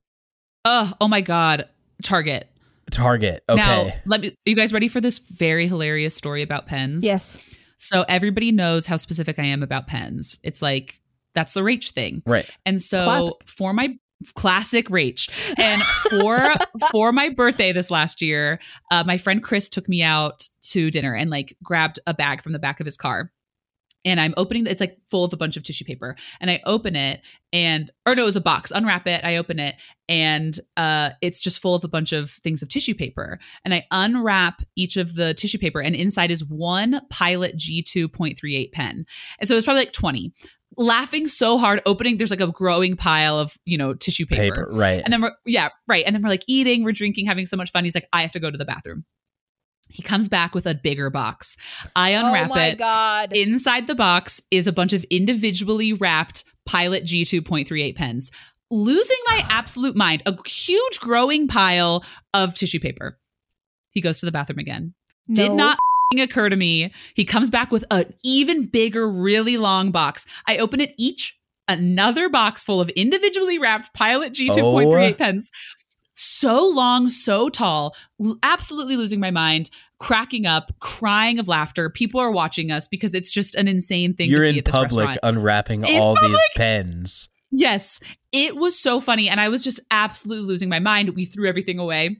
Oh, oh my god. Target.
Target. Okay.
Now, let me. Are you guys ready for this very hilarious story about pens?
Yes.
So everybody knows how specific I am about pens. It's like that's the Rach thing,
right.
and so
Classic.
for my classic Rach, and for for my birthday this last year, uh, my friend Chris took me out to dinner and like grabbed a bag from the back of his car. And I'm opening it's like full of a bunch of tissue paper. And I open it and or no, it was a box. Unwrap it. I open it and uh it's just full of a bunch of things of tissue paper. And I unwrap each of the tissue paper and inside is one pilot G2.38 pen. And so it's probably like 20. Laughing so hard, opening there's like a growing pile of, you know, tissue
Paper. Right.
and then we're, yeah, right. And then we're like eating, we're drinking, having so much fun. He's like, I have to go to the bathroom. He comes back with a bigger box. I unwrap
oh my
it.
god.
Inside the box is a bunch of individually wrapped Pilot G2.38 pens. Losing my absolute mind, a huge growing pile of tissue paper. He goes to the bathroom again. Did
No.
not f***ing occur to me. He comes back with an even bigger, really long box. I open it each, another box full of individually wrapped Pilot G2.38
Oh.
pens. So long, so tall, l- absolutely losing my mind, cracking up, crying of laughter. People are watching us because it's just an insane thing
You're
to see
in
at this
public
restaurant.
unwrapping
In
all these pens.
Yes, it was so funny. And I was just absolutely losing my mind. We threw everything away.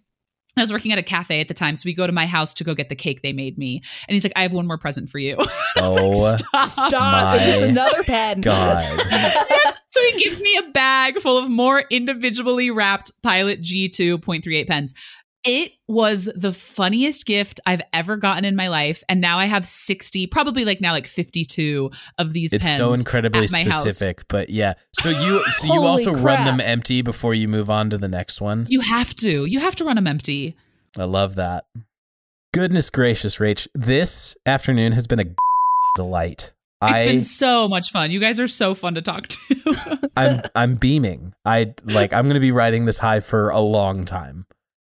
I was working at a cafe at the time. So we go to my house to go get the cake they made me. And he's like, I have one more present for you.
Oh
Stop.
Stop. It's
My
another pen.
god.
yes. So he gives me a bag full of more individually wrapped Pilot G2.38 pens. It was the funniest gift I've ever gotten in my life. And now I have 60, probably like now like 52 of these
It's
pens.
so incredibly
at my house.
specific, but yeah. So you so you
Holy
also run
crap.
them empty before you move on to the next one.
you have to. You have to run them empty.
I love that. Goodness gracious, Rach. This afternoon has been a delight.
It's
I
been so much fun. You guys are so fun to talk to.
I'm I'm beaming. I like I'm going to be riding this high for a long time.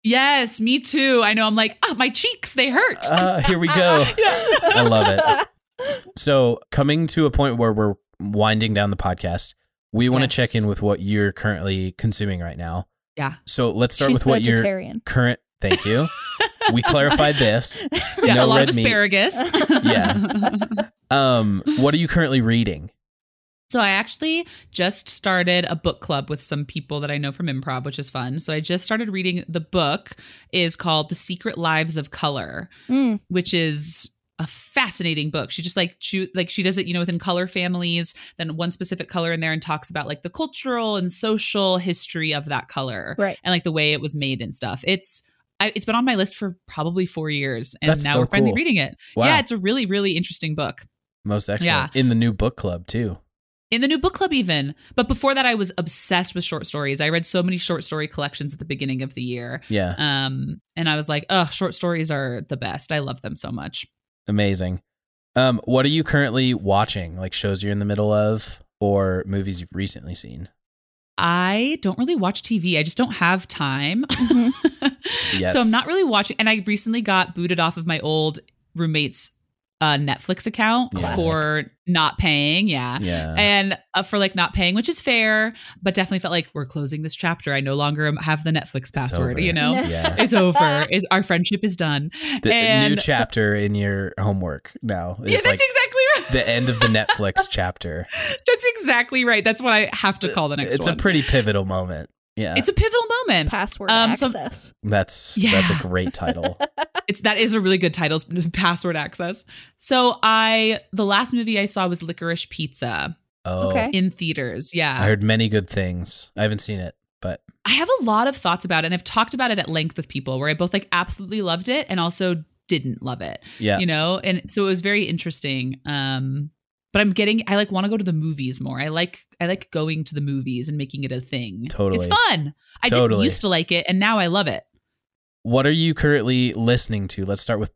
yes, me too. I know. I'm like, oh, my cheeks, they hurt.
Uh, here we go. I love it. So, coming to a point where we're winding down the podcast, we want
Yes.
to check in with what you're currently consuming right now.
Yeah.
So, let's start
She's
with what your
vegetarian.
current. Thank you. we clarified this.
yeah,
no
a lot of
red meat.
asparagus.
Yeah. Um, what are you currently reading?
so I actually just started a book club with some people that I know from improv, which is fun. So I just started reading the book is called The Secret Lives of Color.
Mm.
which is a fascinating book. She just like choo- like she does it, you know, within color families, then one specific color in there and talks about like the cultural and social history of that color.
Right.
And like the way it was made and stuff. It's I, it's been on my list for probably four years, and
That's
now
so
we're finally
cool.
reading it.
Wow.
Yeah, it's a really, really interesting book
Most excellent. In the new book club, too.
in the new book club even but before that i was obsessed with short stories i read so many short story collections at the beginning of the year
Yeah.
um and i was like oh short stories are the best i love them so much
Amazing. Um, what are you currently watching? Like shows you're in the middle of or movies you've recently seen?
I don't really watch TV. I just don't have time.
Mhm.
Mm-hmm. Yes.
So I'm not really watching. And I recently got booted off of my old roommate's uh, Netflix account
Classic.
for not paying. Yeah.
Yeah.
And uh, for like not paying, which is fair, but definitely felt like we're closing this chapter. I no longer am- have the Netflix password,
over.
you know?
yeah.
it's over. It's, our friendship is done.
the a new
and so-
chapter in your homework now is
yeah, that's
like
exactly right.
the end of the Netflix chapter.
that's exactly right. That's what I have to call the
Uh,
next
it's
one.
a pretty pivotal moment. Yeah.
It's a pivotal moment.
Password
Um, so-
access.
that's that's
Yeah.
a great title.
It's that is a really good title, password access. So I the last movie I saw was Licorice Pizza
Oh.
Okay.
in theaters. Yeah.
I heard many good things. I haven't seen it, but
I have a lot of thoughts about it and I've talked about it at length with people where I both like absolutely loved it and also didn't love it.
yeah.
You know? And so it was very interesting. Um but I'm getting I like want to go to the movies more. I like I like going to the movies and making it a thing. It's
Totally.
fun. I didn't
Totally.
used to like it and now I love it.
what are you currently listening to? Let's start with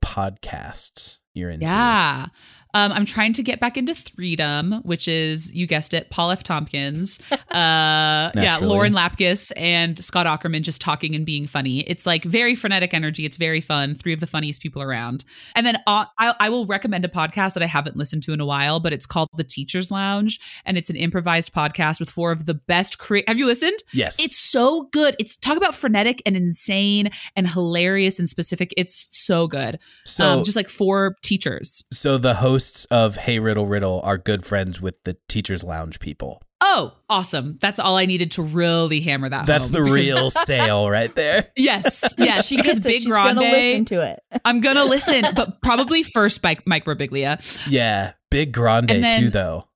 podcasts you're into.
Yeah. Um, I'm trying to get back into Freedom, which is, you guessed it, Paul F. Tompkins. Uh, yeah,
Naturally.
Lauren Lapkus and Scott Ackerman just talking and being funny. It's like very frenetic energy. It's very fun. Three of the funniest people around. And then uh, I, I will recommend a podcast that I haven't listened to in a while, but it's called The Teacher's Lounge. And it's an improvised podcast with four of the best. Cre- Have you listened?
Yes.
It's so good. It's talk about frenetic and insane and hilarious and specific. It's so good.
so
um, just like four teachers.
so the hosts of Hey Riddle Riddle are good friends with the teachers lounge people.
Oh, awesome. That's all I needed to really hammer that.
That's
home
the
because-
real sale right there.
Yes, yes.
she
because
gets it.
Big
She's
Grande,
gonna listen to it.
I'm gonna listen, but probably first by Mike Birbiglia.
Yeah. Big Grande
And then-
too though.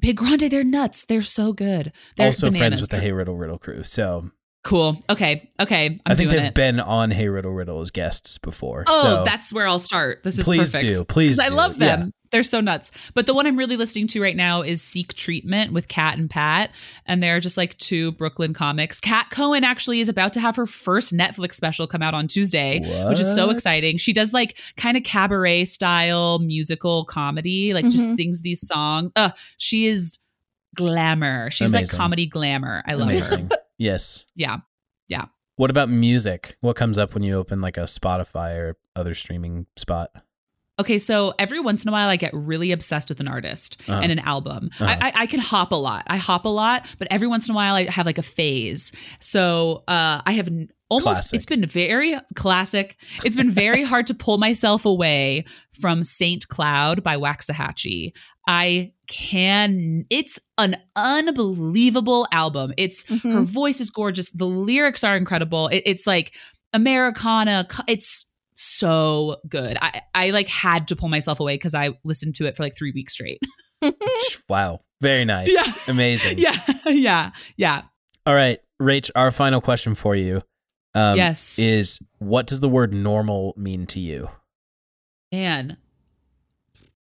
Big Grande, they're nuts. They're so good. They're
also friends
bananas.
with the Hey Riddle Riddle crew. So
Cool. Okay. Okay.
i
I'm
think
doing
they've
it.
been on Hey Riddle Riddle as guests before.
Oh,
so
that's where I'll start. This is
Please
perfect.
do. Please
'Cause I
do.
love
Yeah.
them. They're so nuts. But the one I'm really listening to right now is Seek Treatment with Kat and Pat. And they're just like two Brooklyn comics. Kat Cohen actually is about to have her first Netflix special come out on Tuesday, which is so
What?
exciting. She does like kind of cabaret style musical comedy, like just
Mm-hmm.
Mhm.
sings these songs. Uh, she is glamour. She's
Amazing.
like comedy glamour. I love her.
amazing. yes.
Yeah. Yeah.
What about music? What comes up when you open like a Spotify or other streaming spot?
Okay, so every once in a while, I get really obsessed with an artist
Uh-huh.
and an album.
Uh-huh.
I, I, I can hop a lot. I hop a lot, but every once in a while, I have like a phase. So uh, I have n- almost.
Classic.
It's been very classic. It's been very hard to pull myself away from "Saint Cloud" by Waxahachie. I can. It's an unbelievable album. It's
Mm-hmm.
her voice is gorgeous. The lyrics are incredible. It- it's like Americana. co- It's so good. I, I like had to pull myself away because I listened to it for like three weeks straight.
wow. Very nice.
Mm-hmm. Yeah.
Amazing.
yeah, yeah, yeah.
All right, Rach, our final question for you um,
yes,
is what does the word normal mean to you?
man.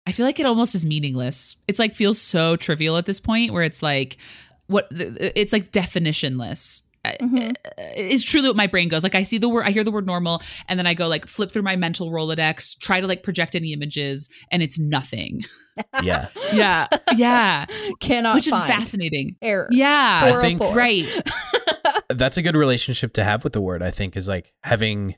I feel like it almost is meaningless. It's like feels so trivial at this point where it's like what it's like definitionless. I- uh,
Mhm.
is truly what my brain goes. Like I see the word, I hear the word normal, and then I go like flip through my mental Rolodex, try to like project any images, and it's nothing.
Yeah.
Yeah. yeah.
Cannot
Which is
find.
fascinating.
Error.
Yeah.
I think-
Horrible.
Right.
That's a good relationship to have with the word, I think, is like having,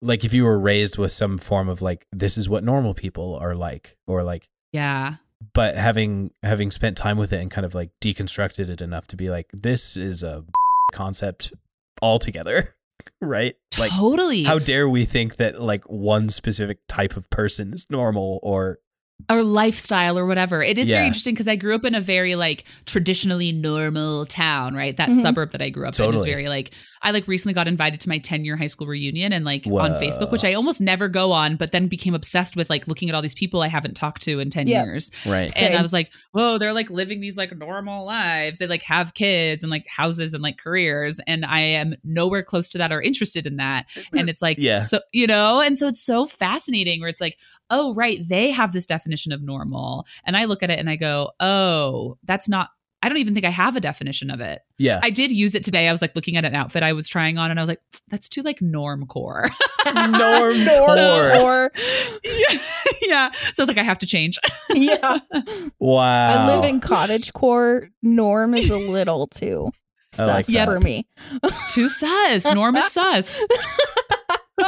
like, if you were raised with some form of like, this is what normal people are like, or like,
Yeah.
but having having spent time with it and kind of like deconstructed it enough to be like this is a concept altogether right like
totally.
how dare we think that like one specific type of person is normal or
or lifestyle or whatever. It is
Yeah.
very interesting because I grew up in a very like traditionally normal town, right? That
Mhm.
suburb that I grew up in is
Totally.
very like I like recently got invited to my 10 year high school reunion and like on
Whoa.
Facebook, which I almost never go on, but then became obsessed with like looking at all these people I haven't talked to in 10
Yeah.
years.
right
And
Same.
I was like, whoa, they're like living these like normal lives. They like have kids and like houses and like careers. And I am nowhere close to that or interested in that. And it's like,
Yeah.
so, you know, and so it's so fascinating where it's like, oh, right, they have this definition of normal. And I look at it and I go, oh, that's not. I don't even think I have a definition of it.
yeah
I did use it today. I was like looking at an outfit I was trying on and I was like, that's too like norm core.
Norm
Norm
core.
or
yeah. yeah. So I was like, I have to change.
yeah.
Wow.
I live in cottage core. Norm is a little too
I
sus
like that.
for me.
Too sus. Norm is sus.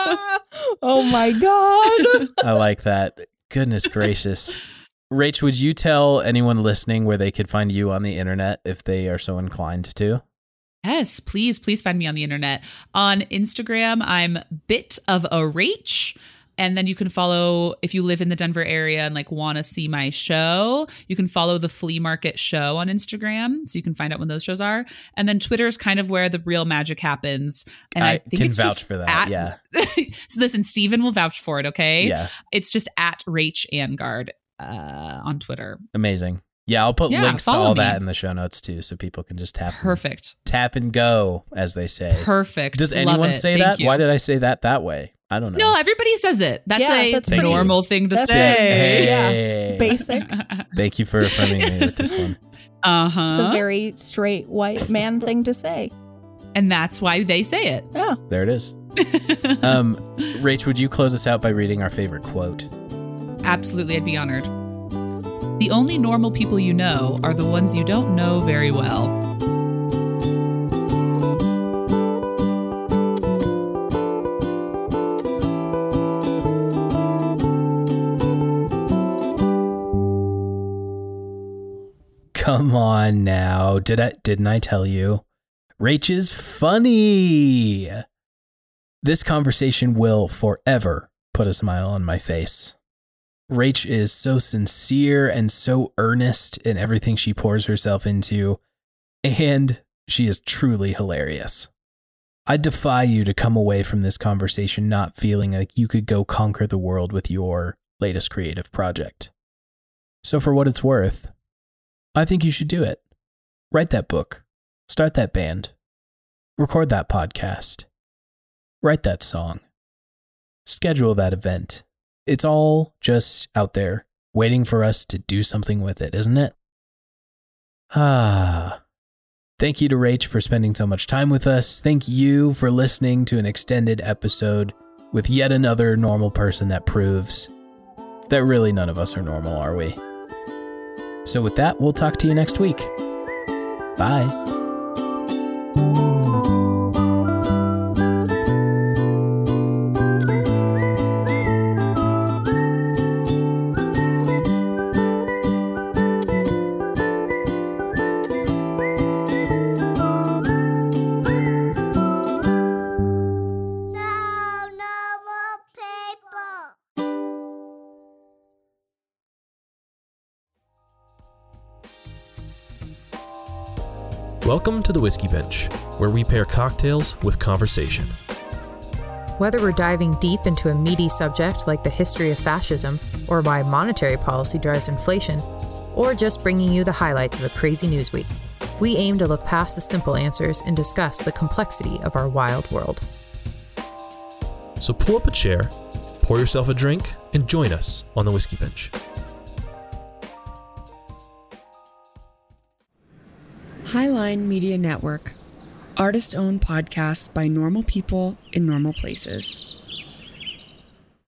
oh my god.
I like that. Goodness gracious. Rach, would you tell anyone listening where they could find you on the internet if they are so inclined to?
Yes, please, please find me on the internet. On Instagram, I'm bit of a Rach. And then you can follow, if you live in the Denver area and like want to see my show, you can follow the flea market show on Instagram. So you can find out when those shows are. And then Twitter is kind of where the real magic happens. And I,
I
think
can
it's
vouch
just
for that,
at-
yeah.
so listen, Steven will vouch for it. Okay.
Yeah.
It's just at Rach Angard uh, on Twitter.
Amazing. Yeah, I'll put
Yeah,
links to
follow
all
me.
that in the show notes too, so people can just tap and-
Perfect.
tap and go, as they say.
Perfect.
Does
Love
anyone
it.
say
Thank
that?
you.
Why did I say that that way? I don't know.
No, everybody says it. That's
Yeah,
a
that's
Thank you.
normal thing to
That's
Yeah.
say.
yeah.
Hey.
Basic.
Thank you for affirming me with this one.
Uh
It's a
huh.
very straight white man thing to say.
And that's why they say
Yeah.
There it is.
it.
Um, Rach, would you close us out by reading our favorite quote?
Absolutely, I'd be honored. The only normal people you know are the ones you don't know very well.
Come on now. Did I didn't I tell you? Rach is funny. This conversation will forever put a smile on my face. Rach is so sincere and so earnest in everything she pours herself into, and she is truly hilarious. I defy you to come away from this conversation not feeling like you could go conquer the world with your latest creative project. So, for what it's worth, I think you should do it. Write that book. Start that band. Record that podcast. Write that song. Schedule that event. It's all just out there, waiting for us to do something with it, isn't it? Ah. Thank you to Rach for spending so much time with us. Thank you for listening to an extended episode with yet another normal person that proves that really none of us are normal, are we? So, with that, we'll talk to you next week. Bye.
No normal people.
Welcome to the Whiskey Bench, where we pair cocktails with conversation.
Whether we're diving deep into a meaty subject like the history of fascism, or why monetary policy drives inflation, or just bringing you the highlights of a crazy news week, we aim to look past the simple answers and discuss the complexity of our wild world.
So pull up a chair, pour yourself a drink, and join us on the Whiskey Bench.
Highline Media Network. Artist owned podcasts by normal people in normal places.